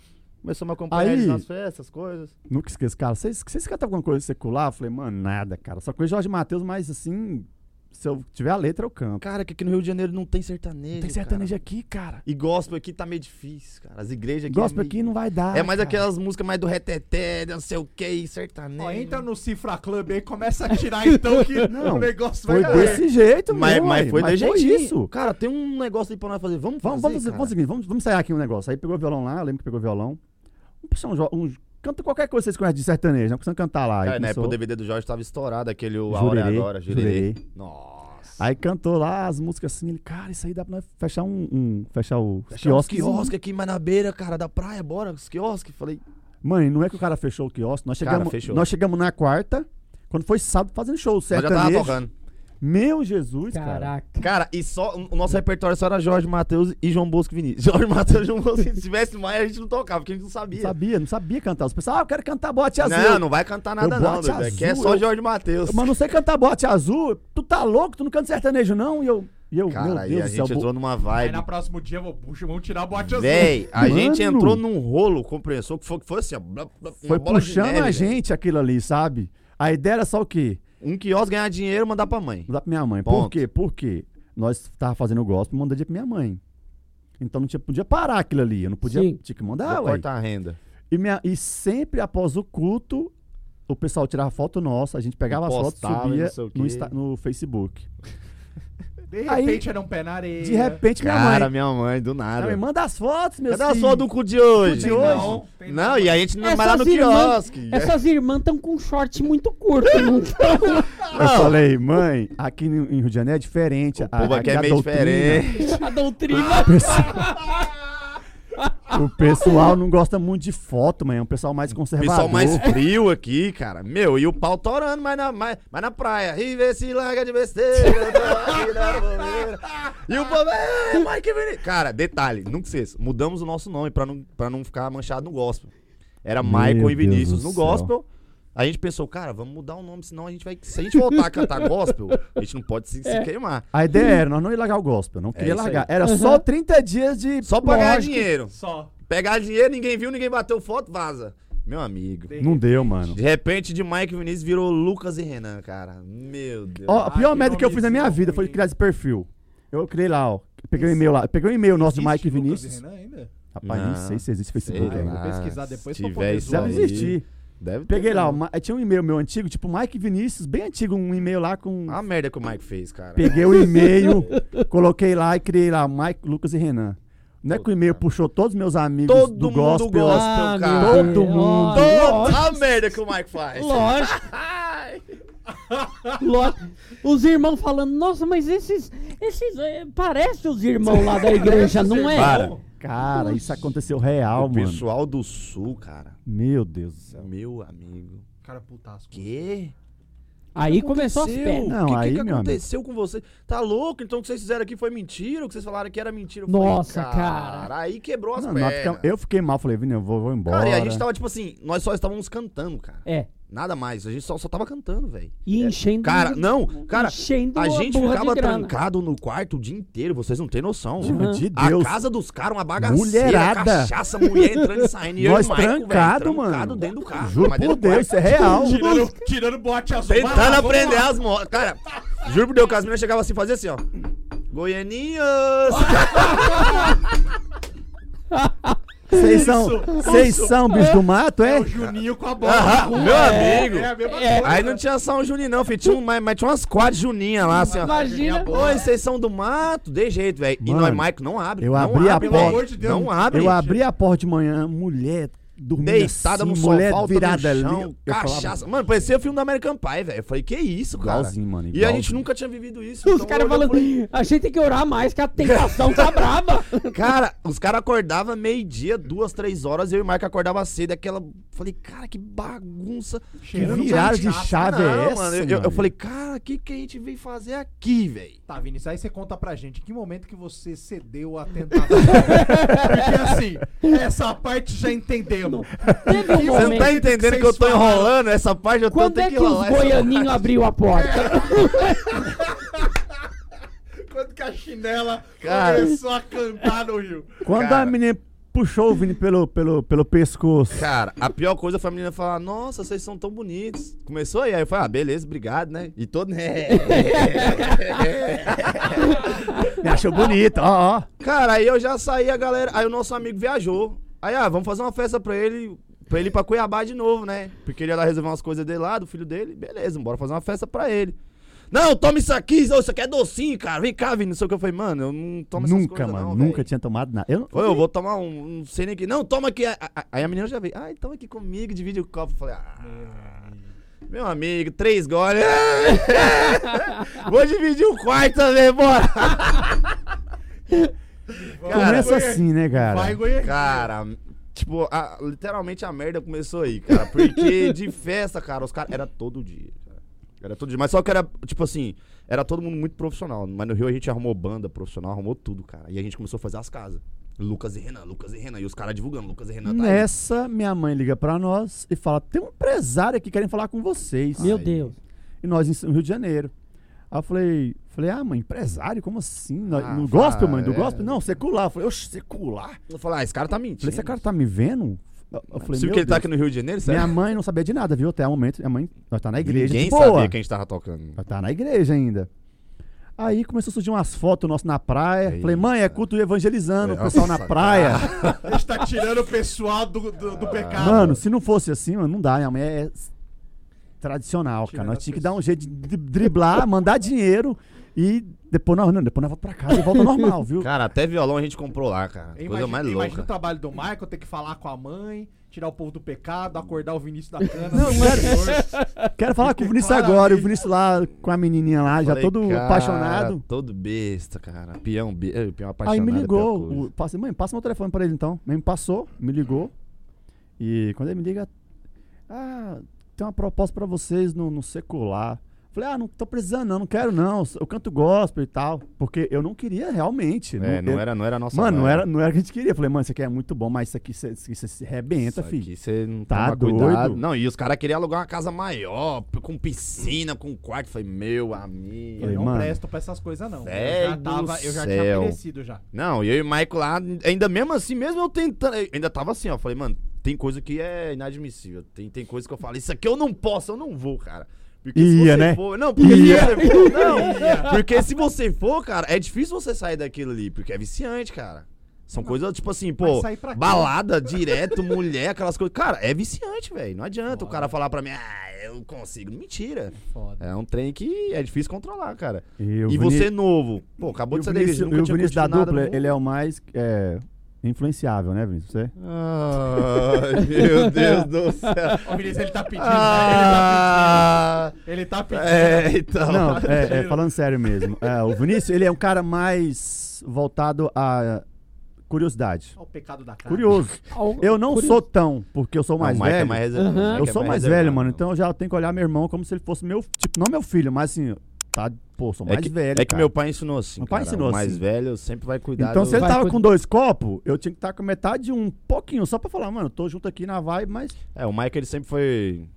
S5: Começamos a acompanhar
S4: Aí-
S5: eles nas festas, coisas.
S4: Nunca esqueço, cara. Vocês, vocês cantam alguma coisa secular? Eu falei, mano, nada, cara. Só conheço Jorge Matheus, mas assim, se eu tiver a letra, eu canto.
S5: Cara, que aqui no Rio de Janeiro não tem sertanejo.
S4: Não tem sertanejo aqui, cara.
S5: cara. E gospel aqui tá meio difícil, cara. As igrejas aqui.
S4: Gospel
S5: é meio-
S4: aqui não vai dar.
S5: É mais
S4: cara.
S5: aquelas músicas mais do reteté, não sei o que, sertanejo.
S3: Ó, entra no Cifra Club aí, começa a tirar então que
S4: Não,
S3: o negócio vai
S4: Foi
S3: cair.
S4: desse jeito,
S5: Mas,
S4: meu,
S5: mas
S4: ué.
S5: foi da gente.
S4: isso.
S5: Cara, tem um negócio aí pra nós fazer. Vamos fazer.
S4: Vamos, vamos, fazer-
S5: cara.
S4: vamos, o seguinte, vamos, vamos sair aqui um negócio. Aí pegou o violão lá, eu lembro que pegou o violão. Vamos puxar um, jo- um- Canta qualquer coisa que vocês conhecem de sertanejo, né? não precisa cantar lá. Aí
S5: Cara, na época
S4: começou.
S5: o DVD do Jorge tava estourado, aquele o Aura
S4: Jurerê,
S5: agora, Jurerê.
S4: Jurerê.
S5: Nossa.
S4: Aí cantou lá as músicas assim, ele, cara, isso aí dá pra nós fechar um. um- fechar o
S5: Fechar uns
S4: quiosque.
S5: quiosque aqui, mas na beira, cara, da praia, bora, os quiosques. Falei,
S4: Mãe, não é que o cara fechou o quiosque. Nós
S5: Cara,
S4: chegamos,
S5: fechou.
S4: nós chegamos na quarta, quando foi sábado, fazendo show.
S5: nós já tava
S4: Sertanejo.
S5: tocando.
S4: Meu Jesus, cara.
S2: Caraca.
S5: Cara, e só, o nosso repertório só era Jorge Matheus e João Bosco e Vinícius. Jorge Matheus e João Bosco, se tivesse mais, a gente não tocava, porque a gente não
S4: Não
S5: sabia.
S4: sabia, não sabia cantar. Os pessoal, ah, eu quero cantar bote
S5: não,
S4: azul.
S5: não vai cantar nada
S4: Eu
S5: não,
S4: bote
S5: doido, é que é
S4: azul,
S5: só
S4: eu-
S5: Jorge Matheus.
S4: Mas não sei cantar bote azul. Tu tá louco? Tu não canta sertanejo, não? E eu, e eu meu
S5: Cara, aí
S4: Deus
S5: a
S4: do céu.
S5: gente é
S4: bo-
S5: entrou numa
S3: Aí
S5: vibe.
S3: na próximo dia eu vou, puxa, vamos tirar o bote azul.
S5: Véi, a
S4: Mano.
S5: gente entrou num rolo, compreensou? Que foi, que foi assim, ó. blá, blá, uma
S4: Foi
S5: bola de
S4: puxando
S5: neve,
S4: a
S5: velho.
S4: gente aquilo ali, sabe? A ideia era só o quê?
S5: Um quiosque ganhar dinheiro e mandar pra mãe.
S4: Mandar pra minha mãe.
S5: Ponto.
S4: Por quê? Porque nós tava fazendo gospel e mandando dinheiro pra minha mãe. Então não tinha, podia parar aquilo ali. Eu não podia.
S2: Sim.
S4: Tinha que
S5: Ah,
S4: mandar,
S5: Vou
S4: ué.
S5: cortar a renda.
S4: E, minha- e sempre após o culto, o pessoal tirava foto nossa, a gente pegava as fotos
S5: Postava e
S4: subia
S5: não sei o quê.
S4: no, Insta- no Facebook.
S3: De
S4: Aí-
S3: repente era um pé na areia.
S4: De repente, minha
S5: É. Cara,
S4: mãe.
S5: minha mãe, do nada.
S4: Minha mãe, manda as fotos, meu
S5: Cadê a sua do cu de hoje?
S4: de
S3: Tem
S4: hoje? É
S3: Não, tem
S5: Não, e a gente não vai lá no
S2: Essas
S4: né?
S2: irmãs
S5: quiosque.
S2: essas irmãs estão com um short muito curto. não tão?
S4: Eu falei, mãe, aqui no- em Rio de Janeiro é diferente.
S5: O povo aqui é
S4: a
S5: meio
S4: doutrina-
S5: diferente.
S2: A doutrina.
S4: O pessoal não gosta muito de foto, mano. É um pessoal mais conservador.
S5: Pessoal mais frio aqui, cara. Meu, e o pau torando, mas na, mas, mas na praia. E vê se larga de besteira. eu tô aqui na bobeira. e o povo. "É, mas que bonito." Cara, detalhe, nunca esqueça. Mudamos o nosso nome pra não, pra não ficar manchado no gospel. Era
S4: Meu
S5: Michael e
S4: Deus
S5: Vinícius
S4: do
S5: no
S4: céu.
S5: gospel. A gente pensou, cara, vamos mudar o nome, senão a gente vai. Se a gente voltar a cantar gospel, a gente não pode se, se
S4: É.
S5: queimar.
S4: A ideia era, nós não ia largar o gospel, não queria
S5: É isso aí.
S4: largar. Era só 30 dias de.
S5: Só pra ganhar
S4: Lógico.
S5: dinheiro.
S3: Só.
S5: Pegar dinheiro, ninguém viu, ninguém bateu foto, vaza. Meu amigo.
S4: Não deu, mano.
S5: De repente, de Mike Vinícius virou Lucas e Renan, cara. Meu Deus.
S4: Ó, a pior
S3: que
S4: merda que eu fiz na minha
S3: nomezinho
S4: vida foi
S3: ruim.
S4: criar esse perfil. Eu criei lá, ó. Peguei um e-mail lá. Peguei um e-mail nosso de
S3: Existe
S4: Mike
S3: Lucas
S4: Vinícius.
S3: e Renan ainda?
S4: Rapaz,
S5: Não,
S4: nem sei se existe Facebook
S3: sei
S4: ainda.
S3: lá. vou pesquisar depois
S5: se
S3: pra
S5: tiver
S3: poder
S5: isso
S3: zoar.
S4: Deve
S5: aí,
S4: existir.
S5: Deve ter
S4: Peguei lá, ó,
S5: mesmo.
S4: ma- tinha um e-mail meu antigo, tipo Mike Vinícius, bem antigo, um e-mail lá com.
S5: A merda que o Mike fez, cara.
S4: Peguei o e-mail, coloquei lá e criei lá Mike, Lucas e Renan. Não é que o e-mail puxou todos os meus amigos
S5: Todo
S4: do
S5: mundo
S4: gospel.
S5: gosta.
S2: Ah,
S5: cara.
S2: meu Deus.
S4: Todo mundo.
S5: Toda a merda que o Mike faz.
S2: Lógico,
S5: Ai.
S2: lógico. Os irmãos falando, nossa, mas esses. esses é, parece os irmãos lá da igreja, não é?
S5: Para.
S4: Cara, isso aconteceu real,
S5: o
S4: mano.
S5: pessoal do Sul, cara.
S4: Meu Deus do céu.
S5: Meu amigo.
S3: Cara putasco.
S5: Quê?
S2: Aí começou as
S5: Aconteceu?
S2: pernas.
S4: Não,
S5: O que,
S4: aí,
S5: que, que
S4: meu
S5: aconteceu com vocês? Tá louco? Então o que vocês fizeram aqui foi mentira? O que vocês falaram aqui era mentira? Eu
S2: Nossa, cara.
S5: Aí quebrou as
S4: Não, é nós
S5: pernas.
S4: ficamos- eu fiquei mal, falei, Vini, eu vou, vou embora.
S5: Cara, e a gente tava tipo assim, nós só estávamos cantando, cara.
S2: É.
S5: Nada mais. A gente só, só tava cantando, velho.
S2: E enchendo.
S5: É. Cara, não, cara,
S2: enchendo
S5: a
S2: a
S5: gente
S2: burra
S5: ficava
S2: de grana.
S5: trancado no quarto o dia inteiro, vocês não têm noção.
S4: Juro
S5: velho.
S4: de
S5: A
S4: Deus.
S5: casa dos caras, uma bagaceira,
S4: Mulherada.
S5: cachaça, mulher entrando e saindo. E eu
S4: Nós
S5: e o Michael, velho,
S4: trancado,
S5: Trancado
S4: mano.
S5: dentro do carro.
S4: Juro
S5: mas dentro
S4: por
S5: do
S4: Deus,
S5: quarto.
S4: isso é real.
S3: Tirando, tirando bote azul. Vai lá,
S5: Tentando
S3: vamos
S5: aprender
S3: lá.
S5: as modas. Cara, juro por Deus que as meninas chegavam assim, fazia assim, ó. Goianinhas!
S4: Vocês
S3: Isso,
S4: são, vocês
S3: isso.
S4: são bicho do mato,
S3: É
S4: é?
S3: o Juninho com a bola.
S5: Ah, Meu amigo!
S3: É a mesma coisa.
S5: Aí não tinha só um Juninho, não, filho. Tinha um, mas, mas tinha umas quatro Juninhas lá, assim, ó.
S2: Imagina.
S5: Oi, vocês são do mato? De jeito, velho. E
S4: Mano,
S5: nós, Maico, não abre.
S4: eu
S5: não
S4: abri a porta.
S5: abre, velho.
S3: Pelo amor de Deus.
S5: Não abre.
S4: Eu abri a porta de manhã, mulher dormindo
S5: Deitada
S4: assim,
S5: no
S4: mulher
S5: sofá, virada
S4: virada
S5: no chão,
S4: ali. Eu falava,
S5: cachaça. Mano, parecia filme do American Pie, velho. Eu falei, que isso, cara?
S4: Igualzinho, mano,
S5: E a
S4: igualzinho.
S5: gente nunca tinha vivido isso.
S2: Os
S5: então
S2: caras
S5: eu olhei
S2: falando,
S5: e falei,
S2: a gente tem que orar mais, que a tentação tá braba.
S5: Cara, os caras acordavam meio-dia, duas, três horas, eu e o Maico acordava cedo. Aquela. Falei, cara, que bagunça.
S4: que
S3: Cheirando
S4: virada de
S3: cachaça.
S4: chave é essa?
S5: mano. Eu, eu- eu
S4: mano?
S5: falei, cara, o que, que a gente veio fazer aqui, velho?
S3: Tá, Vinícius, aí você conta pra gente em que momento que você cedeu à tentação. Porque assim, essa parte já entendemos.
S2: Teve um
S5: Você não tá
S2: momento.
S5: entendendo
S3: vocês
S5: que eu tô
S3: falaram?
S5: enrolando essa parte, eu tô
S2: Quando
S5: tendo
S2: é que os
S5: enrolar essa
S2: goianinhos
S5: parte.
S2: abriu a porta?
S3: Quando que a chinela
S5: Cara.
S3: começou a cantar no Rio.
S4: Quando
S5: Cara.
S4: a menina puxou o Vini pelo, pelo, pelo pescoço.
S5: Cara, a pior coisa foi a menina falar, nossa, vocês são tão bonitos. Começou aí, aí eu falei, ah, beleza, obrigado, né? E todo...
S4: Me achou bonita, ó, ó.
S5: Cara, aí eu já saí, a galera... Aí o nosso amigo viajou. Aí, ah, vamos fazer uma festa pra ele, pra ele ir pra Cuiabá de novo, né? Porque ele ia lá resolver umas coisas dele lá, do filho dele. Beleza, bora fazer uma festa pra ele. Não, toma isso aqui, ô, isso aqui é docinho, cara. Vem cá, Vini, não sei o que. Eu falei, mano, eu não tomo essas
S4: Nunca,
S5: coisas
S4: mano,
S5: não,
S4: nunca
S5: velho."
S4: tinha tomado nada. Eu não-
S5: Ô, eu vou tomar um, não sei nem que. Não, toma aqui. A- a- Aí a menina já veio. Ai, toma aqui comigo, divide o copo. Eu falei, ah. Meu amigo, três goles. vou dividir o quarto também, bora. cara,
S4: Começa assim, né, cara?
S3: Vai, Goiânia.
S5: cara, tipo, a- literalmente a merda começou aí, cara. Porque de festa, cara, os caras. Era todo dia. cara. Era todo dia. Mas só que era, tipo assim, era todo mundo muito profissional. Mas no Rio a gente arrumou banda profissional, arrumou tudo, cara. E a gente começou a fazer as casas. Lucas e Renan, Lucas e Renan. E os caras divulgando, Lucas e Renan tá
S4: Né?
S5: aí.
S4: Nessa, minha mãe liga pra nós e fala: tem um empresário aqui querendo falar com vocês.
S2: Meu
S5: Aí.
S2: Deus.
S4: E nós em Rio de Janeiro. Aí eu falei, falei, ah, mãe, empresário? Como assim? No,
S5: Ah,
S4: no gospel,
S5: vai,
S4: mãe? Do
S5: é.
S4: gospel? Não, secular. Eu falei, oxe, secular?
S5: Eu falei, ah, esse cara tá mentindo.
S4: Falei, esse cara tá me vendo? Eu eu
S5: Não é
S4: falei,
S5: possível
S4: meu
S5: que ele tá
S4: Deus.
S5: aqui no Rio de Janeiro, sério?
S4: Minha mãe não sabia de nada, viu? Até o momento, minha mãe, nós tá na igreja.
S5: Ninguém
S4: de boa.
S5: sabia que a gente tava tocando.
S4: Nós tá na igreja ainda. Aí começou a surgir umas fotos nossas na praia.
S5: Eita. É,
S4: Falei, mãe, é culto evangelizando, o
S5: Nossa,
S4: pessoal na
S5: cara.
S4: praia.
S3: A gente tá tirando o pessoal do, do, do pecado.
S4: Mano, se não fosse assim, mano, não dá. Minha mãe é tradicional,
S3: Tirando
S4: cara. Nós
S3: as
S4: tinha que dar
S3: pessoas.
S4: um jeito de dri- driblar, mandar dinheiro e depois nós, não, depois nós volta pra casa e volta normal, viu?
S5: Cara, até violão a gente comprou lá, cara.
S3: Imagina,
S5: Coisa mais
S4: tá,
S3: imagina
S5: louca.
S3: o trabalho do Michael ter que falar com a mãe tirar o povo do pecado, acordar o Vinícius da cana.
S4: Não,
S3: mas...
S4: Quero falar com o Vinícius agora. O Vinícius lá com a menininha lá, já
S5: Falei,
S4: todo
S5: cara,
S4: apaixonado.
S5: Todo besta, cara. Peão, be... eh, peão apaixonado.
S4: Aí me
S5: é a pior
S4: ligou.
S5: coisa.
S4: o- passei, mãe, passa meu telefone pra ele então. Mãe me passou, me ligou. E quando ele me liga, ah, tem uma proposta pra vocês no, no secular. Falei, ah, não tô precisando, não, não quero não. Eu canto gospel e tal. Porque eu não queria realmente.
S5: É, não
S4: eu-
S5: era, não era a nossa
S4: Mano, não
S5: vibe.
S4: era, não era o que a gente queria. Falei, mano, isso aqui é muito bom, mas isso aqui você se arrebenta,
S5: Isso
S4: filho.
S5: aqui você não
S4: Tá
S5: toma cuidado.
S4: doido?
S5: Não, e os caras queriam alugar uma casa maior, p- com piscina, com quarto. Falei, meu amigo.
S3: Eu não
S4: mano.
S3: presto pra essas coisas, não.
S5: Véi
S3: eu já
S5: do
S3: tava, eu já tinha
S5: céu.
S3: merecido já.
S5: Não, e eu e o Michael lá, ainda mesmo assim, mesmo eu tentando, eu ainda tava assim, ó. Falei, mano, tem coisa que é inadmissível. Tem, tem coisa que eu falo, isso aqui eu não posso, eu não vou, cara. Porque se
S4: Ia,
S5: você
S4: né?
S5: for. Não, porque
S4: Ia.
S5: se você for. Não, porque se você for, cara, é difícil você sair daquilo ali, porque é viciante, cara. São coisas, tipo assim,
S3: Mas
S5: pô,
S3: sair pra quê?
S5: balada, direto, mulher, aquelas coisas. Cara, é viciante, velho. Não adianta o cara falar pra mim, ah, eu consigo. Mentira.
S3: Foda.
S5: É um trem que é difícil controlar, cara.
S4: E, o Vini-
S5: e você novo. Pô,
S4: e
S5: acabou
S4: o
S5: de sair da igreja,
S4: Vinícius,
S5: nunca
S4: e o
S5: tinha
S4: Vinícius da
S5: curtido nada né?
S4: dupla,
S5: no
S4: ele é o mais é, influenciável, né, Vinícius? Você?
S5: Ai, meu Deus do céu.
S3: Ó, O Vinícius, ele tá pedindo,
S5: Ah,
S3: né? Ele tá pedindo. Ele tá pedindo.
S5: é, então.
S4: Não, é, é, falando sério mesmo. É, o Vinícius, ele é um cara mais voltado à curiosidade.
S3: Olha o pecado da cara.
S4: Curioso. Eu não sou tão, porque eu sou mais
S5: Ah, Não, o Mike
S4: velho.
S5: é mais reservado,
S2: Aham.
S5: o Mike
S4: Eu
S5: é
S4: sou mais
S5: reservado.
S4: velho, mano. Então eu já tenho que olhar meu irmão como se ele fosse meu. Tipo, não meu filho, mas assim, tá, pô, sou
S5: É
S4: mais
S5: que,
S4: velho.
S5: é que
S4: cara.
S5: meu pai ensinou assim.
S4: Meu pai
S5: cara,
S4: ensinou
S5: o mais
S4: assim.
S5: velho sempre vai cuidar.
S4: Então,
S5: do-
S4: se ele
S2: Vai
S4: tava
S2: cuidar.
S4: com dois copos, eu tinha que estar com metade de um pouquinho, só pra falar, mano, eu tô junto aqui na vibe, mas.
S5: É, o Mike ele sempre foi.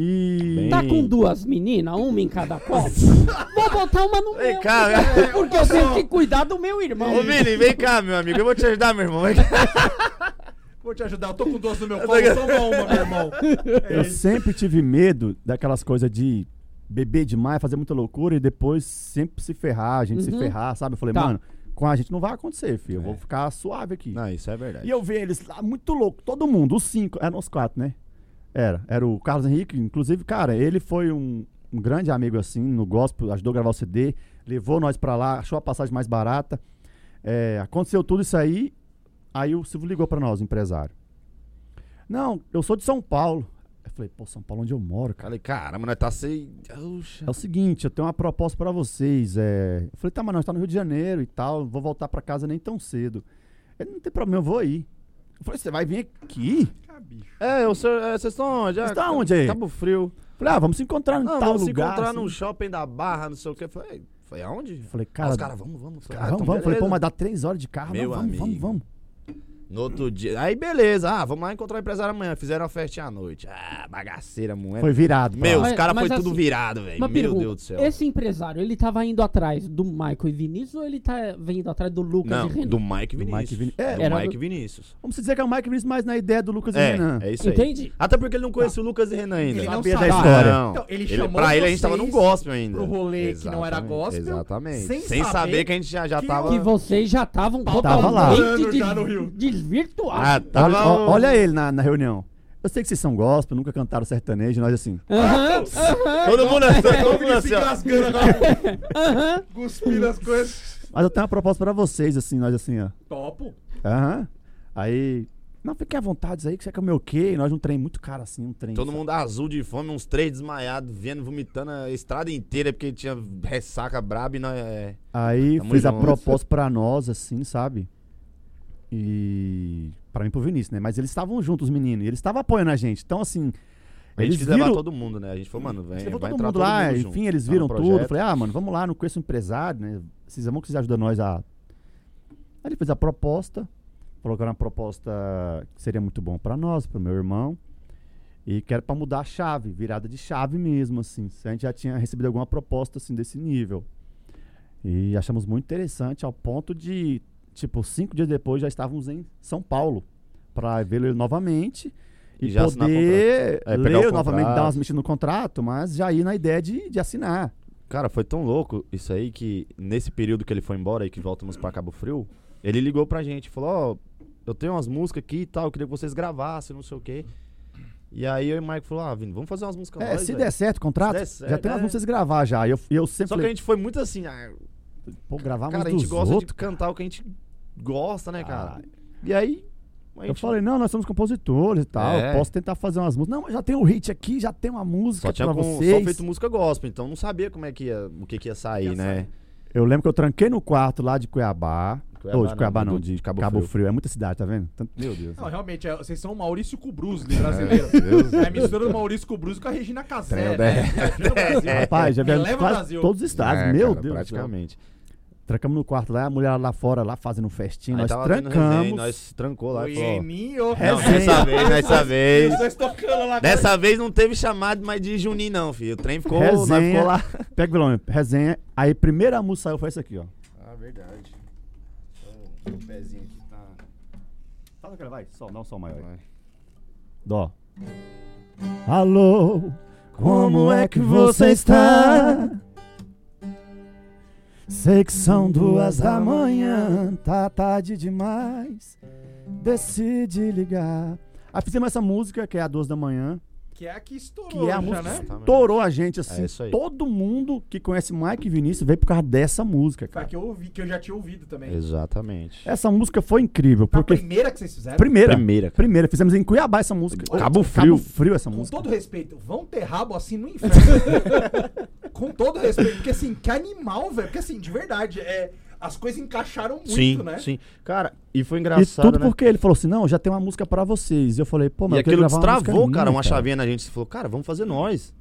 S4: E.
S2: Tá com duas meninas, uma em cada copo? Vou botar uma no
S5: Vem
S2: meu.
S5: cá,
S2: cara, porque eu tenho que cuidar do meu irmão.
S5: Ô, Vini, vem cá, meu amigo. Eu vou te ajudar, meu irmão. Vem cá.
S3: Vou te ajudar, eu tô com duas no meu colo, toma uma, meu irmão.
S4: Eu sempre tive medo daquelas coisas de beber demais, fazer muita loucura e depois sempre se ferrar, a gente se
S2: Uhum.
S4: ferrar, sabe? Eu falei,
S2: Tá.
S4: mano, com a gente não vai acontecer, filho. Eu vou
S5: É.
S4: ficar suave aqui.
S5: Não, isso é verdade.
S4: E eu vi eles lá, muito louco, todo mundo, os cinco, eram os quatro, né? Era, era o Carlos Henrique, inclusive, cara, ele foi um, um grande amigo, assim, no gospel, ajudou a gravar o CD, levou nós pra lá, achou a passagem mais barata. É, aconteceu tudo isso aí, aí o Silvio ligou pra nós, o empresário. Não, eu sou de São Paulo. Eu falei, pô, São Paulo onde eu moro, cara.
S5: Falei, caramba, nós tá sem. Oxa.
S4: É o seguinte, eu tenho uma proposta pra vocês. É... Eu falei, tá, mas nós tá no Rio de Janeiro e tal, não vou voltar pra casa nem tão cedo. Ele não tem problema, eu vou aí. Eu falei, você vai vir aqui?
S3: Ah, bicho.
S5: É, o senhor. é, Vocês estão onde?
S4: Vocês
S5: Ah,
S4: tão onde aí?
S5: Cabo Frio.
S4: Falei, ah, vamos se encontrar em
S5: Não,
S4: tal
S5: vamos se
S4: lugar.
S5: encontrar
S4: assim.
S5: num shopping da Barra, não sei o quê. Falei, foi aonde?
S4: Falei,
S5: Ah,
S4: cara,
S5: os caras, vamos, vamos.
S4: cara,
S5: Ah,
S4: vamos,
S5: então
S4: vamos. Falei, pô,
S5: beleza.
S4: mas dá três horas de carro.
S5: Meu
S4: Não, vamos, vamos,
S5: amigo.
S4: vamos.
S5: No outro dia. Aí beleza, ah, vamos lá encontrar o empresário amanhã. Fizeram uma festinha à noite. Ah, bagaceira, moeda.
S4: Foi virado. pra
S5: Meu,
S4: lá.
S5: os
S2: Mas-
S5: caras foi
S2: mas
S5: tudo
S2: assim,
S5: virado, velho.
S2: Uma
S5: Meu
S2: pergunta,
S5: Deus do céu.
S2: esse empresário, ele tava indo atrás do Michael e Vinícius ou ele tá vindo atrás do Lucas
S5: Não,
S2: e Renan?
S5: do Mike
S4: Do Mike
S5: Vinícius.
S4: Vini-
S5: É,
S4: É,
S5: do
S2: era-
S5: Mike Vinícius.
S4: Vamos dizer que é o Mike Vinicius, mas na ideia do Lucas e Renan.
S5: É, é isso aí.
S2: Entendi.
S5: Até porque ele não conhecia o Lucas e Renan ainda.
S3: Ele não
S4: Sabia da
S3: sabe.
S4: história.
S5: Não.
S3: Então, ele
S5: Ele-
S3: chamou
S5: pra ele a gente
S3: vocês
S5: tava num gospel ainda.
S3: pro rolê que não era gospel,
S5: Exatamente.
S3: sem
S5: Sem,
S3: saber
S5: saber, que a gente já, já
S3: que
S5: tava.
S2: Que vocês já estavam
S4: tava lá.
S2: totalmente
S3: Já no Rio.
S2: de, desvirtuados.
S5: Ah, tava.
S4: olha, ó- olha ele na, na reunião. Eu sei que vocês são gospel, nunca cantaram sertanejo, nós assim.
S2: Aham,
S3: Tá,
S5: Todo mundo assim,
S3: Então,
S5: todo
S3: o
S5: mundo
S3: Vinícius
S5: assim,
S3: se
S5: ó.
S3: engasgando agora,
S2: aham.
S3: cuspindo as coisas.
S4: Mas eu tenho uma proposta pra vocês, assim, nós assim, ó.
S3: Topo.
S4: Aham. Aí. Não, fiquem à vontade aí, que você quer comer o quê? E nós um trem muito caro assim, um trem.
S5: Todo mundo azul de fome, uns três desmaiados, vendo, vomitando a estrada inteira, porque tinha ressaca braba e nós. É...
S4: Aí
S5: Tamo
S4: fez a
S5: junto.
S4: proposta pra nós, assim, sabe? E. Pra mim e pro Vinícius, né? Mas eles estavam juntos, os meninos. E eles estavam apoiando a gente. Então, assim.
S5: A gente
S4: eles
S5: quis
S4: viram...
S5: levar todo mundo, né? A gente falou, mano, vem,
S4: eles levou
S5: vai
S4: todo
S5: entrar
S4: mundo lá,
S5: todo mundo
S4: enfim,
S5: junto.
S4: eles
S5: Tá no
S4: viram tudo.
S5: projeto.
S4: Falei, ah, mano, vamos lá, não conheço um empresário, né? Vocês amam que vocês ajudam nós a. Aí ele fez a proposta, falou que era uma proposta que seria muito bom pra nós, pro meu irmão. E que era pra mudar a chave, virada de chave mesmo, assim. Se a gente já tinha recebido alguma proposta, assim, desse nível. E achamos muito interessante, ao ponto de, tipo, cinco dias depois já estávamos em São Paulo pra vê-lo ele novamente. E,
S5: E já assinar
S4: poder
S5: É, pegar o
S4: ler
S5: contrato.
S4: novamente, dar umas mexidas no contrato, mas já ir na ideia de, de assinar.
S5: Cara, foi tão louco isso aí que nesse período que ele foi embora e que voltamos pra Cabo Frio, ele ligou pra gente e falou: Ó, eu tenho umas músicas aqui e tal, eu queria que vocês gravassem, não sei o quê. E aí eu e o Mike falou: Ah, Vini, vamos fazer umas músicas
S4: É,
S5: nós,
S4: se
S5: velho."
S4: der certo o contrato,
S5: Se der
S4: já
S5: certo,
S4: tem umas
S5: é.
S4: músicas gravar já. E eu, e eu sempre
S5: Só que a
S4: falei,
S5: gente foi muito assim, ah,
S4: pô, gravar
S5: cara, a
S4: música
S5: gente
S4: Ah, dos
S5: gosta
S4: outros,
S5: de cantar o que a gente gosta, né, cara?
S4: Ah.
S5: E aí Mas a
S4: Eu
S5: gente-
S4: falei, não, nós somos compositores e tal,
S5: É.
S4: eu posso tentar fazer umas músicas. Não, mas já tem um hit aqui, já tem uma música
S5: Só tinha
S4: pra
S5: com- só
S4: vocês.
S5: feito música gospel, então não sabia como é que ia, o que que ia sair, né?
S4: Eu lembro que eu tranquei no quarto lá de Cuiabá.
S5: Cuiabá
S4: Ou de Cuiabá
S5: não,
S4: não,
S5: do-
S4: de
S5: de
S4: Cabo,
S5: Cabo
S4: Frio.
S5: Frio.
S4: É muita cidade, tá vendo? Tanto- Meu Deus.
S1: Não, realmente, é- vocês são o Maurício com o Bruce Lee brasileiro.
S5: Deus
S1: É a mistura do Maurício com o Bruce com a Regina Casé,
S5: Trem,
S1: né? Viajando o Brasil.
S4: Rapaz, já
S1: Me
S4: viemos
S1: É, leva ao
S4: quase
S1: Brasil.
S4: todos os estados.
S5: É,
S4: Tá, Meu
S5: cara,
S4: Deus. do céu.
S5: Praticamente.
S4: Trancamos no quarto lá, a mulher lá fora, lá fazendo festinha.
S5: Aí
S4: nós
S5: tava tendo resenha e
S4: trancamos.
S5: nós trancou lá
S1: O
S5: e falou. ó,
S1: Eninho.
S5: Não,
S4: Resenha.
S5: dessa vez, dessa vez.
S1: Vocês tocando lá.
S5: Dessa vez não teve chamado mais de Juninho, não, filho. O trem ficou, nós
S4: resenha.
S5: ficou lá.
S4: Pega o violão, resenha. Aí, primeira música saiu foi essa aqui, ó.
S5: Ah, verdade. O pezinho aqui tá.
S4: Sabe aquela vai? Sol, não, sol maior. Dó. Alô, como é que você está? Sei que são duas da manhã, tá tarde demais. Decide ligar. Aí fizemos essa música, que é a duas da manhã,
S1: Que é a que estourou,
S4: que é a
S1: já,
S4: música
S1: né?
S4: que estourou a gente, assim.
S5: É isso aí.
S4: Todo mundo que conhece Mike Vinícius veio por causa dessa música,
S1: Foi a
S4: cara.
S1: que eu ouvi, que eu já tinha ouvido também.
S5: Exatamente.
S4: Essa música foi incrível,
S1: Porque... A
S5: Tá
S4: porque.
S1: primeira que vocês fizeram,
S4: Primeira.
S5: Primeira, cara.
S4: Primeira, fizemos em Cuiabá essa música.
S5: Cabo Frio.
S4: Cabo Frio essa
S1: com
S4: música.
S1: todo respeito, vão ter rabo assim no inferno. com todo respeito, porque assim, que animal, velho. Porque assim, de verdade, é, as coisas encaixaram muito,
S5: sim,
S1: né?
S5: sim. Cara, e foi
S4: E
S5: engraçado,
S4: tudo
S5: né?
S4: porque ele falou assim: não, já tem uma música pra vocês. E eu falei, pô, mas
S5: e
S4: eu quero
S5: aquilo
S4: gravar uma música
S5: destravou,
S4: minha,
S5: cara, uma chavinha na gente. Você falou, cara, vamos fazer nós.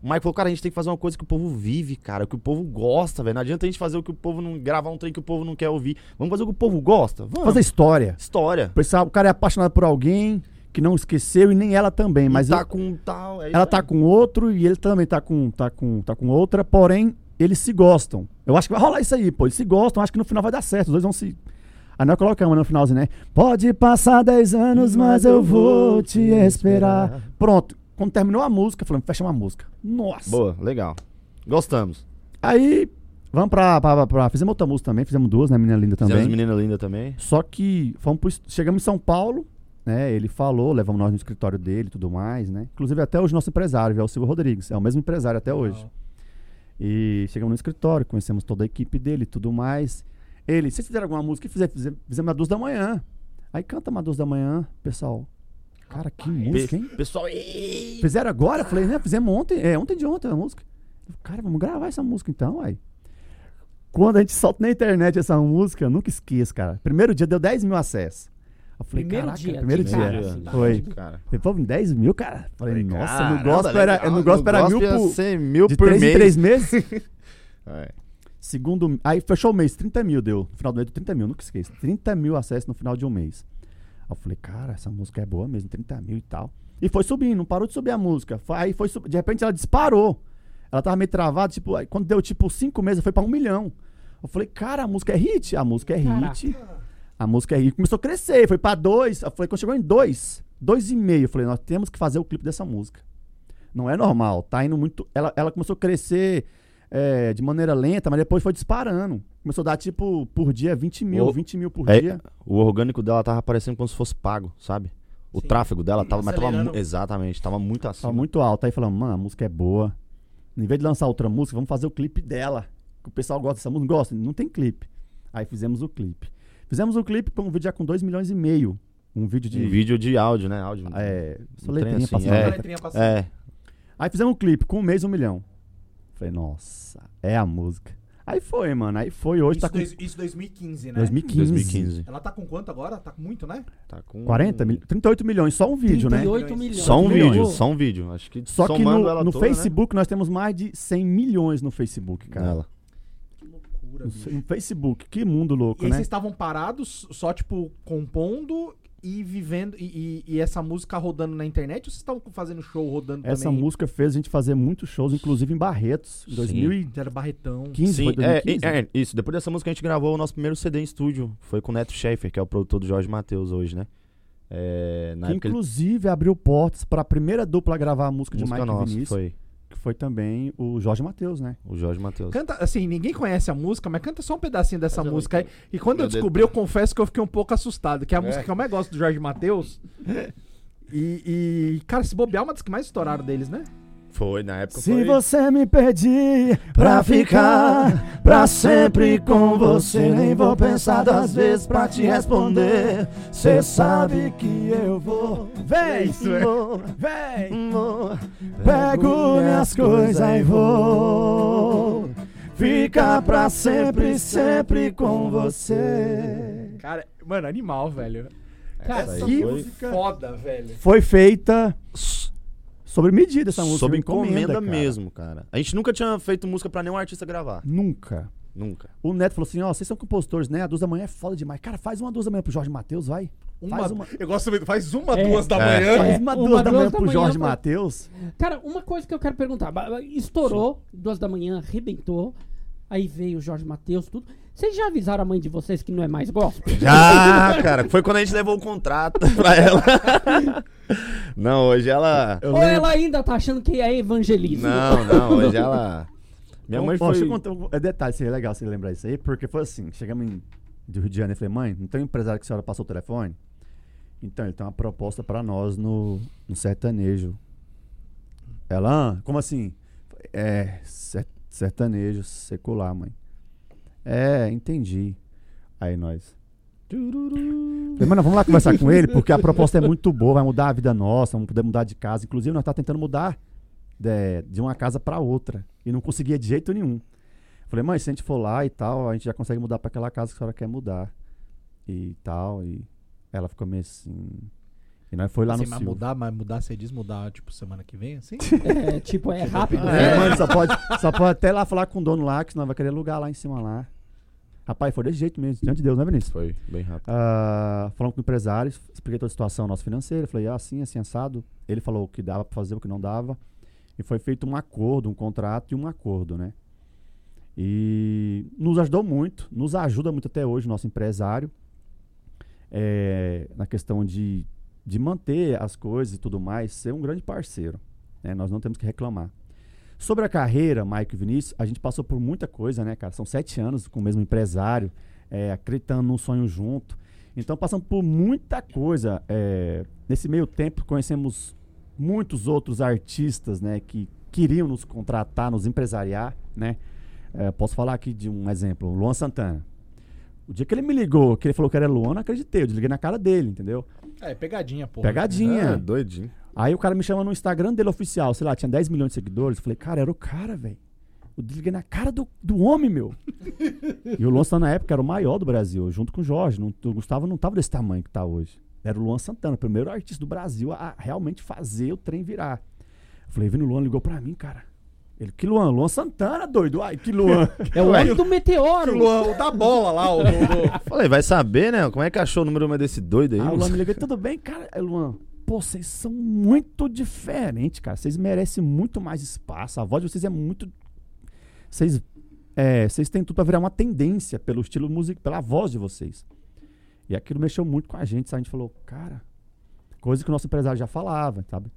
S5: O Mike falou, cara, a gente tem que fazer uma coisa que o povo vive, cara, que o povo gosta, velho. Não adianta a gente fazer o que o povo não. gravar um trem que o povo não quer ouvir. Vamos fazer o que o povo gosta? Vamos.
S4: Fazer é história.
S5: história.
S4: Pensar, o cara é apaixonado por alguém que não esqueceu e nem ela também, mas
S5: E tá
S4: eu-
S5: com um tal. é
S4: ela
S5: isso
S4: tá
S5: aí.
S4: com outro e ele também tá com, tá, com, tá com outra, porém eles se gostam. Eu acho que vai rolar isso aí, pô. Eles se gostam, acho que no final vai dar certo, os dois vão se. Ah, Aí nós colocamos no finalzinho, né? Pode passar 10 anos, mas eu vou te esperar. Pronto. Quando terminou a música, falamos, fecha uma música. Nossa.
S5: Boa, legal. Gostamos.
S4: Aí, vamos pra, pra, pra, pra- Fizemos outra música também, fizemos duas, né? Menina Linda também.
S5: Fizemos menina linda também.
S4: Só que fomos pro est- chegamos em São Paulo, né? Ele falou, levamos nós no escritório dele e tudo mais, né? Inclusive até hoje nosso empresário, é o Silvio Rodrigues, é o mesmo empresário até hoje. E chegamos no escritório, conhecemos toda a equipe dele e tudo mais. Ele, vocês fizeram alguma música? Fizemos, fizemos, fizemos na duas da manhã. Aí canta uma duas da manhã, pessoal. Cara, que música, hein?
S5: Pe- Pessoal, ei!
S4: Fizeram agora? Eu falei, né? Fizemos ontem. É, ontem de ontem a música. Eu falei, Cara, vamos gravar essa música então, aí. Quando a gente solta na internet essa música, eu nunca esqueço, cara. Primeiro dia deu 10 mil acessos. Eu falei,
S2: Primeiro
S4: caraca,
S2: dia,
S4: primeiro
S2: de
S4: dia.
S2: cara, assim,
S4: É. Foi.
S5: Cara.
S4: Depois 10 mil, cara. Falei, nossa, no
S5: Caramba,
S4: gospel era,
S5: legal.
S4: no gospel era mil
S5: ia
S4: por,
S5: ser mil
S4: de
S5: por
S4: 3
S5: mês.
S4: em 3 meses.
S5: É.
S4: Segundo. Aí fechou o mês, 30 mil deu. No final do mês, deu 30 mil, nunca esqueço. 30 mil acessos no final de um mês. Aí eu falei, cara, essa música é boa mesmo, 30 mil e tal. E foi subindo, não parou de subir a música. Foi- Aí foi sub... De repente ela disparou. Ela tava meio travada, tipo, aí quando deu tipo 5 meses, foi pra um milhão. Eu falei, cara, a música é hit, a música é hit. A música é hit. Começou a crescer, foi pra dois. Eu falei, quando chegou em dois, dois e meio, eu falei, nós temos que fazer o clipe dessa música. Não é normal, tá indo muito. Ela, ela começou a crescer é, de maneira lenta, mas depois foi disparando. Começou a dar, tipo, por dia 20 mil,
S5: Ô,
S4: 20 mil por
S5: É,
S4: dia.
S5: o orgânico dela tava parecendo como se fosse pago, sabe? O
S1: Sim.
S5: tráfego dela tava, mas tava
S1: Acelerando.
S5: mu- exatamente, tava muito acima.
S4: Tava muito alto. Aí falamos, mano, a música é boa. Em vez de lançar outra música, vamos fazer o clipe dela. Que o pessoal gosta dessa música. Não Gosta, não tem clipe. Aí fizemos o clipe. Fizemos o clipe com um vídeo já com 2 milhões e meio. Um vídeo de.
S5: Um vídeo de áudio, né? Áudio.
S4: É, só
S5: Um
S4: letrinha
S5: trem assim,
S4: passando
S5: é.
S1: Uma
S4: a letra.
S1: letrinha passando.
S5: É.
S4: Aí fizemos um clipe com um mês, um milhão. Falei, nossa, é a música. Aí foi, mano. Aí foi. Hoje
S1: Isso,
S4: tá com.
S1: dois- isso 2015, né?
S5: É,
S4: 2015.
S5: 2015.
S1: Ela tá com quanto agora? Tá com muito, né?
S5: Tá com
S4: 40 mil, 38 milhões, só um vídeo, né?
S2: 38 milhões.
S5: Só um
S4: milhões.
S5: vídeo, só um vídeo. Acho que
S4: Só que
S5: somando
S4: no,
S5: ela
S4: no
S5: toda, né?
S4: Facebook nós temos mais de 100 milhões no Facebook, cara.
S5: Ela.
S1: Que loucura,
S4: No,
S1: bicho.
S4: no Facebook, que mundo
S1: E
S4: louco,
S1: aí
S4: né?
S1: vocês estavam parados, só, tipo, compondo e vivendo. E, e- e essa música rodando na internet ou vocês estavam fazendo show rodando
S4: Essa
S1: também?
S4: música fez a gente fazer muitos shows, inclusive em Barretos, em
S5: Sim.
S4: 2015.
S1: Era Barretão.
S4: foi
S5: Sim, é,
S4: 2015?
S5: é, é, isso. Depois dessa música a gente gravou o nosso primeiro CD em estúdio. Foi com o Neto Schaefer, que é o produtor do Jorge Matheus hoje, né? É, na
S4: que
S5: época ele-
S4: inclusive abriu portas para a primeira dupla gravar a música,
S5: música
S4: de Mike
S5: nossa,
S4: Vinícius,
S5: foi
S4: que foi também o Jorge Matheus, né?
S5: o Jorge Matheus.
S1: Canta, assim, ninguém conhece a música, mas canta só um pedacinho dessa
S5: Mas eu
S1: música aí. E quando
S5: Meu
S1: eu descobri, eu confesso que eu fiquei um pouco assustado, que é a música que eu mais gosto do Jorge Matheus. E, e, cara, se bobear é uma das que mais estouraram deles, né?
S5: Foi, na época
S4: Se
S5: foi.
S4: você me pedir pra ficar pra sempre com você, nem vou pensar duas vezes pra te responder. Cê sabe que eu vou, vem,
S5: Isso, é.
S4: vou, vem, vou. Pego minhas coisas e vou ficar pra sempre, sempre com você.
S1: Cara, mano, animal, velho.
S2: Cara,
S5: Essa
S4: que
S5: foi
S3: Foda, velho.
S4: Foi feita sobre medida essa música.
S5: sob
S4: encomenda
S5: encomenda
S4: cara.
S5: mesmo, cara. A gente nunca tinha feito música pra nenhum artista gravar.
S4: Nunca.
S5: Nunca.
S4: O Neto falou assim: ó, vocês são compositores, né? A duas da manhã é foda demais. Cara, faz uma duas da manhã pro Jorge Matheus, vai. Faz uma-
S1: Eu gosto muito. Faz uma,
S2: É.
S1: duas da
S5: É.
S1: manhã.
S4: Faz uma
S2: uma
S4: duas da manhã pro Jorge Matheus.
S2: Cara, uma coisa que eu quero perguntar. Ba- ba- Estourou, duas da manhã, arrebentou. Aí veio o Jorge Matheus, tudo. Vocês já avisaram a mãe de vocês que não é mais gospel?
S5: Já, cara. Foi quando a gente levou o contrato pra ela. Não, hoje ela.
S4: Eu
S2: Ou ela ainda tá achando que é evangelismo?
S5: Não, não, hoje ela. Minha mãe
S4: Ó,
S5: foi.
S4: Deixa eu contar um é detalhe, seria legal você lembrar isso aí, porque foi assim: chegamos em, do Rio de Janeiro e falei, mãe, não tem um empresário que a senhora passou o telefone? Então, ele tem uma proposta pra nós no, no sertanejo. Ela, "Ah, como assim? É, ser- sertanejo secular, mãe. É, entendi. Aí nós. tururu. Falei, mano, vamos lá conversar com ele, porque a proposta é muito boa, vai mudar a vida nossa, vamos poder mudar de casa. Inclusive, nós tá tentando mudar de, de uma casa pra outra e não conseguia de jeito nenhum. Falei, mãe, se a gente for lá e tal, a gente já consegue mudar pra aquela casa que a senhora quer mudar e tal. E ela ficou meio assim. E nós foi lá
S1: Assim,
S4: no
S1: mas
S4: Silvio.
S1: mudar, mas mudar, você diz mudar, tipo, semana que vem, assim?
S2: É, tipo, é rápido.
S4: É,
S2: né?
S4: mano, só pode, só pode até lá falar com o dono lá, que senão vai querer alugar lá em cima lá. Rapaz, foi desse jeito mesmo, diante de Deus, né, Vinícius?
S5: Foi bem rápido.
S4: Ah, falamos com empresários, expliquei toda a situação nossa financeira, falei, ah, assim, assim, assado. Ele falou o que dava pra fazer, o que não dava. E foi feito um acordo, um contrato e um acordo, né? E nos ajudou muito, nos ajuda muito até hoje o nosso empresário eh, na questão de, de manter as coisas e tudo mais, ser um grande parceiro. né? Nós não temos que reclamar. Sobre a carreira, Maico e Vinícius, a gente passou por muita coisa, né, cara? São sete anos com o mesmo empresário, eh, acreditando num sonho junto. Então passamos por muita coisa. eh, nesse meio tempo conhecemos muitos outros artistas, né, que queriam nos contratar, nos empresariar, né? Eh, posso falar aqui de um exemplo, o Luan Santana. O dia que ele me ligou, que ele falou que era Luan, eu não acreditei, eu desliguei na cara dele, entendeu?
S1: É, pegadinha, pô.
S5: Ah,
S4: Pegadinha.
S5: doidinho.
S4: Aí o cara me chama no Instagram dele oficial, sei lá, tinha 10 milhões de seguidores. Eu falei, cara, era o cara, velho. Eu desliguei na cara do, do homem, meu. e o Luan Santana, na época, era o maior do Brasil, junto com o Jorge. Não, o Gustavo não tava desse tamanho que tá hoje. Era o Luan Santana, o primeiro artista do Brasil a realmente fazer o trem virar. Eu falei, Vini, o Luan ligou pra mim, cara. Ele, que Luan? Luan Santana, doido. Ai, que Luan.
S2: É o homem do meteoro.
S1: O da bola lá, o do...
S5: Falei, vai saber, né? Como é que achou o número desse doido aí?
S4: Aí Ah, o Luan
S5: moço?
S4: me ligou, tudo bem, cara? Aí, Luan, pô, vocês são muito diferentes, cara. Vocês merecem muito mais espaço. A voz de vocês é muito. Vocês. É, vocês têm tudo pra virar uma tendência pelo estilo musical, pela voz de vocês. E aquilo mexeu muito com a gente, sabe? A gente falou, cara, coisa que o nosso empresário já falava, sabe?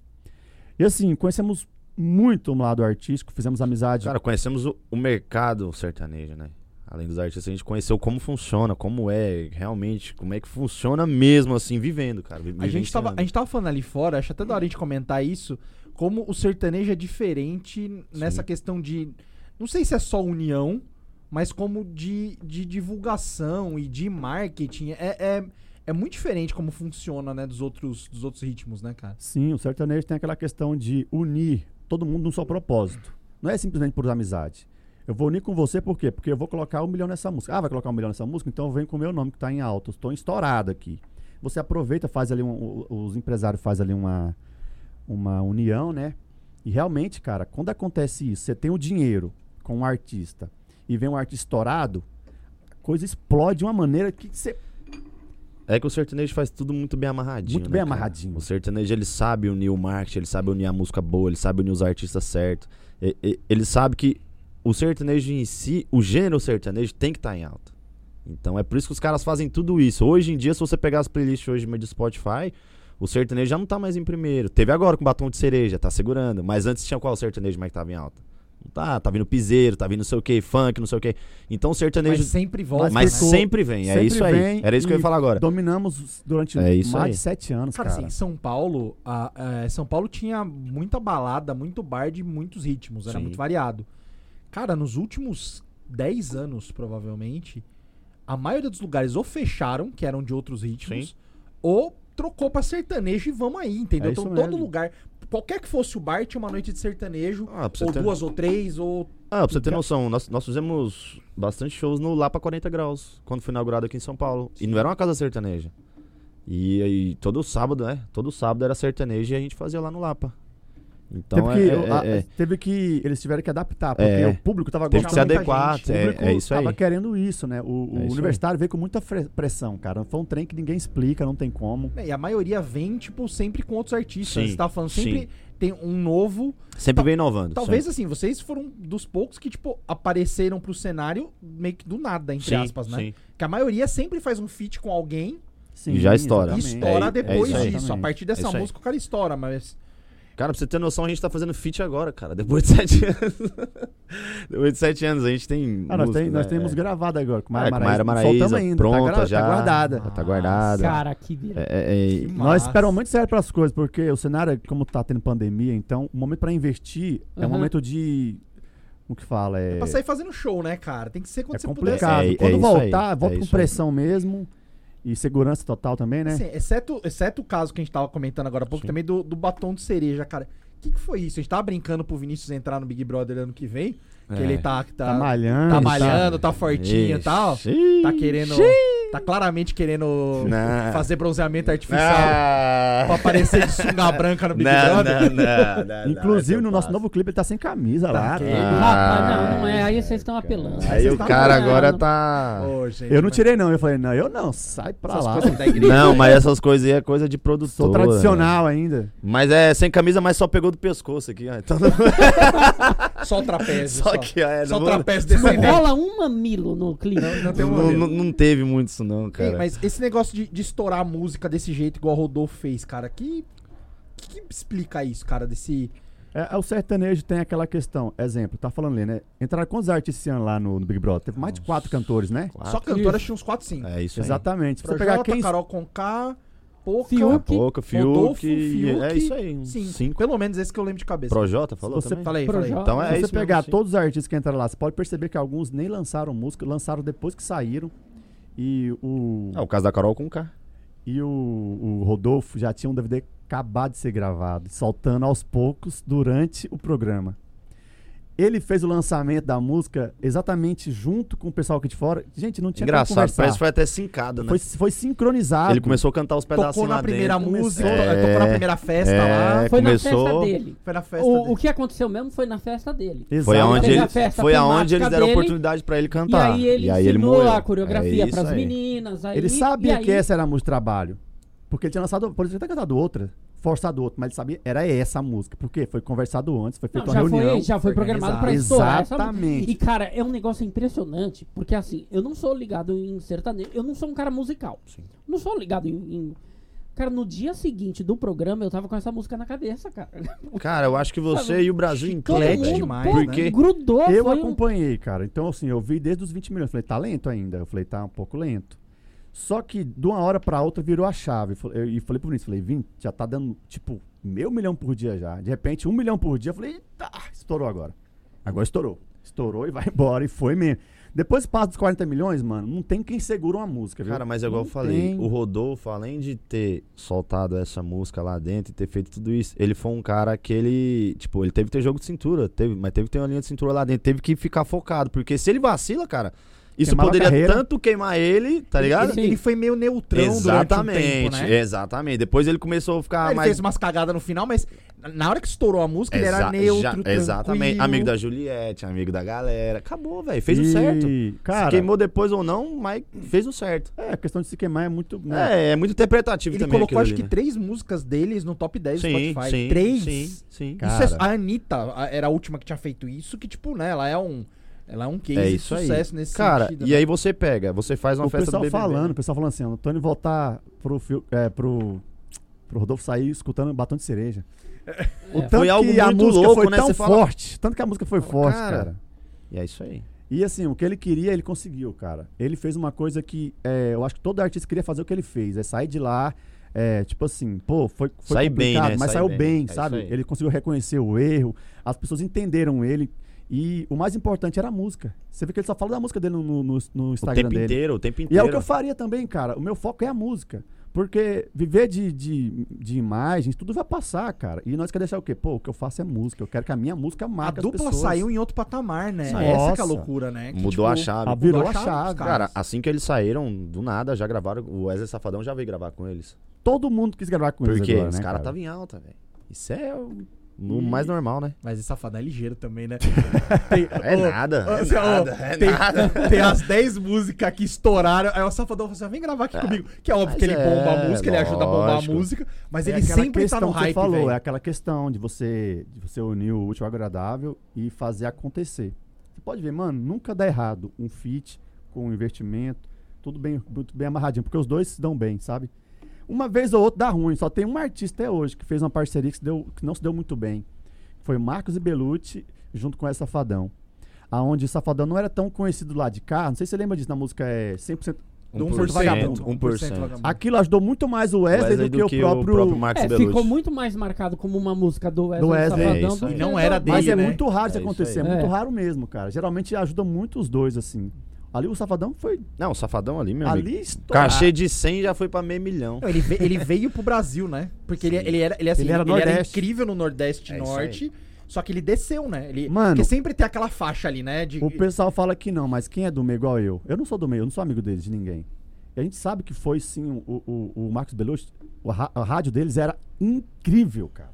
S4: E assim, conhecemos muito um lado artístico, fizemos amizade.
S5: Cara, conhecemos o, o mercado sertanejo, né? Além dos artistas, a gente conheceu como funciona, como é, realmente, como é que funciona mesmo, assim, vivendo, cara. vi-
S1: a, gente tava,
S5: vivenciando.
S1: a gente tava falando ali fora, acho até da hora a gente comentar isso, como o sertanejo é diferente nessa questão de... Não sei se é só união, mas como de, de divulgação e de marketing. É, é, é muito diferente como funciona, né, dos outros, dos outros ritmos, né, cara?
S4: Sim, o sertanejo tem aquela questão de unir todo mundo num só propósito. Não é simplesmente por amizade. Eu vou unir com você por quê? Porque eu vou colocar um milhão nessa música. Ah, vai colocar um milhão nessa música? Então vem com o meu nome que tá em alta. Estou estourado aqui. Você aproveita, faz ali um, o- os empresários fazem ali uma, uma união, né? E realmente, cara, quando acontece isso, você tem o dinheiro com um artista e vem um artista estourado, a coisa explode de uma maneira que você
S5: É que o sertanejo faz tudo muito bem amarradinho.
S4: Muito
S5: né,
S4: bem
S5: cara?
S4: amarradinho.
S5: O sertanejo ele sabe unir o marketing, ele sabe unir a música boa, ele sabe unir os artistas certos. E- e- Ele sabe que o sertanejo em si, o gênero sertanejo tem que estar em alta. Então é por isso que os caras fazem tudo isso. Hoje em dia, se você pegar as playlists hoje de Spotify, o sertanejo já não tá mais em primeiro. Teve agora com batom de cereja, tá segurando. Mas antes tinha qual sertanejo mais que tava em alta? Tá, tá vindo piseiro, tá vindo não sei o que, funk, não sei o que. Então o sertanejo.
S1: Mas
S5: Mas,
S1: sempre volta.
S4: voltou-
S5: sempre vem, é
S4: sempre
S5: isso aí.
S4: vem
S5: Era isso que eu
S4: e
S5: ia falar agora.
S4: Dominamos durante
S5: É isso
S4: mais
S5: aí.
S4: de sete anos,
S1: Cara,
S4: cara.
S1: assim, São Paulo, a- é, São Paulo tinha muita balada, muito bar de muitos ritmos, era
S5: Sim.
S1: muito variado. Cara, nos últimos 10 anos, provavelmente, a maioria dos lugares ou fecharam, que eram de outros ritmos, ou trocou pra sertanejo e vamos aí, entendeu?
S4: É isso
S1: então, todo
S4: mesmo.
S1: lugar, qualquer que fosse o bar, tinha uma noite de sertanejo,
S5: Ah, pra você
S1: ou
S5: ter,
S1: duas ou três, ou
S5: ah, pra você ter noção, nós, nós fizemos bastante shows no Lapa 40 Graus, quando foi inaugurado aqui em São Paulo. E não era uma casa sertaneja. E aí, todo sábado, né? Todo sábado era sertanejo e a gente fazia lá no Lapa. Então
S4: teve,
S5: é-
S4: que,
S5: é-
S4: a-
S5: é-
S4: teve que. Eles tiveram que adaptar, porque
S5: É.
S4: o público tava
S5: Teve que
S4: gostando.
S5: se
S4: muita
S5: adequar,
S4: gente.
S5: é-
S4: o público
S5: é isso aí.
S4: Tava querendo isso, né? O, o
S5: É isso
S4: universitário veio com muita fre- pressão, cara. Foi um trem que ninguém explica, não tem como.
S1: né, e a maioria vem, tipo, sempre com outros artistas.
S5: Sim,
S1: Você tá falando,
S5: sim.
S1: sempre tem um novo.
S5: sempre vem inovando.
S1: Talvez assim, vocês foram dos poucos que, tipo, apareceram pro cenário meio que do nada, entre
S5: sempre. Sim,
S1: aspas, né?
S5: sim.
S1: Que a maioria sempre faz um feat com alguém
S4: Sim,
S5: E já estoura.
S1: e
S5: Exatamente.
S1: estoura
S5: É- é
S1: depois
S5: isso
S1: disso.
S5: aí.
S1: A
S4: Exatamente.
S1: partir
S5: É
S1: dessa
S5: isso aí.
S1: música o cara estoura, mas.
S5: Cara, pra você ter noção, a gente tá fazendo feat agora, cara. Depois de sete anos. Depois de sete anos, a gente tem.
S4: Ah, nós,
S5: música,
S4: tem- nós
S5: né?
S4: temos
S5: É.
S4: gravado agora com
S5: É,
S4: Mara
S5: com
S4: Maraíza.
S5: Maíra Maraíza,
S4: Soltamos ainda,
S5: pronta
S4: tá, gra-
S5: já.
S4: tá guardada.
S5: Ah, tá guardada.
S2: Cara, que delícia.
S5: É,
S1: Ah,
S5: é, é,
S4: Nós esperamos muito sério para as coisas, porque o cenário, como tá tendo pandemia, então o momento para investir é um
S2: Uhum.
S4: momento de. Como que fala? É,
S1: Pra sair fazendo show, né, cara? Tem que ser quando
S4: é
S1: você
S4: complicado.
S5: É- é
S4: Quando
S5: isso aí,
S4: voltar,
S5: é
S4: volta com
S5: isso aí.
S4: pressão mesmo. E segurança total também, né?
S1: puder. Assim, exceto, exceto o caso que a gente tava comentando agora há pouco
S5: Sim.
S1: também do, do batom de cereja, cara. O que, que foi isso? A gente tava brincando pro Vinícius entrar no Big Brother ano que vem. Que
S5: É.
S1: ele tá, tá, tá,
S4: Tá malhando. tá-
S1: malhando, tá fortinho e tal.
S5: Ixi.
S1: Tá querendo. Tá claramente querendo
S5: Não.
S1: fazer bronzeamento artificial
S5: Ah.
S1: pra aparecer de sunga branca no Big
S5: Não,
S1: Brother.
S5: não, não, não, não,
S4: Inclusive,
S5: essa
S4: no
S5: eu
S4: nosso
S5: passo.
S4: novo clipe, ele tá sem camisa lá.
S1: que-
S4: cara.
S2: Rapaz, não, não é. Aí vocês estão apelando.
S5: É. Ah. Aí
S2: vocês né?
S5: o
S2: tão
S5: cara
S2: apelando.
S5: agora tá.
S1: Ô, gente,
S4: Eu não
S1: mas-
S4: tirei, não. Eu falei, não, eu não, sai pra
S1: Essas
S4: lá.
S1: coisas da igreja.
S5: Não, mas essas coisas aí é coisa de produtor.
S4: Sou tradicional
S5: né?
S4: ainda.
S5: Mas é sem camisa, mas só pegou do pescoço aqui. ó. Então,
S1: Só o trapézio.
S5: só que é,
S1: Só o
S5: não, vou-
S1: trapézio
S2: Não
S1: descendente.
S2: rola um mamilo no clipe.
S1: Não tem um
S5: não, não- não teve muito isso, não, cara.
S1: Mas esse negócio de, de estourar a música desse jeito, igual o Rodolfo fez, cara, que. que explica isso, cara? Desse.
S4: É, o sertanejo tem aquela questão. Exemplo, tá falando ali, né? Entraram quantos artistas esse ano lá no, no Big Brother? Teve mais de quatro cantores, né?
S5: Claro.
S1: Só cantora tinha uns 4, 5.
S5: É Ah, isso aí.
S4: Exatamente. Se você
S1: Projota,
S4: pegar quem.
S1: Carol Conká, Pouca.
S2: Fiuk.
S5: Daqui a pouco, Fiuk,
S1: Rodolfo,
S5: e-
S1: Fiuk,
S5: É isso aí. uns
S1: Cinco.
S5: Cinco.
S1: Pelo menos esse que eu lembro de cabeça.
S5: Projota falou
S4: Você-
S5: também?
S1: Falei, falei.
S2: Projota.
S5: Então é
S4: Se
S5: isso
S4: você pegar
S5: mesmo, sim.
S4: todos os artistas que entraram lá, você pode perceber que alguns nem lançaram música, lançaram depois que saíram. E o.
S5: Ah, o caso da Carol com K.
S4: E o, o Rodolfo já tinha um DVD acabado de ser gravado, soltando aos poucos durante o programa. Ele fez o lançamento da música exatamente junto com o pessoal aqui de fora. Gente, não tinha como
S5: Engraçado,
S4: conversar.
S5: parece que foi até sincado, né?
S4: foi, foi sincronizado.
S5: Ele começou a cantar os pedacinhos
S1: Tocou na
S5: lá
S1: primeira
S5: dentro.
S1: música,
S5: É.
S1: tocou na primeira festa lá.
S5: É,
S2: Foi
S5: começou...
S2: na festa dele.
S1: Foi na festa.
S2: O,
S1: dele.
S2: o que aconteceu mesmo foi na festa dele.
S4: Exato.
S5: Foi aonde,
S2: Teve a
S5: ele,
S2: festa
S5: foi aonde
S2: temática
S5: eles deram
S2: dele,
S5: oportunidade pra ele
S2: E
S5: cantar.
S2: aí ele ensinou
S5: moeu.
S2: a coreografia
S5: É
S2: pras
S5: isso aí.
S2: meninas. Aí,
S4: Ele sabia
S2: e aí,
S4: que essa era a música de trabalho. Porque ele tinha lançado, por exemplo, ele tinha cantado outra, forçado outra, mas ele sabia, era essa a música. Porque foi conversado antes, foi
S2: Não,
S4: feita uma
S2: já,
S4: reunião.
S2: foi, já foi programado pra estourar essa música.
S4: Exatamente.
S2: E, cara, é um negócio impressionante, porque assim, eu não sou ligado em sertanejo, eu não sou um cara musical.
S5: Sim.
S2: Não sou ligado em, em- Cara, no dia seguinte do programa eu tava com essa música na cabeça, cara.
S5: Cara, eu acho que você
S2: Sabe,
S5: e o Brasil
S2: Todo
S1: Eclético
S2: mundo,
S5: inteiro.
S1: demais, né?
S2: pô,
S5: porque-
S2: grudou,
S4: Eu
S2: foi um...
S4: acompanhei, cara. Então, assim, eu vi desde os 20 milhões. Falei, tá lento ainda. Eu falei, tá um pouco lento. Só que de uma hora pra outra virou a chave. Fal- eu- E falei pro Vinícius, falei, Vini, já tá dando, tipo, meio milhão por dia já. De repente, um milhão por dia. Eu falei, tá, estourou agora. Agora estourou. Estourou e vai embora. E foi mesmo. Depois passa dos 40 milhões, mano, não tem quem segura uma música, viu?
S5: Cara, mas é igual eu
S4: Não
S5: falei,
S4: tem.
S5: o Rodolfo, além de ter soltado essa música lá dentro e ter feito tudo isso, ele foi um cara que ele, tipo, ele teve que ter jogo de cintura, teve, mas teve que ter uma linha de cintura lá dentro, teve que ficar focado, porque se ele vacila, cara, isso
S4: Queimava a
S5: poderia
S4: carreira.
S5: tanto queimar ele, tá ligado?
S2: sim.
S1: Ele foi meio neutrão durante um tempo,
S5: Exatamente, É. Ah,
S1: né? Ah,
S5: exatamente. Depois ele começou a ficar
S1: Ele
S5: mais
S1: fez umas cagadas no final, mas na hora que estourou a música, ele era
S5: Exa-
S1: neutro,
S5: já-
S1: tranquilo.
S5: Exatamente. Amigo da Juliette, amigo da galera. Acabou, velho. Fez o
S4: E,
S5: certo. Se
S4: Cara,
S5: queimou depois ou não, mas fez o certo.
S4: é, a questão de se queimar é muito. né?
S5: É, é muito interpretativo
S1: Ele
S5: também.
S1: colocou, acho
S5: aquilo
S1: que,
S5: ali,
S1: três músicas deles no top 10 do
S5: né?
S1: Spotify.
S5: Sim, sim,
S1: três?
S5: Sim, sim.
S4: Cara.
S1: Isso é- a Anitta a- era a última que tinha feito isso, que, tipo, né, ela é um. Ela é um case
S5: É
S1: de
S5: isso aí.
S1: sucesso nesse
S5: Cara,
S1: sentido.
S5: e aí você pega, você faz uma
S4: o
S5: festa
S4: pessoal
S5: do BBB.
S4: falando, o pessoal falando assim, o Antônio voltar pro, Fiu- é, pro, pro Rodolfo sair escutando batom de cereja. O
S2: É.
S4: tanto
S5: Foi algo
S4: que a
S5: muito
S4: música
S5: louco,
S4: foi
S5: né?
S4: tão
S5: Você fala-
S4: forte. Tanto que a música foi
S5: Fala,
S4: forte,
S5: cara.
S4: cara.
S5: E é isso aí.
S4: E assim, o que ele queria, ele conseguiu, cara. Ele fez uma coisa que é, eu acho que todo artista queria fazer o que ele fez. É sair de lá, é, tipo assim, pô, foi, foi
S5: Sair bem,
S4: complicado,
S5: né?
S4: mas
S5: Sair
S4: saiu
S5: bem,
S4: bem,
S5: é
S4: sabe?
S5: isso aí.
S4: ele conseguiu reconhecer o erro, as pessoas entenderam ele. E o mais importante era a música. Você vê que ele só fala da música dele no, no- no- no
S5: O
S4: Instagram
S5: tempo
S4: dele.
S5: inteiro, o tempo
S4: E
S5: inteiro.
S4: é o que eu faria também, cara. O meu foco é a música. Porque viver de, de, de imagens, tudo vai passar, cara. E nós queremos deixar o quê? Pô, o que eu faço é música. Eu quero que a minha música
S1: A
S4: marque as
S1: dupla
S4: pessoas.
S1: saiu em outro patamar, né?
S4: Nossa.
S1: Essa que é a loucura, né? Que,
S5: Mudou a
S1: tipo,
S5: chave.
S4: Ah, virou
S1: mudou
S4: a
S1: a chave dos
S4: chave.
S1: caras.
S5: Cara, assim que eles saíram, do nada, já gravaram. O Wesley Safadão já veio gravar com eles.
S4: Todo mundo quis gravar com eles
S5: Porque
S4: agora,
S5: os
S4: né,
S5: caras
S4: cara?
S5: estavam em alta, velho. Isso é o o mais normal, né?
S1: Mas esse safadão é ligeiro também, né? Tem-
S5: É
S1: ô,
S5: nada,
S1: ô,
S5: é
S1: assim, ó,
S5: nada, é
S1: tem,
S5: nada.
S1: tem as 10 músicas que estouraram. Aí o safadão falou assim: "Ah, vem gravar aqui comigo. Que é óbvio
S5: mas
S1: que ele bomba
S5: é,
S1: a música, ele ajuda a bombar a
S5: lógico.
S1: música, mas
S4: É
S1: ele
S4: aquela
S1: sempre tá
S4: questão
S1: no
S4: que você
S1: hype,
S4: falou,
S1: velho.
S4: é aquela questão de você, de você unir o útil ao agradável e fazer acontecer. Você pode ver, mano, nunca dá errado um fit com um investimento, tudo bem, muito bem amarradinho, porque os dois se dão bem, sabe? Uma vez ou outra dá ruim, só tem um artista até hoje que fez uma parceria que, se deu, que não se deu muito bem. Foi Marcos e Belucci junto com El Safadão. Aonde Safadão não era tão conhecido lá de cá, não sei se você lembra disso, na música é 100%.
S1: Do
S5: 1%,
S1: vagabundo.
S5: 1%.
S1: vagabundo.
S4: Aquilo ajudou muito mais É, o Wesley,
S5: Wesley
S4: do, que, o próprio,
S5: Marcos
S2: É,
S5: Bellucci.
S2: ficou muito mais marcado como uma música do Wesley,
S4: Do Wesley,
S5: é
S2: Safadão
S5: isso
S2: do
S5: aí.
S2: que um
S1: E não
S2: da-
S1: era dele.
S4: Mas é
S1: né?
S4: muito raro isso
S5: É isso
S4: acontecer, é
S2: aí.
S4: muito
S2: É.
S4: raro mesmo, cara. Geralmente ajuda muito os dois, assim. Ali o Safadão foi.
S5: Não, o Safadão ali, meu amigo.
S4: ali estourado.
S5: Cachê de 100 já foi pra meio milhão.
S1: Não, ele, ve- ele veio pro Brasil, né? Porque ele, ele era, ele, assim,
S4: Ele era
S1: ele era
S4: Nordeste.
S1: incrível no Nordeste e
S5: É isso
S1: Norte, só que ele desceu, né? Ele,
S4: Mano.
S1: porque sempre tem aquela faixa ali, né? De,
S4: O é pessoal fala que não, mas quem é do meio igual eu? Eu não sou do meio, eu não sou amigo deles, de ninguém. E a gente sabe que foi sim o, o, o Marcos Belucci, o ra- a rádio deles era incrível, cara.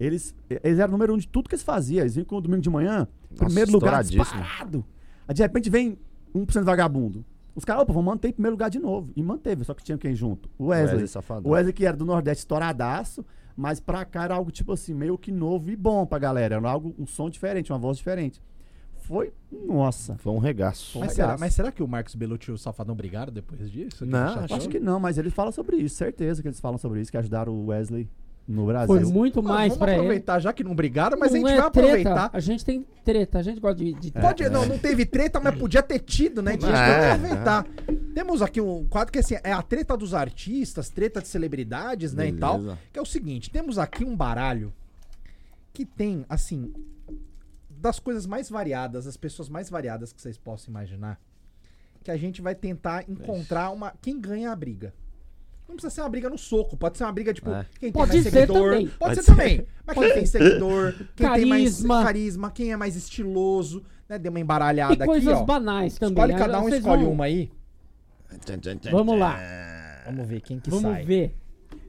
S4: Eles, eles eram o número um de tudo que eles faziam. Eles vinham com o domingo de manhã,
S5: Nossa,
S4: primeiro lugar
S5: estouradíssimo.
S4: disparado. Aí de repente vem 1% vagabundo. Os caras, opa, vão manter em primeiro lugar de novo. E manteve, só que tinha quem junto? É, O Wesley.
S5: Wesley Safadão.
S4: O Wesley que era do Nordeste estouradaço, mas pra cá era algo tipo assim, meio que novo e bom pra galera. Era algo, um som diferente, uma voz diferente. Foi, nossa.
S5: Foi um regaço.
S1: mas,
S4: Foi
S1: será,
S4: regaço.
S1: mas será que o Marcos Belucci e o Safadão brigaram depois disso?
S5: Não,
S1: Que
S5: acho
S1: chateou?
S4: Acho que não, mas ele fala sobre isso, certeza que eles falam sobre isso, que ajudaram o Wesley no Brasil.
S2: Foi muito
S1: Mano,
S2: mais
S1: vamos
S2: pra ele.
S1: aproveitar, já que não brigaram, mas a
S2: Não
S1: gente
S2: é
S1: vai
S2: treta,
S1: aproveitar. É.
S2: A gente tem treta, a gente gosta de, de treta.
S1: Pode, não, não teve treta, mas podia ter tido, né? Então A gente
S5: É,
S1: vai aproveitar. Temos aqui um quadro que assim, é a treta dos artistas, treta de celebridades, né, e tal.
S5: Beleza.
S1: Que é o seguinte, temos aqui um baralho que tem, assim, das coisas mais variadas, as pessoas mais variadas que vocês possam imaginar, que a gente vai tentar encontrar uma quem ganha a briga. Não precisa ser uma briga no soco, pode ser uma briga tipo
S5: É.
S1: quem tem
S2: Pode
S1: mais
S2: ser
S1: seguidor,
S2: também.
S1: pode,
S5: Pode
S1: ser,
S5: ser.
S1: também. Mas quem tem seguidor, quem tem mais
S2: Carisma.
S1: carisma, quem é mais estiloso, né? Deu uma embaralhada
S2: E
S1: aqui,
S2: coisas
S1: ó.
S2: banais também.
S1: um, Escolhe
S2: né?
S1: cada um,
S2: Vocês
S1: escolhe
S2: vão-
S1: uma aí.
S2: Vamos lá.
S1: Vamos ver quem que
S2: Vamos
S1: sai.
S2: ver.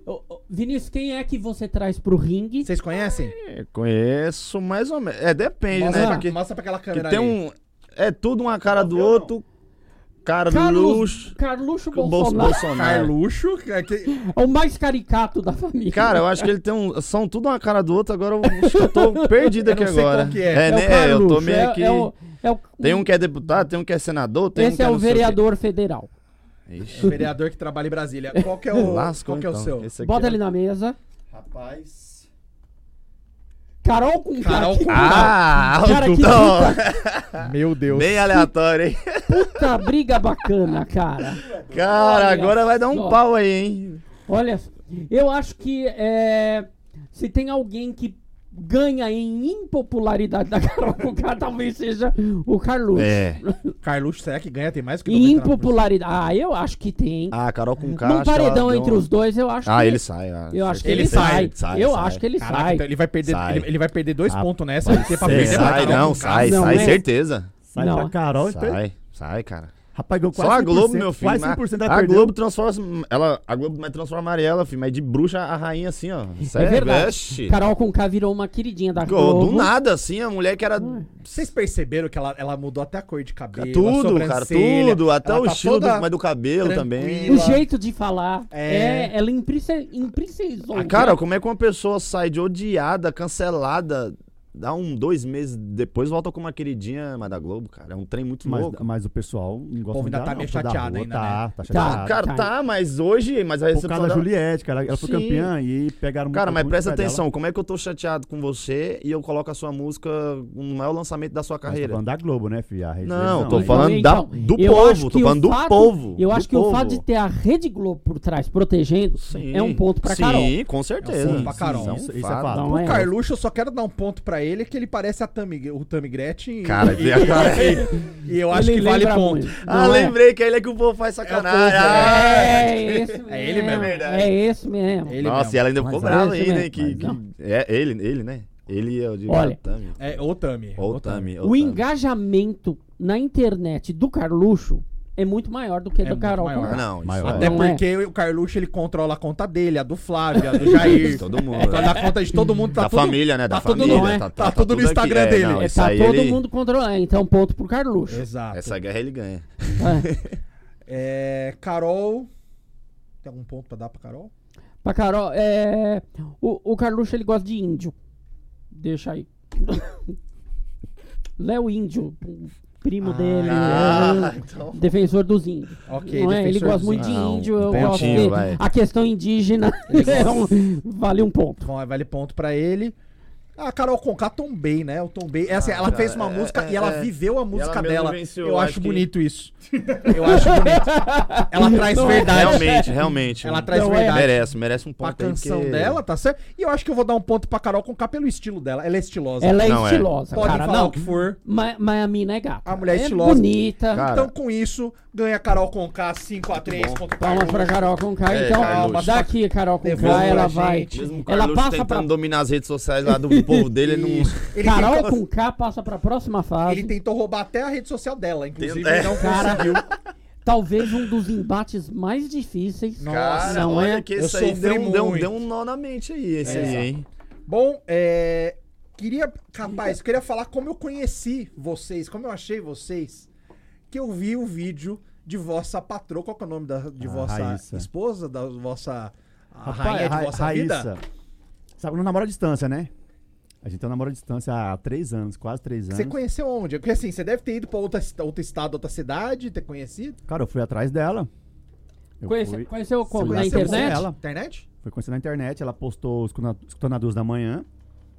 S2: Ô, ô, Vinícius, quem é que você traz pro ringue?
S1: Vocês conhecem?
S5: É, Conheço mais ou menos. É, depende,
S1: Mostra,
S5: né?
S1: pra-
S5: Porque
S1: mostra pra aquela
S5: que
S1: câmera
S5: tem
S1: ali.
S5: um. É tudo uma cara do outro. Cara do
S2: Carlos,
S5: tá luxo.
S2: Carluxo
S5: Bolso-
S2: Bolsonaro.
S5: Bolsonaro.
S1: Carluxo, que- que-
S2: É o mais caricato da família.
S5: Cara, eu acho que ele tem um. São tudo uma cara do outro, agora eu acho que eu tô perdido
S1: Eu
S5: aqui
S1: não sei
S5: agora.
S1: qual que é.
S5: É,
S2: o
S5: né? eu tô
S2: Carluxo,
S5: meio
S2: é-
S5: que.
S2: é o- é o-
S5: Tem um que é deputado, tem um que é senador, tem um
S2: Esse
S5: que
S2: é o
S5: não sei o quê.
S2: vereador federal.
S5: Ixi,
S1: o vereador que trabalha em Brasília. Qual que é o,
S5: lascou,
S1: qual que é o
S5: então.
S1: seu?
S5: Esse aqui
S2: Bota
S5: é-
S2: ele na mesa.
S4: Rapaz.
S2: Carol com
S1: Carol
S2: K.
S1: com
S5: Ah,
S2: Cara, que
S5: não.
S1: Meu Deus.
S5: Bem aleatório, hein?
S2: Puta briga bacana, cara.
S5: Cara,
S2: Olha
S5: agora vai dar um
S2: só.
S5: pau aí, hein?
S2: Olha, eu acho que é, se tem alguém que ganha em impopularidade da Carol com K, talvez seja o Carluxo.
S5: É.
S1: Carluxo, será que ganha? Tem mais que
S2: Em
S1: 99%?
S2: impopularidade. Ah, eu acho que tem.
S5: Ah, Carol com caixa.
S2: Num paredão entre os dois, eu acho
S5: Ah,
S2: que
S5: ele sai. ah,
S2: Eu acho que
S1: Ele
S2: ele,
S1: sai,
S2: sai.
S5: sai,
S2: Eu
S5: sai.
S2: acho que ele
S1: Caraca,
S2: sai.
S1: então ele vai perder,
S5: Sai.
S1: ele, ele vai perder dois
S4: Ah,
S1: pontos nessa. Ele tem pra
S5: Ele
S1: perder pra
S5: sai,
S1: Carol
S5: não,
S1: com K.
S5: sai,
S2: Não,
S5: sai,
S2: é-
S5: certeza.
S4: Sai
S2: Não.
S4: pra Carol e per-
S5: Sai, sai, cara.
S4: Rapaz, ganhou
S5: Só a
S4: quase
S5: Globo,
S4: 100%,
S5: meu filho.
S4: Quase
S5: mas
S4: 100% vai
S5: a
S4: perder.
S5: Globo transforma. Ela, a Globo vai transformar ela, filho. Mas de bruxa a rainha assim, ó. Sério,
S2: É verdade.
S5: veste.
S2: Carol com K virou uma queridinha da
S5: Ficou
S2: Globo.
S5: Do nada, assim, a mulher que era.
S1: Vocês perceberam que ela, ela mudou até a cor de cabelo, a
S5: Tá Tudo, cara,
S1: sobrancelha,
S5: tudo. Até
S1: ela
S5: o
S1: tá
S5: estilo do,
S1: toda-
S5: mas do cabelo também.
S2: O
S1: Ela-
S2: jeito de falar.
S1: É.
S2: É. ela imprince- imprincizou.
S5: Ah, cara, como é que uma pessoa sai de odiada, cancelada, Dá um, dois meses depois, volta com uma queridinha, mas da Globo, cara. É um trem muito
S4: Mas,
S5: louco.
S4: mas o pessoal não gosta
S1: povo ainda
S4: dela,
S1: tá
S4: não,
S1: meio
S4: toda
S1: chateado
S4: rua
S1: ainda,
S4: tá, tá
S5: Ah,
S4: chateado.
S5: cara,
S2: tá.
S5: tá, mas hoje, mas a
S4: Por
S5: recepção
S4: causa da
S5: da-
S4: Juliette, cara. Ela foi
S5: Tá. Sim.
S4: campeã e pegaram
S5: Cara,
S4: muito-
S5: mas
S4: muito
S5: presta
S4: pé dela.
S5: atenção, como é que eu tô chateado com você e eu coloco a sua música no maior lançamento da sua
S4: Mas tá
S5: carreira?
S4: falando da Globo, né, filho? A rede
S5: Não,
S4: deles
S5: tô
S4: né?
S5: falando da-
S2: Então,
S5: do
S2: eu
S5: povo,
S2: acho
S5: tô
S2: que o
S5: falando do
S2: fato-
S5: povo.
S2: Eu
S5: do
S2: acho que o
S5: povo.
S2: fato de ter a Rede Globo por trás protegendo
S5: Sim.
S2: é um ponto pra Carol.
S5: Sim, Ah, com certeza.
S1: É um ponto pra Carol.
S5: é um
S4: Isso- isso é
S5: fato.
S4: fato.
S2: Não
S1: O
S2: é.
S1: Carluxo, eu só quero dar um ponto pra ele, que ele parece a Tami, o Tami Gretchen. e-
S5: Cara,
S1: e,
S5: é, cara.
S1: e eu acho
S2: Ele
S1: que vale
S2: lembra
S1: ponto.
S2: muito.
S5: Ah,
S2: Não é?
S5: lembrei que ele é que o povo faz sacanagem. Ah,
S2: É, esse mesmo.
S1: É ele mesmo.
S2: É esse mesmo.
S1: Ele
S5: Nossa,
S1: mesmo.
S5: e ela ainda
S4: Mas
S5: ficou
S4: é.
S5: brava
S2: Esse
S5: ainda, hein?
S2: mesmo,
S5: Que,
S2: mas
S5: que-
S2: não.
S5: É ele, ele, né? Ele é o de
S2: Olha.
S5: Tami.
S1: É, ou Tami.
S5: Ou Tami. ou
S2: O
S5: Tami.
S2: engajamento na internet do Carluxo é muito maior do que
S1: É
S2: do
S1: muito
S2: Carol.
S1: maior.
S5: Ah,
S2: Conká.
S5: não, isso
S4: Maior.
S5: é-
S1: Até
S2: Não é.
S1: porque o Carluxo, ele controla a conta dele, a do Flávio, a do Jair.
S5: Todo mundo,
S1: Ele
S5: é.
S1: dá conta de todo mundo. Tá
S5: da
S1: tudo-
S5: família, né?
S1: tá
S5: da
S1: tudo
S5: família.
S2: no-
S5: tá,
S1: tá tudo no
S5: aqui.
S1: Instagram
S5: É,
S1: dele.
S5: não,
S2: É,
S5: isso
S2: tá
S5: aí
S2: todo
S5: ele-
S2: mundo controlando. Então, ponto pro Carluxo.
S1: Exato.
S5: Essa guerra ele ganha.
S2: É.
S1: É, Carol. Tem algum ponto pra dar pra Carol?
S2: Pra Carol, é. O, o Carluxo ele gosta de índio. Deixa aí. Léo Índio, primo
S1: Ah,
S2: dele,
S5: Ah,
S2: é,
S5: então.
S2: defensor dos índios.
S1: Ok,
S2: Não é? Ele
S1: defensor
S2: gosta
S1: dos
S2: muito de
S1: índios.
S5: Ah, um
S2: índio, eu
S5: pontinho,
S2: gosto dele.
S5: vai.
S2: A questão indígena é um- vale um ponto.
S1: Bom, aí vale ponto pra ele. Ah, Carol Conká tombei, né? Eu tombei. É assim,
S5: Ah,
S1: ela
S5: cara,
S1: fez uma
S5: é,
S1: música
S5: é,
S1: e ela
S5: é.
S1: viveu a música
S5: mesmo
S1: dela.
S5: venceu,
S1: Eu
S5: acho
S1: acho
S5: que-
S1: bonito isso. Eu acho bonito. Ela traz
S2: Não,
S1: É verdade.
S5: Realmente, realmente.
S1: Ela traz
S2: Não é.
S1: verdade.
S5: Merece, merece um
S1: Pra
S5: ponto aí,
S1: canção
S5: porque-
S1: dela, tá certo? E eu acho que eu vou dar um ponto pra Carol Conká pelo estilo dela. Ela é estilosa.
S2: Ela é
S5: Não é.
S2: estilosa,
S1: Pode
S2: cara.
S1: falar
S2: Não,
S1: o que for.
S2: mas, mas a mina é gata.
S1: A mulher é
S2: é
S1: estilosa.
S2: bonita.
S5: Cara,
S1: Então, com isso, ganha Carol Conká 5x3.
S5: bom.
S1: ponto pra
S2: Palmas
S1: Lu.
S2: pra Carol Conká.
S5: É,
S2: então,
S5: Carluxo.
S2: daqui, Carol
S1: Devolve
S2: Conká,
S1: pra
S2: ela
S1: gente.
S2: vai.
S5: Mesmo o
S2: Ela
S5: Carlos
S2: passa
S5: tentando
S2: pra.
S5: dominar as redes sociais lá do povo dele, ele não.
S1: Ele
S2: Carol
S1: tentou-
S2: Conká passa pra próxima fase.
S1: Ele tentou roubar até a rede social dela, inclusive.
S5: É.
S1: Não
S2: Cara,
S1: conseguiu.
S2: talvez um dos embates mais difíceis.
S1: Nossa,
S2: não
S5: olha
S2: é?
S5: que
S1: Eu
S5: isso aí
S1: sofri
S5: deu, um- deu um-
S1: muito.
S5: deu um nó na mente aí, esse aí, hein?
S1: Bom, é. Queria. Capaz, eu queria falar como eu conheci vocês, como eu achei vocês. Que eu vi o vídeo de vossa patroa. Qual que é o nome da, de
S4: Ah,
S1: vossa
S4: Raíssa.
S1: esposa? Da vossa. A
S4: Rapaz,
S1: rainha de
S4: Ra-
S1: vossa vida?
S4: Sabe, não namora à distância, né? A gente tá namora à distância há três anos, quase três anos.
S1: Você conheceu onde? Porque assim, você deve ter ido pra outra, cida- outro estado, outra cidade, ter conhecido.
S4: Cara, eu fui atrás dela. Eu
S2: Conhece,
S4: fui-
S2: conheceu como?
S4: Você
S2: Na
S4: conheceu
S2: internet?
S4: ela?
S1: Internet?
S4: Foi conhecer na internet, ela postou escutando escutando a duas da manhã.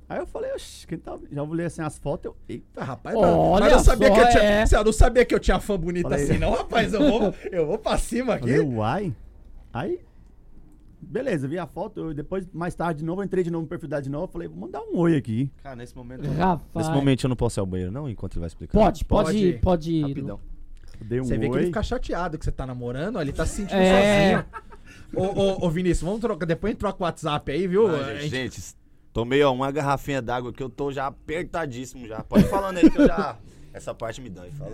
S4: Aí eu falei, oxi, quem tá. Já olhei assim as fotos, eu. Eita,
S1: Ah, rapaz,
S2: Olha
S1: mas eu não sabia
S2: só,
S1: que eu tinha,
S2: é.
S1: você não sabia que eu tinha fã bonita
S4: Falei.
S1: assim, não, rapaz. Eu vou, eu vou pra cima aqui.
S4: falei, uai. Aí. Beleza, vi a foto, eu depois, mais tarde de novo, eu entrei de novo no perfil dela de novo, falei, vou mandar um oi aqui.
S5: Cara, nesse momento.
S2: Rapaz.
S5: Nesse momento eu não posso ir ao banheiro, não, enquanto ele vai explicar.
S2: Pode, pode,
S1: Pode.
S2: ir, pode ir.
S5: Rapidão.
S4: Dei um
S1: Você
S4: oi.
S1: vê que ele fica chateado que você tá namorando, ó, ele tá se sentindo
S2: É.
S1: sozinho. Ô, ô, ô, Vinícius, vamos trocar. Depois a gente troca o WhatsApp aí, viu?
S5: Não,
S1: A gente-
S5: gente, gente, tomei ó, uma garrafinha d'água que eu tô já apertadíssimo já. Pode ir falando aí que eu já. Essa parte me dói. Falou.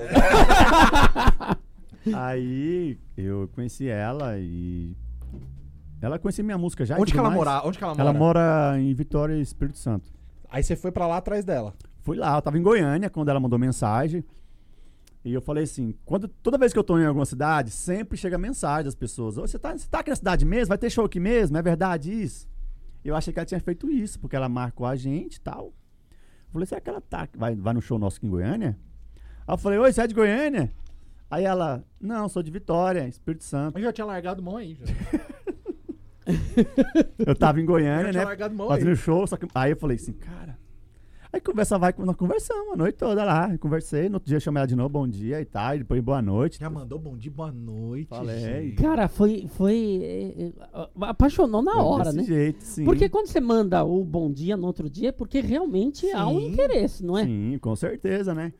S4: Aí eu conheci ela e. Ela conhecia minha música já. e
S1: Onde que
S4: tudo
S1: ela
S4: mais.
S1: mora? Onde que ela mora?
S4: tá Ela mora em Vitória, Espírito Santo.
S1: Aí você foi pra lá atrás dela.
S4: Fui lá, eu tava em Goiânia quando ela mandou mensagem. E eu falei assim: quando, toda vez que eu tô em alguma cidade, sempre chega mensagem das pessoas. "Ô, Você tá, você tá aqui na cidade mesmo? Vai ter show aqui mesmo? É verdade isso? Eu achei que ela tinha feito isso, porque ela marcou a gente e tal. Eu falei: será que ela tá, vai, vai no show nosso aqui em Goiânia? Aí eu falei: oi, você é de Goiânia? Aí ela: não, sou de Vitória, Espírito Santo.
S1: Eu já tinha largado mão aí. Já,
S4: É, Eu tava em
S1: eu
S4: Goiânia,
S1: já tinha
S4: né?
S1: largado mão aí.
S4: Fazendo show, só que. Aí eu falei assim, cara. Aí conversa vai, nós conversamos a noite toda lá. Conversei, no outro dia eu chamei ela de novo, bom dia e tal, e depois boa noite.
S1: Já mandou bom dia, boa noite.
S4: Falei.
S1: gente.
S2: Cara, foi. foi é, é, apaixonou na
S4: Foi
S2: hora,
S4: desse
S2: né?
S4: jeito, sim.
S2: Porque quando você manda o bom dia no outro dia, é porque realmente há um
S1: Sim.
S2: interesse, não é?
S4: Sim, com certeza, né?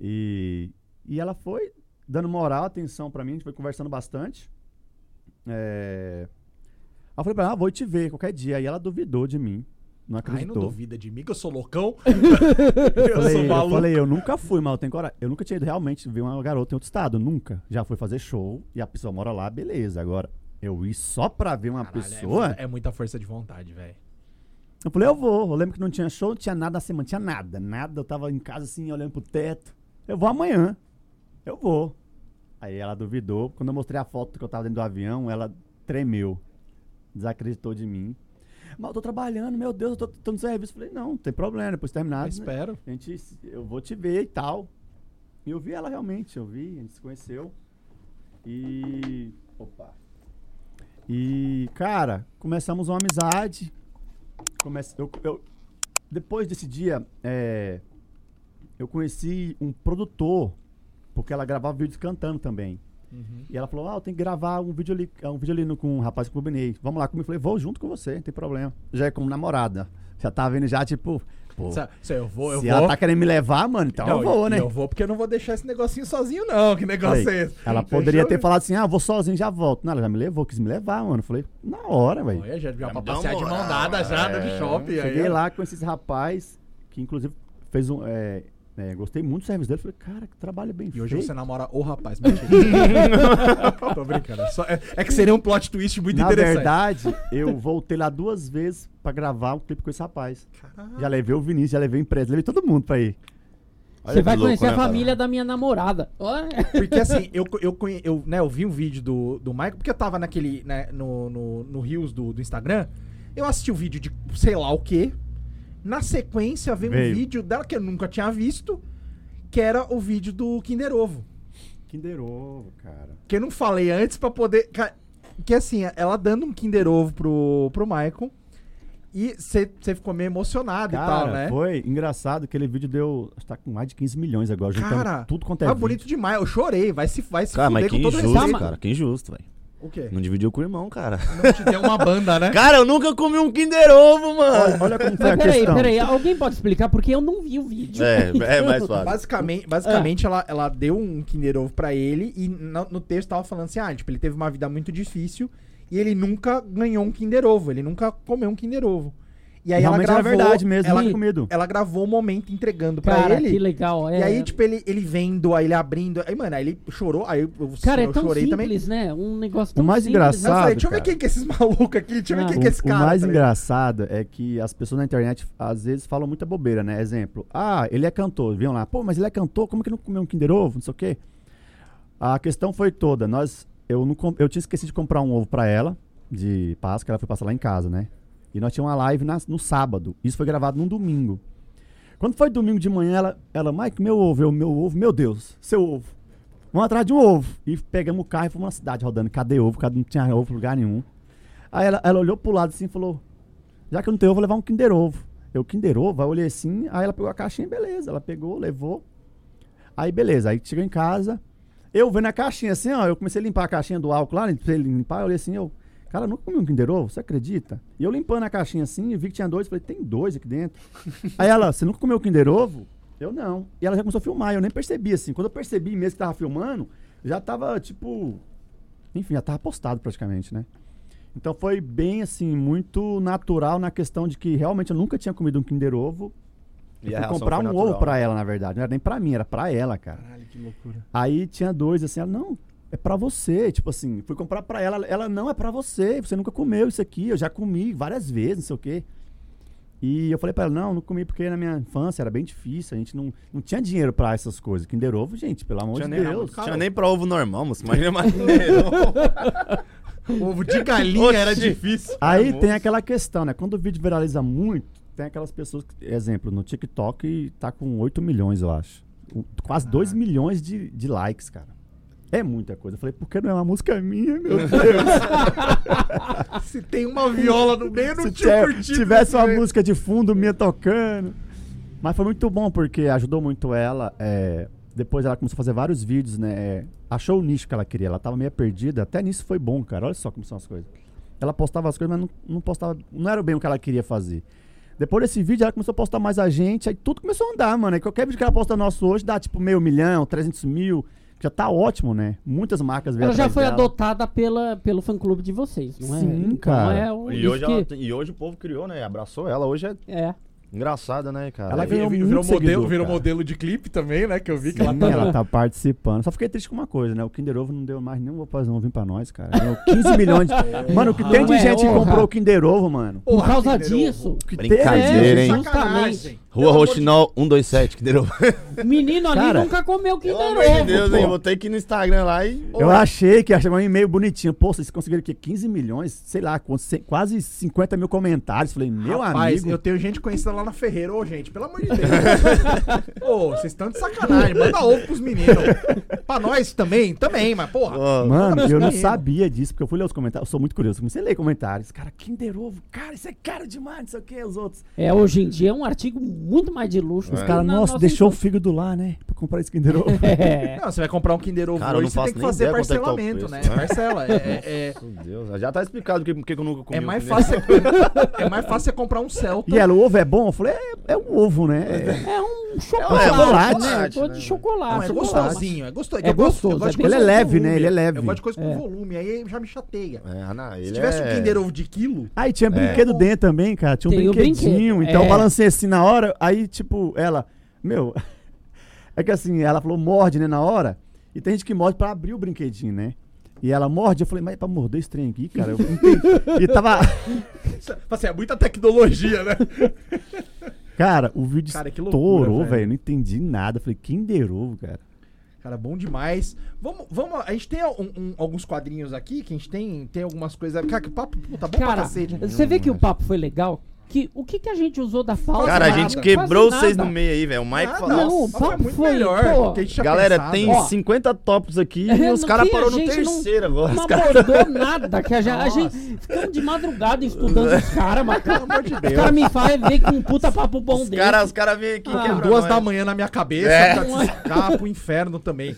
S4: E, e ela foi dando moral, atenção pra mim, a gente foi conversando bastante. É... Aí eu falei pra ela, ah, vou te ver qualquer dia. Aí ela duvidou de mim, não
S1: Ai, não
S4: acreditou.
S1: duvida de mim que eu sou loucão.
S4: eu, falei,
S1: sou
S4: eu
S1: maluco.
S4: falei, eu nunca fui, mas eu tenho coragem. Eu nunca tinha ido realmente ver uma garota em outro estado, nunca. Já fui fazer show e a pessoa mora lá, beleza. Agora, eu ir só pra ver uma
S1: Caralho, é
S4: pessoa,
S1: muita- é muita força de vontade, velho.
S4: eu falei, eu vou. Eu lembro que não tinha show, não tinha nada na semana, tinha nada, nada. Eu tava em casa assim, olhando pro teto. Eu vou amanhã. Eu vou. Aí ela duvidou. Quando eu mostrei a foto que eu tava dentro do avião, ela tremeu. Desacreditou de mim. mas eu tô trabalhando, meu Deus, eu tô, tô no serviço. Falei, não, não tem problema, depois terminar.
S1: Eu espero.
S4: A gente, eu vou te ver e tal. E eu vi ela realmente, eu vi, a gente se conheceu. E. Opa! E, cara, começamos uma amizade. Comece, eu, eu- depois desse dia, é, eu conheci um produtor, porque ela gravava vídeos cantando também.
S1: Uhum.
S4: E ela falou: Ah, eu tenho que gravar um vídeo ali, um vídeo ali no- com um rapaz que eu combinei. Vamos lá comigo. Eu falei: Vou junto com você, não tem problema. Já é como namorada. Já tá vendo, já tipo. Pô,
S1: Sa- sa- eu vou, eu
S4: se
S1: vou.
S4: ela tá querendo me levar, mano, então
S1: Não,
S4: eu vou,
S1: e-
S4: né?
S1: Eu vou porque eu não vou deixar esse negocinho sozinho, não. Que negócio
S4: Falei,
S1: é esse?
S4: Ela poderia ter falado assim, ah, vou sozinho, já volto. Não, ela já me levou, quis me levar, mano. Eu Falei, na hora, velho.
S1: Olha, já, já pra
S5: deu
S1: passear de
S5: uma
S1: mão
S5: moral,
S1: dada já
S5: é.
S1: de shopping.
S4: Cheguei
S1: Aí,
S4: lá com esses rapaz, que inclusive fez um. é, é, gostei muito do serviço dele. Falei, cara, que trabalho bem
S1: E
S4: feito.
S1: hoje é um você namora o rapaz. mentira. Tô brincando. é só- é, é que seria um plot twist muito
S4: Na
S1: interessante.
S4: verdade, eu voltei lá duas vezes pra gravar um clipe com esse rapaz.
S1: Caralho.
S4: Já levei o Vinícius, já levei a empresa, levei todo mundo pra ir.
S2: Você vai conhecer a
S5: família
S2: família da minha namorada. Olha.
S1: Porque assim, eu, co- eu, conhe- eu, né, eu vi um vídeo do, do Michael, porque eu tava naquele, né, no, no, no Reels do, do Instagram, eu assisti o vídeo de sei lá o quê. Na sequência veio,
S4: Veio.
S1: um vídeo dela que eu nunca tinha visto, que era o vídeo do Kinder Ovo.
S4: Kinder Ovo, cara.
S1: Que eu não falei antes pra poder. ca- Que assim, ela dando um Kinder Ovo pro, pro Michael. E você ficou meio emocionado e
S4: Cara,
S1: tal, né?
S4: foi engraçado. Aquele vídeo deu. Tá com mais de 15 milhões agora. juntando
S1: Cara,
S4: tudo quanto é.
S1: Ah,
S4: vídeo.
S1: bonito demais. Eu chorei. Vai se, vai se
S5: Cara, mas
S1: fuder
S5: que
S1: com todo
S5: injusto,
S1: respeito.
S5: cara. Que injusto, velho.
S1: O quê?
S5: Não dividiu com o irmão, cara.
S1: Não te deu uma banda, né?
S5: Cara, eu nunca comi um Kinder Ovo,
S4: Olha,
S5: mano.
S4: olha como foi a
S2: Mas peraí,
S4: questão.
S2: peraí, alguém pode explicar? Porque eu não vi o vídeo.
S5: É, é mais fácil.
S1: Basicamente, basicamente ela, ela deu um Kinder Ovo pra ele e no, no texto tava falando assim, ah, tipo, ele teve uma vida muito difícil e ele nunca ganhou um Kinder Ovo, ele nunca comeu um Kinder Ovo. E aí
S4: Realmente
S1: ela
S4: era
S1: gravou,
S4: verdade mesmo,
S1: ela,
S4: ela... comido.
S1: ela gravou o momento entregando pra
S2: Cara,
S1: ele.
S2: que legal. É...
S1: E aí, tipo, ele, ele vendo, aí ele abrindo, aí, mano, aí ele chorou, aí eu, eu-
S2: Cara,
S1: eu
S2: é tão
S1: chorei
S2: simples,
S1: também.
S2: né? Um negócio tão
S4: O mais
S2: simples,
S1: Aí eu
S4: engraçado-
S1: falei, deixa eu ver
S4: cara.
S1: quem que é esses malucos aqui, deixa eu ver
S2: Ah.
S1: quem
S4: O,
S1: que é esse
S4: o
S1: cara.
S4: mais
S1: tá ligado?
S4: engraçado é que as pessoas na internet às vezes falam muita bobeira, né? Exemplo, ah, ele é cantor. Viam lá, pô, mas ele é cantor, como que não comeu um Kinder Ovo? Não sei o quê. A questão foi toda, nós. Eu, não, com- eu tinha esquecido de comprar um ovo pra ela, de Páscoa, ela foi passar lá em casa, né? E nós tínhamos uma live na- no sábado. Isso foi gravado num domingo. Quando foi domingo de manhã, ela, ela Mike, meu ovo, eu, meu ovo, meu Deus, seu ovo. Vamos atrás de um ovo. E pegamos o carro e fomos na cidade rodando. Cadê ovo? Cadê? Não tinha ovo pra lugar nenhum. Aí ela, ela olhou pro lado assim e falou: Já que eu não tenho ovo, vou levar um Kinder Ovo. Eu, Kinder Ovo, aí eu olhei assim, aí ela pegou a caixinha, beleza. Ela pegou, levou. Aí beleza, aí chegou em casa. Eu vendo a caixinha assim, ó, eu comecei a limpar a caixinha do álcool lá, né, pra ele limpar, eu olhei assim, eu. Cara, eu nunca comi um Kinder Ovo, você acredita? E eu limpando a caixinha assim, eu vi que tinha dois, falei, tem dois aqui dentro. aí ela, você nunca comeu Kinder Ovo? Eu não. E ela já começou a filmar, eu nem percebi assim. Quando eu percebi mesmo que tava filmando, já tava tipo. Enfim, já tava postado praticamente, né? Então foi bem assim, muito natural na questão de que realmente eu nunca tinha comido um Kinder Ovo.
S5: E
S4: Eu fui
S5: a reação
S4: comprar um
S5: foi
S4: ovo
S5: natural. né?
S4: pra ela, na verdade. Não era nem pra mim, era pra ela, cara.
S1: Caralho, que loucura.
S4: Aí tinha dois, assim, ela, não, é pra você. Tipo assim, fui comprar pra ela, ela, não, é pra você. Você nunca comeu isso aqui, eu já comi várias vezes, não sei o quê. E eu falei pra ela, não, não comi porque na minha infância era bem difícil, a gente não, não tinha dinheiro pra essas coisas. Kinder Ovo, gente, pelo amor
S5: Tinha
S4: de
S5: nem,
S4: Deus.
S5: tinha nem pra ovo normal, moço. Imagina mais Kinder Ovo.
S1: Ovo de galinha era
S5: Oxi.
S1: difícil.
S4: Aí
S5: Famoso.
S4: tem aquela questão, né? Quando o vídeo viraliza muito, tem aquelas pessoas, que, exemplo, no TikTok tá com 8 milhões, eu acho. Um- Quase 2 milhões de, de likes, cara. É muita coisa. Eu falei, por que não é uma música minha, meu Deus?
S1: Se tem uma viola no meio, não
S4: Se
S1: tinha
S4: tiver-
S1: curtido.
S4: tivesse uma
S1: isso, né?
S4: música de fundo minha tocando. Mas foi muito bom, porque ajudou muito ela. é, depois ela começou a fazer vários vídeos, né? é, achou o nicho que ela queria. Ela tava meio perdida. Até nisso foi bom, cara. Olha só como são as coisas. Ela postava as coisas, mas não, não postava. Não era bem o que ela queria fazer. Depois desse vídeo, ela começou a postar mais a gente. Aí tudo começou a andar, mano. Aí qualquer vídeo que ela posta nosso hoje dá tipo meio milhão, 300 mil. Já tá ótimo, né? Muitas marcas vêm
S2: Ela já
S4: atrás
S2: foi
S4: dela.
S2: adotada pela, pelo fã-clube de vocês, não é?
S4: Sim,
S2: Então,
S4: cara.
S2: É, o-
S5: E
S2: isso
S5: hoje,
S2: que-
S5: ela tem- e hoje o povo criou, né? Abraçou ela. Hoje é
S2: É.
S5: engraçada, né, cara?
S4: Ela
S5: É-
S4: ganhou
S1: Vi-
S4: muito
S1: virou modelo,
S4: um seguidor,
S1: virou
S4: cara.
S1: modelo de clipe também, né? Que eu vi que ela
S4: Sim,
S1: tá.
S4: ela tá participando. Só fiquei triste com uma coisa, né? O Kinder Ovo não deu mais nenhum opa, não vim pra nós, cara. Deu 15 milhões de... Mano, o que tem de
S2: Ué,
S4: gente que
S2: honra.
S4: comprou o Kinder Ovo, mano?
S2: Por
S1: Porra,
S2: causa
S1: Kinder Ovo.
S2: disso.
S4: O que
S5: Brincadeira,
S2: é,
S5: hein?
S2: Justamente.
S1: Sacanagem.
S5: Rua Roxinol 127, que derrubou.
S2: Menino ali
S4: Cara,
S2: nunca comeu Kinder
S5: Pelo amor de
S2: Ovo,
S5: Deus,
S2: pô.
S5: hein? Vou ter que ir no Instagram lá e.
S4: Eu achei que achei um e-mail bonitinho. Pô, vocês conseguiram o quê? 15 milhões? Sei lá, quantos- cem- quase 50 mil comentários. Falei, meu
S1: Rapaz,
S4: amigo.
S1: eu tenho gente conhecida lá na Ferreira, ô gente, pelo amor de Deus. Ô, vocês estão de sacanagem, manda ovo pros meninos. pra nós também, também, mas porra.
S5: Ó,
S4: Mano, eu não
S1: Sim.
S4: sabia disso, porque eu fui ler os comentários. Eu sou muito curioso. Comecei a ler comentários. Cara, Kinder Ovo, cara, isso é caro demais, não sei o que, os outros.
S2: É, hoje em dia é um artigo muito mais de luxo.
S4: Os caras,
S2: Na
S4: É. nossa,
S2: nossa
S4: deixou o fígado lá, né? Pra comprar esse Kinder Ovo.
S2: É.
S1: Não, você vai comprar um Kinder Ovo
S5: Cara, eu
S1: hoje,
S5: não
S1: você tem
S5: faço
S1: que
S5: nem
S1: fazer
S5: ideia quanto é que tá o
S1: parcelamento, né?
S5: preço, né?
S1: Parcela. É, é, é-
S5: Meu Deus, já tá explicado porque, porque que eu nunca comi.
S1: é mais
S5: um
S1: fácil, é mais fácil você comprar um Celta.
S4: e ela, o ovo é bom? Eu falei, é, é um ovo, né? É,
S2: É um
S5: É, é
S2: chocolate,
S5: chocolate,
S2: né?
S5: né,
S2: Eu tô de
S5: velho?
S2: chocolate.
S1: Não, é
S2: chocolate.
S1: gostosinho, é gostoso.
S2: É
S1: eu gosto- eu
S2: gostoso,
S1: gosto
S2: é
S1: de
S2: bem
S1: coisa
S4: ele é
S1: com
S4: leve,
S1: volume.
S4: né? Ele é leve.
S1: Eu gosto de coisa com
S2: É.
S1: volume, aí já me chateia.
S5: É, ah, não, ele
S1: Se tivesse
S5: é...
S1: um Kinder Ovo de quilo,
S4: Aí tinha brinquedo dentro também, cara. Tinha um
S2: Tem o
S4: brinquedinho.
S2: brinquedo,
S4: Então
S2: é.
S4: eu balancei assim na hora. Aí, tipo, ela. Meu. É que assim, ela falou, morde, né, na hora. E tem gente que morde pra abrir o brinquedinho, né? E ela morde, eu falei, mas é pra morder esse trem aqui, cara. Eu não entendi. e tava.
S1: assim, é muita tecnologia, né?
S4: Cara, o vídeo
S1: Cara, que loucura,
S4: estourou,
S1: velho.
S4: velho. Não entendi nada. Eu Falei, Kinder Ovo, cara.
S1: Cara, bom demais. Vamos, vamos. A gente tem um- um- alguns quadrinhos aqui que a gente tem, tem algumas coisas. Cara, que papo pô, tá bom pra
S2: Cara,
S1: cacete.
S2: você vê que o papo foi legal? Que, o que, que a gente usou da pauta?
S5: Cara, a
S1: Quase
S5: gente
S1: nada,
S5: quebrou
S2: Quase
S5: vocês no
S2: nada.
S5: meio aí, velho. O Mike
S1: Ah,
S5: falou.
S2: não,
S5: "Nossa,
S2: o papo foi, pô.
S1: do que a gente tinha
S5: Galera,
S1: pensado.
S5: tem
S2: Ó.
S5: 50 tópicos aqui e
S2: É,
S5: os
S2: não
S5: caras
S2: tem, a
S5: pararam no
S2: gente não-
S5: terceiro agora.
S2: Não
S5: Os caras
S2: abordou nada, que a, gente- a gente ficamos de madrugada estudando os caras, mas pelo amor de Deus. Os caras me fazem ver com um puta papo bom
S5: os
S2: dele.
S5: cara, os cara vêm aqui.
S2: Ah.
S1: Com
S5: quebra
S1: duas
S5: nós.
S1: da manhã na minha cabeça,
S5: É.
S1: pra desescar pro inferno também.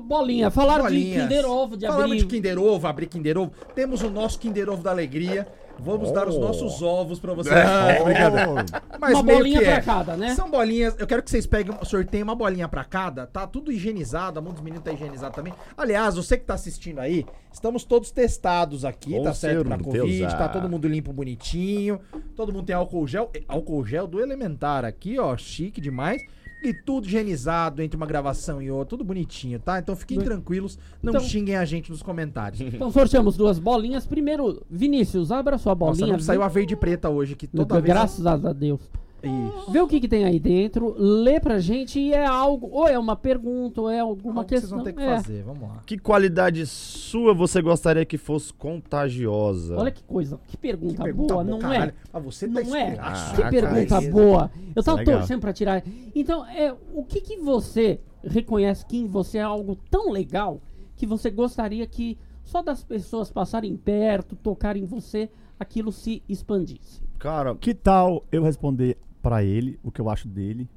S2: Bolinha, falaram
S1: Bolinhas.
S2: de Kinder Ovo, de
S1: Falamos
S2: abrir.
S1: de Kinder Ovo, abrir Kinder Ovo. Temos o nosso Kinder Ovo da alegria. Vamos dar os nossos ovos pra vocês. Ah, brincadeira. Mas
S2: Uma
S1: meio
S2: bolinha
S1: que
S2: pra
S1: é.
S2: cada, né?
S1: São bolinhas. Eu quero que vocês peguem, sorteiem uma bolinha pra cada. Tá tudo higienizado, a mão dos meninos tá higienizado também. Aliás, você que tá assistindo aí, estamos todos testados aqui,
S5: Com
S1: tá certo pra
S5: certeza.
S1: Covid, tá todo mundo limpo, bonitinho. Todo mundo tem álcool gel, eh, álcool gel do elementar aqui, ó, chique demais. E tudo higienizado entre uma gravação e outra, tudo bonitinho, tá? Então fiquem tranquilos, não
S2: Então-
S1: xinguem a gente nos comentários.
S2: Então sorteamos duas bolinhas. Primeiro, Vinícius, abra sua
S1: Nossa,
S2: bolinha.
S1: não saiu a verde e preta hoje, que
S2: viu?
S1: toda vez...
S2: Graças a Deus.
S1: Isso.
S2: Vê o que, que tem aí dentro, lê pra gente e é algo, ou é uma pergunta, ou é alguma
S1: Algo que vocês
S2: questão.
S1: vão ter que
S2: é.
S1: fazer, vamos lá.
S5: Que qualidade sua você gostaria que fosse contagiosa?
S2: Olha que coisa, que pergunta,
S1: Pergunta
S2: boa,
S1: Tá boa,
S2: não
S1: caralho.
S2: é?
S1: Ah, você tá
S2: Não é?
S1: esculacho.
S2: que
S5: Ah,
S2: pergunta
S1: cara. é
S2: boa. Eu tava
S4: Legal.
S2: torcendo pra tirar. Então, é, o que que você reconhece que em você é algo tão legal que você gostaria que só das pessoas passarem perto, tocarem em você, aquilo se expandisse?
S5: Cara,
S4: Que tal eu responder pra ele o que eu acho dele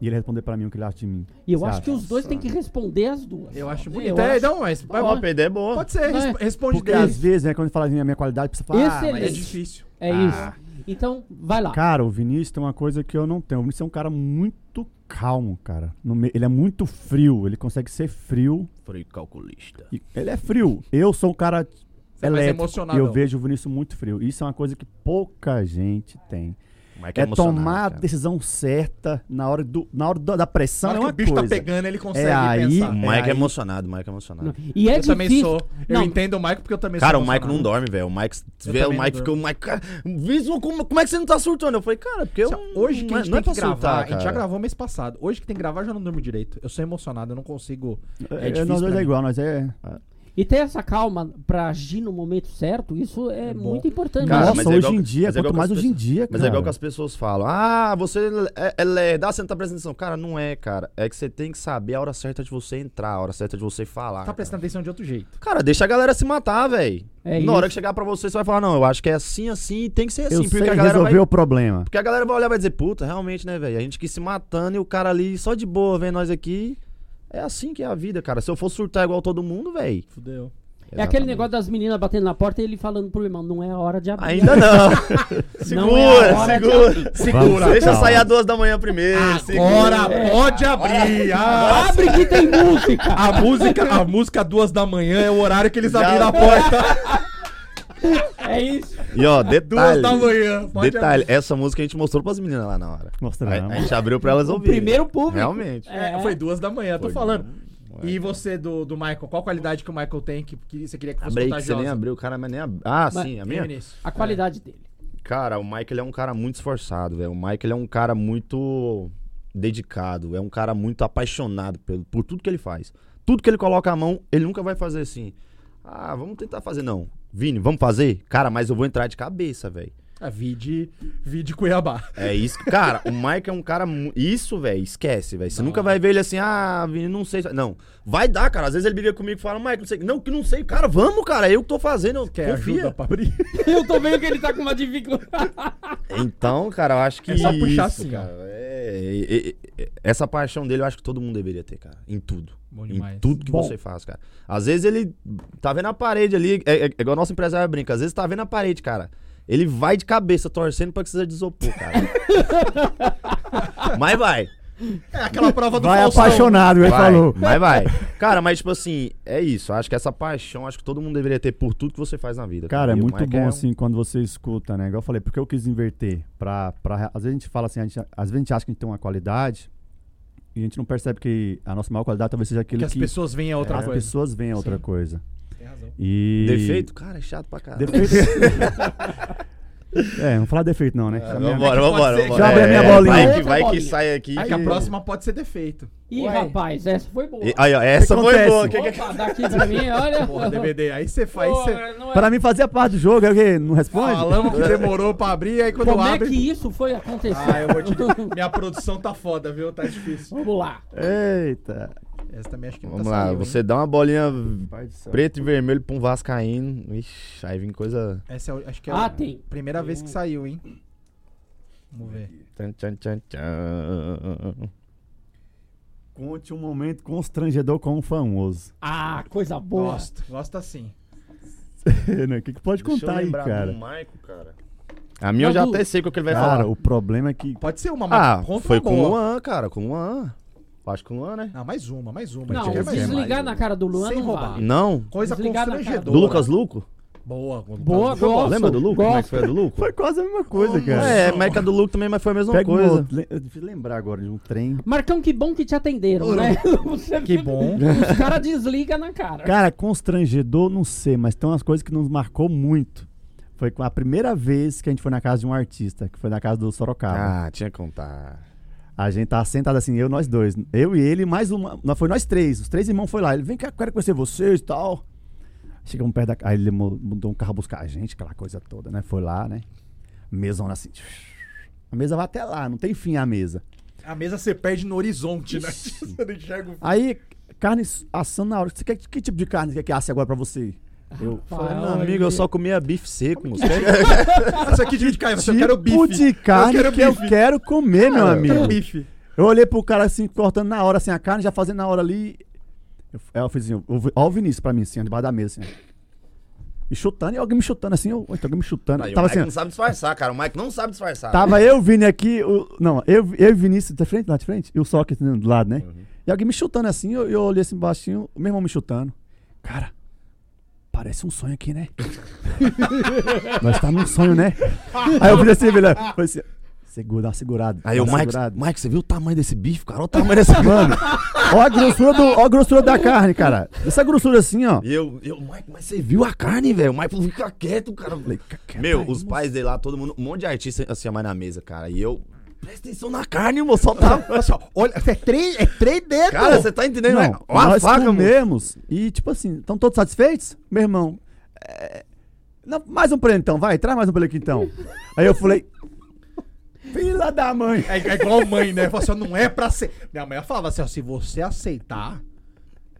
S4: e ele responder pra mim o que ele acha de mim?
S2: E eu
S4: Você
S2: acho
S4: acha?
S2: que os dois têm que responder as duas.
S1: Eu acho
S2: Eu
S1: bonito. É,
S2: acho-
S1: não, mas vai-
S5: ó, a ideia é boa.
S1: pode ser,
S2: Não é?
S1: resp- responde
S4: Porque
S1: dele.
S4: às vezes, né, quando fala assim, a minha qualidade, precisa falar. "Ah, mas
S1: É
S2: Excelente.
S1: difícil.
S2: É
S5: Ah.
S2: isso. Então, vai lá.
S4: Cara, o Vinícius tem uma coisa que eu não tenho. O Vinícius é um cara muito calmo, cara. No me- Ele é muito frio. Ele consegue ser frio.
S5: Falei, calculista.
S4: e- Ele é frio. Eu sou um cara
S1: é mais
S4: elétrico.
S1: emocionadão.
S4: eu vejo o Vinícius muito frio. Isso é uma coisa que pouca gente tem.
S5: O Mike
S4: É,
S5: emocionado,
S4: tomar a
S5: cara.
S4: decisão certa na hora, do, na hora da- da pressão.
S1: Na hora
S4: é
S1: que
S4: uma
S1: o bicho
S4: coisa.
S1: tá pegando, ele consegue
S4: É aí-
S1: pensar.
S5: O Mike
S4: É,
S5: é,
S4: aí-
S5: emocionado, o Mike é emocionado.
S2: Não. E é
S1: eu também
S2: difícil.
S1: sou. Eu
S2: Não.
S1: entendo o Mike porque eu também
S5: Cara,
S1: sou.
S5: o Mike não
S1: emocionado.
S5: dorme, velho. O Mike,
S1: Eu
S5: vê, o
S1: também
S5: Mike
S1: não
S5: fica, o Mike, cara, Vinícius, como, como é que você não tá surtando? Eu falei, cara, porque eu. é-
S1: Assim, ó, Hoje que a gente tem que
S5: pra
S1: gravar,
S5: surtar,
S1: a gente já
S5: cara.
S1: gravou mês passado. Hoje que tem que gravar, eu já não durmo direito. Eu sou emocionado, eu não consigo. É
S4: É,
S1: difícil
S4: nós dois
S1: pra
S4: é
S1: mim.
S4: igual, nós é.
S2: E ter essa calma pra agir no momento certo, isso é,
S1: É bom.
S2: muito importante.
S5: Cara, mas
S4: Nossa,
S5: é
S4: hoje
S5: igual-
S4: em dia,
S5: mas é igual
S4: quanto
S5: com as
S4: mais hoje em
S5: pessoas.
S4: dia, cara.
S5: Mas é igual que as pessoas falam: Ah, você é, é lerda, você não tá prestando atenção. Cara, não é, cara. É que você tem que saber a hora certa de você entrar, a hora certa de você falar.
S1: Tá
S5: cara.
S1: prestando atenção de outro jeito.
S5: Cara, deixa a galera se matar, velho.
S2: É
S5: Na
S2: isso.
S5: hora que chegar pra você, você vai falar: Não, eu acho que é assim, assim, e tem que ser assim.
S4: Eu
S5: porque
S4: sei
S5: a galera
S4: resolver um
S5: vai.
S4: o problema.
S5: Porque a galera vai olhar e vai dizer: Puta, realmente, né, velho? A gente que se matando e o cara ali só de boa vendo nós aqui. É assim que é a vida, cara. Se eu for surtar igual todo mundo, velho.
S1: Fudeu.
S2: É aquele negócio das meninas batendo na porta e ele falando pro irmão, não é a hora de abrir.
S5: Ainda não.
S2: Não é a
S5: segura,
S2: hora de
S5: segura.
S4: Vamos,
S5: Deixa eu
S4: calma.
S5: sair às duas da manhã primeiro.
S1: Agora
S5: segura.
S1: pode abrir! Ah,
S2: Abre que tem música!
S1: a música, a música duas da manhã é o horário que eles
S5: Já-
S1: abriram a porta.
S2: É isso.
S5: E ó,
S1: Duas
S5: detalhe.
S1: da manhã. Pode
S5: Detalhe, essa música a gente mostrou pras meninas lá na hora.
S4: Mostra né?
S5: A,
S4: não.
S5: a gente abriu pra elas ouvirem.
S2: primeiro público.
S5: Realmente.
S1: abrir. É, foi duas da manhã, tô
S5: Foi,
S1: falando.
S5: moleque.
S1: E você do, do Michael, qual qualidade que o Michael tem que, que você queria que fosse
S5: Abri que você nem
S1: contagiosa?
S5: abriu, o cara mas nem abriu. Ah,
S2: Mas-
S5: sim, a
S1: Hein,
S5: minha?
S1: Vinícius?
S2: A qualidade dele.
S5: Cara, o Mike ele é um cara muito esforçado, velho. O Mike ele é um cara muito dedicado, é um cara muito apaixonado pelo, por tudo que ele faz. Tudo que ele coloca a mão, ele nunca vai fazer assim. Ah, vamos tentar fazer, não. Vini, vamos fazer? Cara, mas eu vou entrar de cabeça, velho.
S1: A vide, vide Cuiabá.
S5: É isso. que- Cara, o Mike é um cara. mu- Isso, velho, esquece, velho. Você nunca
S1: é.
S5: vai ver ele assim, ah, Vini, não sei. se- Não. Vai dar, cara. Às vezes ele briga comigo e fala, Mike, não sei. Não, que não sei. Cara, vamos, cara. é Eu que tô fazendo. Eu
S1: Quer É, ajuda
S5: confia.
S1: pra abrir?
S2: Eu tô vendo que ele tá com uma dificuldade.
S5: Então, cara, eu acho que.
S1: É só puxar
S5: isso,
S1: assim, ó.
S5: cara. É, é, é, é, essa paixão dele eu acho que todo mundo deveria ter, cara. Em tudo.
S1: Bom
S5: Em tudo que
S4: Bom.
S5: você faz, cara. Às vezes ele tá vendo a parede ali, é, é- é igual nosso empresário brinca, às vezes tá vendo a parede, cara. Ele vai de cabeça torcendo pra que seja de isopor, cara. mas vai,
S1: É aquela prova do
S4: Vai
S1: Faustão.
S4: apaixonado, ele
S5: vai,
S4: falou.
S5: mas vai. Cara, mas tipo assim, é isso. Acho que essa paixão, acho que todo mundo deveria ter por tudo que você faz na vida.
S4: Cara, é
S5: E o
S4: muito
S5: Mike
S4: bom,
S5: um-
S4: assim, quando você escuta, né? Igual eu falei, porque eu quis inverter. Pra, pra, às vezes a gente fala assim, a gente- às vezes a gente acha que a gente tem uma qualidade e a gente não percebe que a nossa maior qualidade talvez seja aquilo
S1: Que
S4: que,
S1: as pessoas veem a outra
S4: as
S1: coisa.
S4: pessoas veem a outra
S1: Sim.
S4: coisa.
S1: Tem razão.
S4: E...
S5: Defeito? Cara, é chato pra caralho.
S4: Defeito. é, não falar defeito não, né?
S5: É, Vambora, vambora, vambora.
S4: Já abre a minha
S5: É,
S4: bolinha.
S5: Vai que,
S2: Outra
S5: vai que
S2: bolinha.
S5: sai aqui.
S1: Aí
S5: que-
S1: a próxima pode ser defeito.
S2: Ih,
S1: Ué.
S2: rapaz, essa foi boa.
S5: E- Aí, ó, essa
S4: O que
S5: foi
S4: acontece?
S5: boa. Que- que-
S2: Opa, daqui pra mim, olha.
S1: Porra, DVD. Aí você faz.
S2: Pô,
S1: Você...
S2: não é-
S4: Pra mim fazer parte do jogo, é o quê? Não responde?
S1: Falamos que demorou pra abrir, aí quando
S2: Como é
S1: abre.
S2: que isso foi acontecer?
S1: Ah, eu vou te Minha produção tá foda, viu? Tá difícil.
S2: Vamos lá.
S4: Eita.
S1: Essa também acho que não
S5: Vamos
S1: tá
S5: lá,
S1: saiu, hein?
S5: você dá uma bolinha
S4: Pai do céu.
S5: preto e vermelho pra um vascaíno. Ixi, aí vem coisa...
S1: Essa é, o- acho que é
S2: Ah,
S1: a
S2: tem.
S1: primeira vez que saiu, hein? Vamos ver.
S5: Tchan, tchan, tchan, tchan.
S4: Conte um momento constrangedor com um famoso.
S2: Ah, coisa boa.
S1: Gosto, gosto assim.
S4: Né? O que, que pode contar aí, cara?
S5: Maico, cara. A minha eu
S2: Mas
S5: já
S2: do-
S5: até sei o que ele vai
S4: Cara,
S5: falar.
S4: o problema é que...
S1: Pode ser uma
S5: Ah,
S1: mas conta
S5: foi
S1: uma
S5: com o
S1: boa.
S5: Luan, cara, com o Luan. Eu Acho que com o Luan, né?
S1: Ah, mais uma, mais uma.
S2: Não,
S1: Quer mais uma?
S2: desligar na cara do Luan
S1: Sem
S2: não
S1: roubar.
S2: vale.
S5: Não?
S1: Coisa
S2: desligar na cara.
S1: constrangedora.
S5: Do Lucas Luco?
S1: Boa.
S2: Boa, gosto.
S5: Lembra do Luco? Como é
S2: gosto.
S5: que foi a do Luco?
S4: Foi quase a mesma coisa, cara.
S5: É, mas que a do Luco também, mas foi a mesma
S4: Pega um uma
S5: coisa.
S4: outra. Le- Eu devia lembrar agora de um trem.
S2: Marcão, que bom que te atenderam, né? Você-
S1: Que bom.
S2: Os caras desligam na cara.
S4: Cara, constrangedor, não sei, mas tem umas coisas que nos marcou muito. Foi com a primeira vez que a gente foi na casa de um artista, que foi na casa do Sorocaba.
S5: Ah, tinha que contar.
S4: A gente tava sentado assim, eu, nós dois. Eu e ele, mais uma. Nós foi nós três. Os três irmãos foi lá. Ele, vem cá, quero conhecer vocês e tal. Chegamos perto da. ca- Aí ele mo- mandou um carro buscar a gente, aquela coisa toda, né? Foi lá, né? Mesona assim. A mesa vai até lá, não tem fim a mesa.
S1: A mesa você perde no horizonte, né? Você não enxerga o...
S4: Aí, carne assando na hora. Você quer que tipo de carne você quer que asse agora pra você? Eu
S2: Fala,
S5: Meu amigo, eu só comia bife seco, moço.
S1: Isso aqui de caiu, você quer o
S4: tipo
S1: bife.
S4: de carne
S1: quero
S4: que eu
S1: bife.
S4: quero comer, meu
S5: Cara,
S4: amigo.
S1: Quero bife.
S4: Eu olhei pro cara assim, cortando na hora, assim, a carne, já fazendo na hora ali. Eu, aí eu fiz assim, eu, eu- ó o Vinícius pra mim, assim, ó, debaixo da mesa, assim. ó. Me chutando, e alguém me chutando, assim, eu, tem alguém me chutando.
S5: Aí,
S4: tava
S5: o Mike
S4: assim,
S5: não
S4: ó,
S5: sabe disfarçar, cara. O Mike não sabe disfarçar.
S4: tava eu, Vini aqui, o, não, eu, eu e o Vinícius da frente, lá de frente, e o Soca do lado, né?
S5: Uhum.
S4: E alguém me chutando assim, eu, eu olhei assim baixinho, o meu irmão me chutando. Cara, parece um sonho aqui, né? Nós tá num sonho, né? Aí eu falei assim, velho, falei assim, segura, dá uma segurada.
S5: Aí
S4: dá
S5: o
S4: uma
S5: Mike,
S4: segurada. assim,
S5: Mike, você viu o tamanho desse bife, cara? Olha o tamanho desse
S4: Mano, ó a grossura, do, ó a grossura da carne, cara. Essa grossura assim, ó.
S5: E eu, eu, Mike, mas você viu a carne, velho? O Mike falou, fica quieto, cara. Falei, Meu, os pais dele lá, todo mundo, um monte de artista assim, mais na mesa, cara. E eu, presta atenção na carne, moço, só tá.
S1: Olha só, olha, é 3, é 3 dedos.
S5: Cara, você tá entendendo?
S4: Não,
S5: né? Ó a
S4: nós
S5: faca, moço.
S4: comemos e, tipo assim, estão todos satisfeitos? Meu irmão, é, não, mais um pra ele então, vai, traz mais um pra ele aqui então. Aí eu falei, filha da mãe.
S1: É, é igual mãe, né? Fala assim, ó, não é pra ser. Minha mãe falava assim, ó, se você aceitar,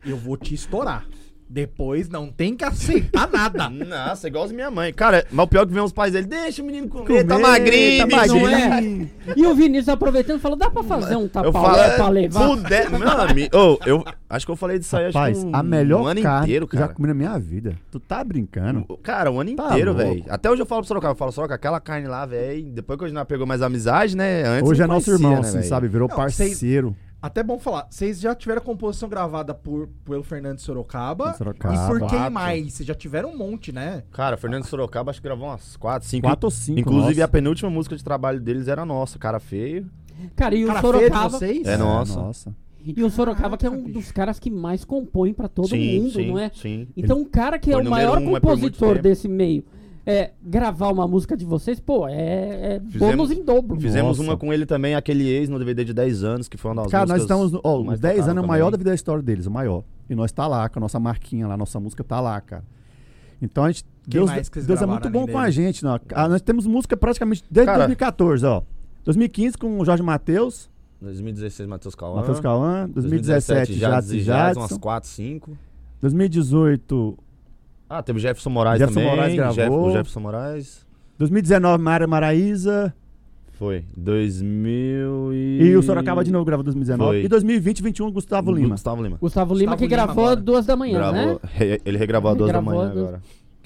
S1: eu vou te estourar. Depois não tem que aceitar nada.
S5: Nossa, igualzinho minha mãe. Cara, mas o pior é que vem os pais dele, deixa o menino comer, tá
S4: Comer,
S5: magrinho,
S4: tá
S5: menino.
S2: Não é? E o Vinícius aproveitando falou: dá pra fazer um tapa
S5: Eu falo, é,
S2: pra levar?
S5: puder, meu amigo. Ô, eu acho que eu falei disso aí,
S4: Rapaz,
S5: acho que um,
S4: a melhor
S5: um ano
S4: carne
S5: inteiro,
S4: que eu
S5: cara.
S4: já comi na minha vida. Tu tá brincando?
S5: O- Cara, o ano
S4: Tá
S5: inteiro,
S4: louco.
S5: velho. Até hoje eu falo pro Sorocaba, eu falo, Sorocaba, aquela carne lá, velho. Depois que hoje não pegou mais amizade, né? Antes
S4: Hoje
S5: não
S4: é nosso
S5: conhecia,
S4: irmão,
S5: né,
S4: assim,
S5: véi?
S4: sabe? Virou
S1: Não,
S4: parceiro.
S1: Até é bom falar, vocês já tiveram composição gravada por, pelo Fernando Sorocaba,
S4: Fernando Sorocaba.
S1: e por quem
S5: Quatro.
S1: mais? Vocês já tiveram um monte, né?
S5: Cara, Fernando Sorocaba acho que gravou umas 4, 5.
S4: Quatro ou cinco,
S5: Inclusive,
S4: nossa.
S5: a penúltima música de trabalho deles era nossa, Cara Feio.
S2: Cara, e o
S1: Cara feia de
S2: Sorocaba.
S1: vocês?
S5: É, nossa.
S4: nossa.
S2: E o Sorocaba, que é um dos caras que mais compõe pra todo
S5: sim,
S2: mundo,
S5: sim,
S2: não é?
S5: Sim.
S2: Então, o cara que é
S5: Foi
S2: o
S5: número
S2: maior
S5: um, é por muito
S2: compositor
S5: tempo.
S2: desse meio, é, gravar uma música de vocês, pô, é, é
S5: Fizemos-
S2: bônus em dobro.
S5: Fizemos
S4: Nossa.
S5: uma com ele também, aquele ex no DVD de 10 anos, que foi uma das
S4: Cara, nós
S5: músicas
S4: estamos. no- Ó, os
S5: mais
S4: 10
S5: tocadas
S4: anos é o maior da
S5: também.
S4: vida da história deles, o maior. E nós tá lá, com a nossa marquinha lá, nossa música tá lá, cara. Então a gente. Deus,
S1: mais que vocês
S4: Deus é
S1: gravaram
S4: muito
S1: além
S4: bom com
S1: dele?
S4: a gente, não. Ah, Nós temos música praticamente desde
S5: Cara.
S4: 2014, ó. 2015 com o Jorge Matheus,
S5: 2016, Matheus Cauã.
S4: Matheus Cauã. 2017, Jades e
S5: Jades,
S4: Jadson.
S5: umas 4, 5.
S4: 2018,
S5: Ah, teve Jefferson Moraes
S4: Jefferson
S5: também.
S4: Moraes
S5: Jeff-
S4: gravou.
S5: o Jefferson Moraes.
S4: 2019, Mara Maraíza.
S5: Foi. 2000 e...
S4: E o Sorocaba de novo gravou 2019.
S5: Foi.
S4: E 2020, 21, Gustavo Lima.
S5: Gustavo Lima.
S2: Gustavo Lima
S1: Gustavo
S2: que
S1: Lima
S2: gravou
S1: agora.
S2: duas da manhã,
S5: Gravou,
S2: né?
S5: re- Ele regravou às
S2: Ele
S5: 2 da
S2: gravou
S5: manhã
S2: às duas.
S5: agora.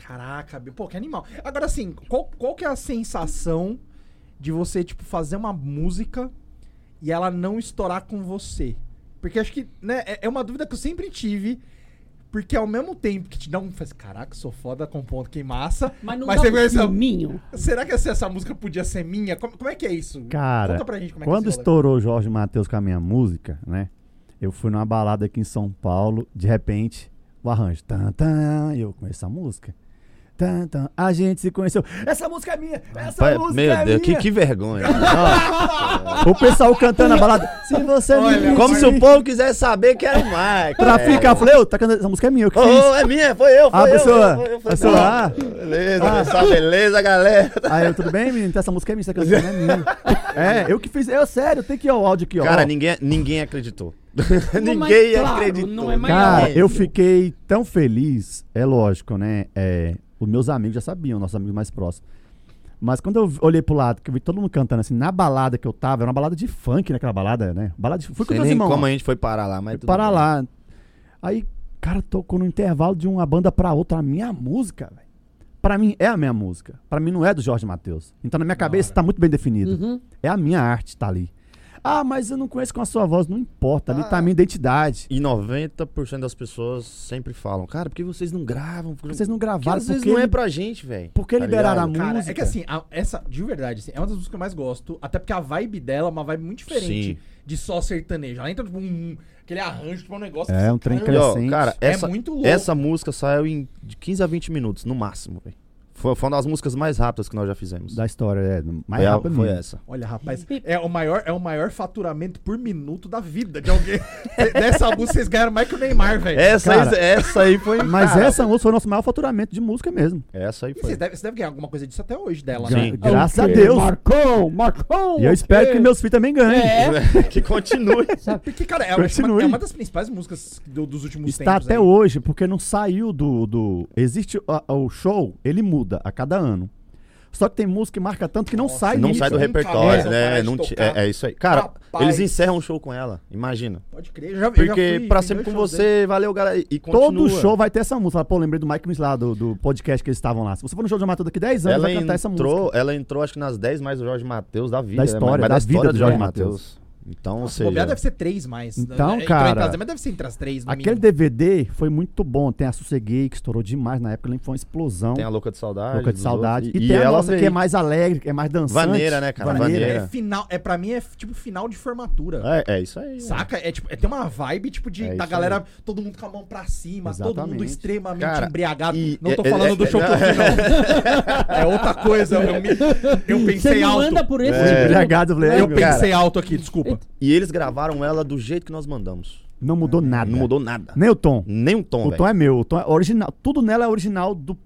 S1: Caraca, Bi- pô, que animal. Agora assim, qual, qual que é a sensação de você, tipo, fazer uma música e ela não estourar com você? Porque acho que, né, é é uma dúvida que eu sempre tive. Porque ao mesmo tempo que te dá um. faz, Caraca, sou foda compondo que massa.
S2: Mas não
S1: Mas
S2: dá
S1: você conhece a-
S2: um filminho.
S1: Será que essa, essa música podia ser minha? Como, como é que é isso?
S4: Cara,
S1: Conta pra gente como é
S4: Quando
S1: que é esse rolê.
S4: estourou o Jorge Matheus com a minha música, né? Eu fui numa balada aqui em São Paulo, de repente, o arranjo. Tan, tan, e eu conheço essa múca. Tan, tan, a gente se conheceu. Essa música é minha! Essa
S5: Pai,
S4: música
S5: meu
S4: é
S5: Deus, que,
S4: minha!
S5: que vergonha.
S4: O pessoal cantando a balada. Se você me
S1: Olha,
S4: pedir,
S5: Como se o povo quisesse saber que era o Mike.
S4: Pra ficar, eu falei, eu tá cantando essa música é minha, eu que
S5: Ô,
S4: fiz.
S5: ô, é minha, foi É. eu, foi
S4: a
S5: eu.
S4: pessoa,
S5: foi eu, foi
S4: a
S5: eu.
S4: pessoa, ah,
S5: Beleza, pessoal, beleza, galera.
S4: aí eu, tudo bem, menino? Então essa música é minha, essa canção é minha. É, eu que fiz, eu, sério, tem aqui ó, o áudio aqui, ó.
S5: Cara,
S4: Ó.
S5: ninguém, ninguém acreditou.
S2: Não, mas
S5: ninguém
S2: claro,
S5: acreditou.
S2: não é mais
S4: Cara,
S2: Maior.
S4: eu fiquei tão feliz, é lógico, né? É, os meus amigos já sabiam, nossos amigos mais próximos. Mas quando eu olhei pro lado, que eu vi todo mundo cantando assim, na balada que eu tava, era uma balada de funk naquela balada, né? Balada de funk com
S5: Sei
S4: meus
S5: nem
S4: irmãos.
S5: como é? a gente foi parar lá, mas tudo
S4: para
S5: bem.
S4: lá. Aí, cara, tocou no intervalo de uma banda pra outra a minha música, velho. Pra mim é a minha música. Pra mim não é do Jorge Matheus. Então na minha cabeça tá muito bem definido.
S2: Uhum.
S4: É a minha arte, tá ali. Ah, mas eu não conheço com a sua voz. Não importa,
S5: Ah.
S4: ali tá a minha identidade.
S5: E 90% das pessoas sempre falam, cara, por que vocês não gravam? Por que
S4: Vocês não
S5: Porque
S4: gravaram
S5: às vezes
S4: porque
S5: não é
S4: ele-
S5: pra gente, velho.
S4: Por que liberaram
S5: ligado?
S4: a
S1: Cara,
S4: música?
S1: é que assim, a- essa, de verdade, assim, é uma das músicas que eu mais gosto. Até porque a vibe dela é uma vibe muito diferente
S5: Sim.
S1: de só sertanejo. Ela entra, tipo, um, aquele arranjo, tipo, um negócio.
S4: É, um trem
S1: Caramba,
S5: E, ó,
S4: crescente.
S5: cara,
S1: É
S5: essa,
S1: muito louco.
S5: essa música saiu em de 15 a 20 minutos, no máximo, velho. Foi, foi uma das músicas mais rápidas que nós já fizemos.
S4: Da história, é. Mais
S5: foi, a-
S4: rápido
S5: foi
S4: mesmo.
S5: essa.
S1: Olha, rapaz, é o, maior, é o maior faturamento por minuto da vida de alguém. De- Dessa música vocês ganharam mais que o Neymar, velho.
S5: Essa,
S4: Cara,
S5: aí, essa aí foi.
S4: Mas é
S5: cara,
S4: essa música foi o nosso maior faturamento de música mesmo.
S5: Essa aí
S1: E
S5: foi.
S1: Vocês devem, você deve ganhar alguma coisa disso até hoje dela,
S4: Gra-
S1: né?
S2: É
S5: Sim.
S4: Graças a
S2: Então, Ok,
S4: Deus.
S2: Marcão, Marcão.
S4: E eu espero
S2: ok.
S4: que meus filhos também ganhem.
S2: É,
S5: que continue.
S1: Porque, cara, é uma,
S4: Continue.
S1: é uma das principais músicas do- dos últimos
S4: Está
S1: tempos.
S4: até
S1: aí.
S4: hoje, porque não saiu do. do... Existe a- o show, ele muda a cada ano. Só que tem música que marca tanto que não
S1: Nossa,
S4: sai
S5: não
S4: disso.
S5: sai do
S1: nunca mais
S5: repertório,
S1: vão parar
S5: né?
S1: de
S5: Não ti-
S1: tocar.
S5: é, é isso aí. Cara,
S1: Rapaz.
S5: eles encerram o show com ela, imagina.
S1: Pode crer, eu já, eu já
S5: Porque
S1: fui-
S5: pra
S1: fui
S5: sempre com
S1: dois shows
S5: você, valeu, galera. E
S4: Todo
S5: continua.
S4: show vai ter essa música. Fala, Pô, lembrei do Mike Mills lá, do, do podcast que eles estavam lá. Se você for no show de Matheus daqui 10 anos,
S5: Ela
S4: vai cantar essa música.
S5: entrou, ela entrou, acho que nas 10 mais do Jorge Matheus da vida.
S4: Da
S5: né?
S4: história,
S5: Mas
S4: da
S5: história
S4: vida
S5: do Jorge Matheus. Então, ou
S1: dele. Se
S5: seja,
S1: bobear deve ser três mais.
S4: Então,
S1: Entre
S4: cara,
S1: as- Mas deve ser entre as três, no
S4: Aquele
S1: mínimo.
S4: DVD foi muito bom. Tem a Sosseguei, que estourou demais na época. Eu lembro que foi uma explosão.
S5: tem a Louca de Saudade.
S4: Louca de
S5: dos
S4: saudade.
S5: outros.
S4: E, tem a
S5: ela
S4: nossa que
S5: veio.
S4: é mais alegre, que é mais dançante.
S5: Vaneira, né, cara?
S4: Vaneira.
S5: Vaneira.
S1: É final, é pra mim é tipo final de formatura.
S5: É, é isso aí. né?
S1: Saca? É, tipo, é, tem uma vibe, tipo, de,
S5: É
S1: da
S5: isso
S1: galera, todo mundo com a mão pra cima, todo mundo
S4: Exatamente.
S1: extremamente
S5: Cara,
S1: embriagado.
S5: e-
S1: não tô
S5: é- é-
S1: falando do
S5: é-
S1: show que eu vi, não. É outra coisa, eu, me- eu
S2: você
S1: pensei
S2: não
S1: alto.
S2: anda por esse
S5: É.
S2: tipo de-
S4: Embriagado, eu falei,
S1: Eu
S4: "Ai, meu Deus".
S1: pensei alto aqui, desculpa.
S5: E eles gravaram ela do jeito que nós mandamos.
S4: Não mudou nada.
S5: Não mudou nada.
S4: Nem o tom.
S5: Nem um tom,
S4: O tom
S5: velho.
S4: é meu. O tom é original. Tudo nela é original do,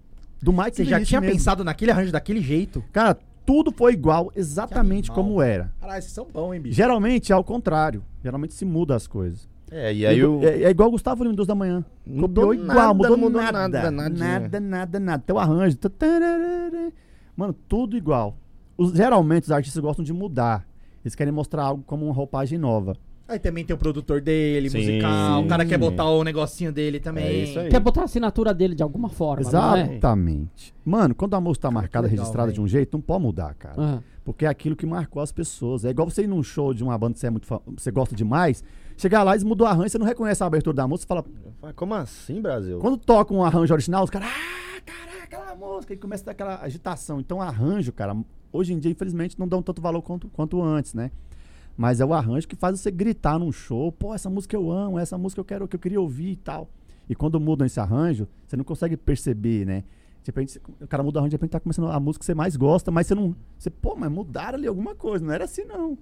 S4: do Mike
S1: Você já
S4: Vinícius
S1: tinha
S4: mesmo.
S1: pensado naquele arranjo daquele jeito?
S4: Cara, tudo foi igual, exatamente
S1: Que animal.
S4: como era.
S1: Caralho, vocês são bons, hein, bicho?
S4: Geralmente é ao contrário. Geralmente se muda as coisas.
S5: É, e aí o...
S4: é, é igual o Gustavo Lima, Deus da Manhã.
S5: Mudou
S4: Copiou
S5: nada,
S4: igual, mudou,
S5: não mudou
S4: nada.
S5: nada,
S4: Nada,
S5: nadinha.
S4: nada, nada, Teu arranjo. tá, tararara. Mano, tudo igual. Os- geralmente os artistas gostam de mudar. Eles querem mostrar algo como uma roupagem nova.
S2: Ah,
S1: Aí também tem o produtor dele,
S5: Sim.
S1: musical, o cara quer
S5: Sim.
S1: botar o negocinho dele também.
S5: É isso aí.
S2: Quer botar a assinatura dele de alguma forma, não é? Ah,
S4: Exatamente. Mano, quando a música tá marcada,
S1: legal,
S4: registrada de um jeito, não pode mudar, cara.
S2: Aham.
S4: Porque é aquilo que marcou as pessoas. É igual você ir num show de uma banda que você, é muito fã- você gosta demais, chegar lá, eles mudam o arranjo, você não reconhece a abertura da música, você fala.
S5: Como assim, Brasil?
S4: Quando toca um arranjo original, os caras. Ah, caraca, aquela música! E começa a dar aquela agitação. Então, arranjo, cara, hoje em dia, infelizmente, não dão tanto valor quanto, quanto antes, né? Mas é o arranjo que faz você gritar num show, pô, essa música eu amo, essa música eu quero, que eu queria ouvir e tal. E quando mudam esse arranjo, você não consegue perceber, né? De repente, o cara muda a rua, de repente tá começando a música que você mais gosta, mas você não. Você, pô, mas mudaram ali alguma coisa, não era assim não.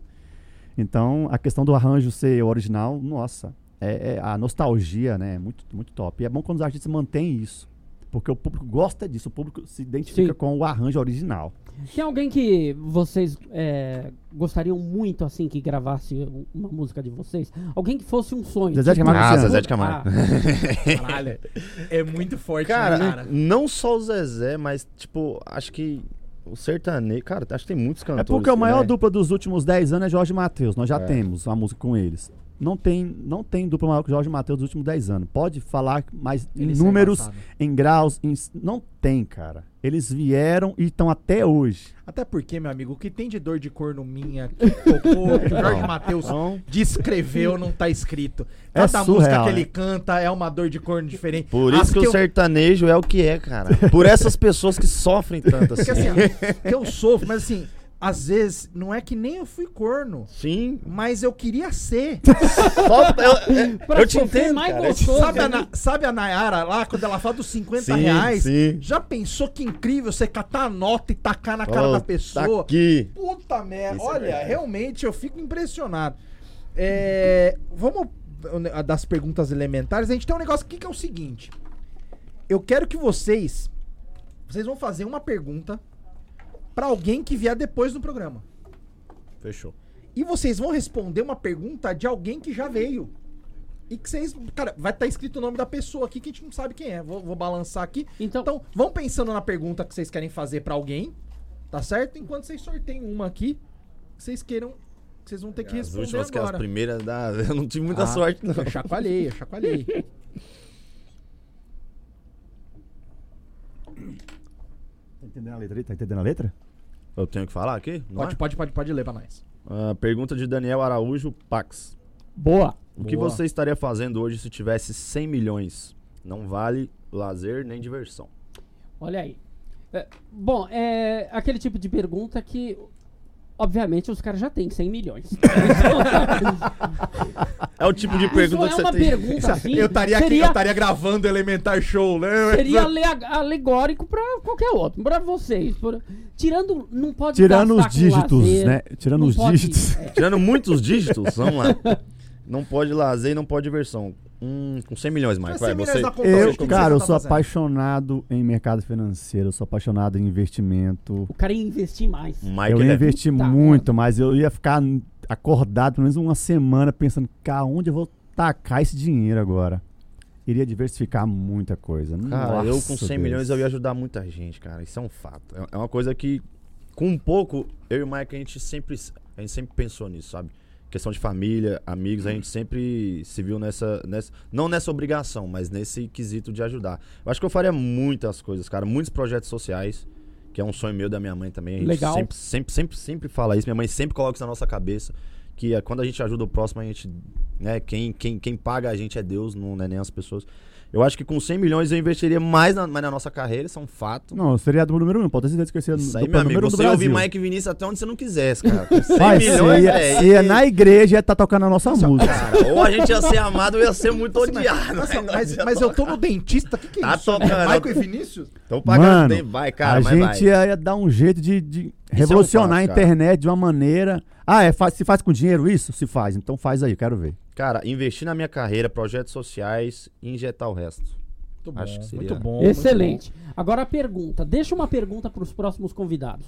S4: Então, a questão do arranjo ser original, nossa, é, é a nostalgia, né? é Muito, muito top. E é bom quando os artistas mantêm isso. Porque o público gosta disso, o público se identifica
S2: Sim.
S4: com o arranjo original.
S2: Tem alguém que vocês é, gostariam muito assim que gravasse um- uma música de vocês? Alguém que fosse um sonho.
S4: Zezé de Camargo e
S6: Ah,
S4: Luciano.
S6: Zezé de Camargo.
S1: Caralho. É muito forte,
S6: Cara,
S1: né, cara.
S5: Não só o Zezé, mas, tipo, acho que o sertanejo. Cara, acho que tem muitos
S4: É
S5: cantores.
S4: porque a
S5: que,
S4: maior
S5: né?
S4: dupla dos últimos 10 anos é Jorge e Matheus. Nós já temos uma música com eles. Não tem, não tem dupla maior que Jorge e Matheus dos últimos 10 anos. Pode falar, mas
S1: Ele
S4: em
S1: sai
S4: números,
S1: embaçado.
S4: em graus, em- não tem, cara. Eles vieram e estão até hoje.
S1: Até porque, meu amigo, o que tem de dor de corno minha, que tocou, que o Jorge Matheus descreveu, não tá escrito.
S4: É
S1: Cada música
S4: surreal,
S1: que ele
S4: né?
S1: canta é uma dor de corno diferente.
S5: Por
S1: As
S5: isso que, o
S1: eu-
S5: sertanejo é o que é, cara. Por essas pessoas que sofrem tanto assim.
S1: Porque assim, ó, que eu sofro, mas assim, às vezes, não é que nem eu fui corno,
S5: Sim.
S1: mas eu queria ser.
S5: Só- eu, eu-
S2: Pra
S5: eu te
S2: sofrer
S5: entendo,
S2: mais
S5: cara. Eu te-
S2: gostoso.
S1: Sabe a, Na- sabe a Nayara lá, quando ela fala dos 50
S5: né? Sim,
S1: reais?
S5: sim.
S1: Já pensou que incrível você catar a nota e tacar na cara
S5: Ó,
S1: da
S5: Tá
S1: pessoa?
S5: aqui.
S1: Puta merda.
S5: Isso é
S1: Olha,
S5: verdade.
S1: realmente eu fico impressionado. É, vamos uh, das perguntas elementares. A gente tem um negócio aqui que é o seguinte. Eu quero que vocês. Vocês vão fazer uma pergunta pra alguém que vier depois do programa.
S5: Fechou.
S1: E vocês vão responder uma pergunta de alguém que já veio. E que vocês. Cara, vai estar escrito o nome da pessoa aqui que a gente não sabe quem é. Vou, vou balançar aqui.
S2: Então,
S1: Então, vão pensando na pergunta que vocês querem fazer pra alguém, tá certo? Enquanto vocês sorteiam uma aqui, que vocês queiram, que vocês vão ter que
S5: As
S1: responder
S5: últimas, que as
S1: agora.
S5: primeiras da. Eu não tive muita
S1: Ah,
S5: sorte, não.
S1: Eu chacoalhei, eu chacoalhei.
S4: Tá entendendo a letra? aí? Tá entendendo a letra?
S5: Eu tenho que falar aqui? Não
S1: pode,
S5: é?
S1: pode, pode, pode ler pra nós.
S5: Ah, pergunta de Daniel Araújo Pax.
S2: boa.
S5: O que
S1: Boa.
S5: você estaria fazendo hoje se tivesse 100 milhões? Não vale lazer nem diversão.
S2: Olha aí. É, bom, é aquele tipo de pergunta que, obviamente, os caras já têm 100 milhões. Então,
S5: É o tipo de
S2: Isso
S5: pergunta
S2: é
S5: que você
S2: uma
S5: tem.
S2: pergunta assim.
S1: Eu estaria aqui, eu
S2: seria-
S1: estaria gravando Elementar Show, né?
S2: Seria ale- alegórico pra qualquer outro, pra vocês. por- Tirando, não pode
S4: Tirando os
S2: gastar com
S4: dígitos,
S2: lazer,
S4: né? Tirando
S2: assim, não
S4: os
S2: pode-
S4: dígitos.
S2: é,
S5: Tirando muitos dígitos, vamos lá. Não pode lazer e não pode diversão. Hum, com 100 milhões, Mike. Vai, você.
S4: Eu,
S5: como
S4: cara,
S1: você tá
S4: eu sou
S1: fazendo?
S4: apaixonado em mercado financeiro, eu sou apaixonado em investimento.
S2: o cara ia investir mais.
S5: Mike,
S4: eu
S5: ele
S4: ia
S5: é-
S4: investir
S2: Tá.
S4: muito, mas eu ia ficar n- acordado pelo menos uma semana pensando, cara, onde eu vou tacar esse dinheiro agora? Iria diversificar muita coisa.
S5: Cara,
S4: Nossa,
S5: eu com 100
S4: Deus.
S5: milhões eu ia ajudar muita gente, cara. Isso é um fato. É- É uma coisa que, com um pouco, eu e o Mike, a gente sempre, a gente sempre pensou nisso, sabe? Questão de família, amigos, a gente sempre se viu nessa, nessa. Não nessa obrigação, mas nesse quesito de ajudar. Eu acho que eu faria muitas coisas, cara. Muitos projetos sociais, que é um sonho meu da minha mãe também. A gente
S2: Legal.
S5: sempre, sempre, sempre, sempre fala isso. Minha mãe sempre coloca isso na nossa cabeça. Que é quando a gente ajuda o próximo, a gente. Né, quem, quem, quem paga a gente é Deus, não é nem as pessoas. Eu acho que com 100 milhões eu investiria mais na, mais na nossa carreira, isso é um fato.
S4: Não, eu seria do número um, pode ter certeza que eu seria
S5: Isso
S4: do
S5: aí, meu amigo,
S4: número um do
S5: você ia ouvir
S4: Brasil.
S5: Mike Vinícius até onde você não quisesse, cara. Com 100
S4: Vai, você
S5: milhões, é né?
S4: ia,
S5: velho.
S4: você ia na igreja e ia estar tocando a nossa
S5: um
S4: música.
S5: Cara, ou a gente ia ser amado ou ia ser muito odiado.
S1: Nossa,
S5: Aí nós
S1: mas,
S5: ia
S1: mas eu tô no dentista, o que, que é
S5: Tá
S1: isso?
S5: tocando.
S1: Maico e Vinícius?
S5: Então pagando
S4: Mano,
S5: bem, vai, cara,
S4: a
S5: mas vai.
S4: gente ia, ia dar um jeito de, de
S5: fato,
S4: revolucionar a
S5: cara.
S4: internet de uma maneira. Ah, é, fa- se faz com dinheiro isso? Se faz, então faz aí, quero ver.
S5: Cara, investir na minha carreira, projetos sociais e injetar o resto.
S1: Muito
S5: Acho que seria.
S1: Muito bom. muito
S2: Excelente. Agora a pergunta. Deixa uma pergunta pros próximos convidados.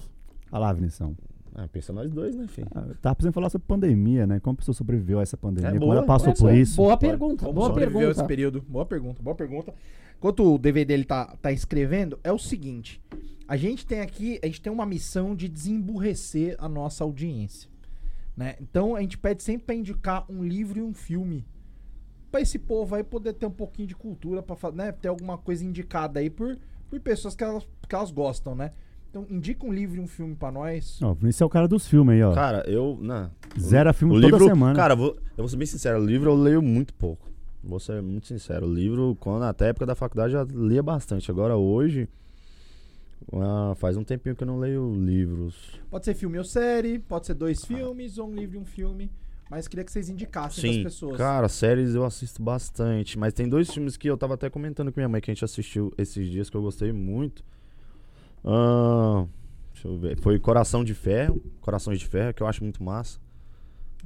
S4: Olha lá, Vinição.
S5: Ah, pensa nós dois, né, filho?
S4: Ah, eu Tava precisando falar sobre pandemia, né? Como a pessoa sobreviveu a essa pandemia,
S5: É
S4: como
S5: boa,
S4: ela passou
S2: É,
S4: por
S2: boa-
S4: isso.
S2: Boa pergunta,
S1: Como
S2: boa
S1: sobreviveu esse
S2: pergunta.
S1: período? Boa pergunta, boa pergunta. Enquanto o DVD ele tá, tá escrevendo, é o seguinte: a gente tem aqui, a gente tem uma missão de desemburrecer a nossa audiência. Né? Então a gente pede sempre pra indicar um livro e um filme. Pra esse povo aí poder ter um pouquinho de cultura, pra fa- né? ter alguma coisa indicada aí por, por pessoas que elas, que elas gostam, né? Então indica um livro e um filme pra nós.
S4: Ó, o Vinícius é o cara dos filmes aí, ó.
S5: Cara, eu. Não.
S4: Zera filme
S5: O
S4: toda
S5: livro,
S4: semana.
S5: cara, eu vou, eu vou ser bem sincero, o livro eu leio muito pouco. Vou ser muito sincero. O livro, quando até a época da faculdade, eu já lia bastante. Agora hoje. ah, faz um tempinho que eu não leio livros.
S1: Pode ser filme ou série, pode ser dois filmes ou um livro e um filme. Mas queria que vocês indicassem
S5: Sim,
S1: pras pessoas.
S5: cara, séries eu assisto bastante. Mas tem dois filmes que eu tava até comentando com minha mãe que a gente assistiu esses dias que eu gostei muito. Ahn, deixa eu ver. Foi Coração de Ferro. Corações de Ferro, que eu acho muito massa.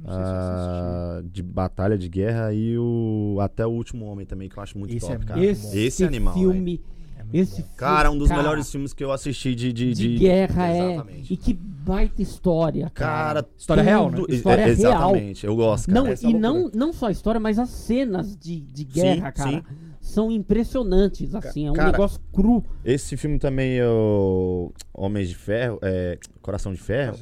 S1: Não sei se você assistiu.
S5: Ah, de Batalha de Guerra e o Até o Último Homem também, que eu acho muito
S1: Esse
S5: top,
S1: é
S5: cara.
S2: Esse,
S5: esse animal,
S2: filme.
S1: É muito
S2: Esse
S1: bom.
S2: filme,
S5: Cara, um dos
S2: cara,
S5: melhores filmes que eu assisti de. de,
S2: de,
S5: de-
S2: guerra
S5: Exatamente.
S2: é. E que baita história, cara.
S5: Cara,
S1: História real, né?
S5: tudo-
S2: História
S5: é,
S2: real.
S5: Exatamente, eu gosto, cara.
S2: não,
S1: essa
S2: e
S1: é a
S2: não, não só a história, mas as cenas de, de guerra,
S5: Sim,
S2: cara, são impressionantes, assim, é um
S5: cara,
S2: negócio cru.
S5: Esse filme também é o Homens de Ferro, é, Coração de Ferro,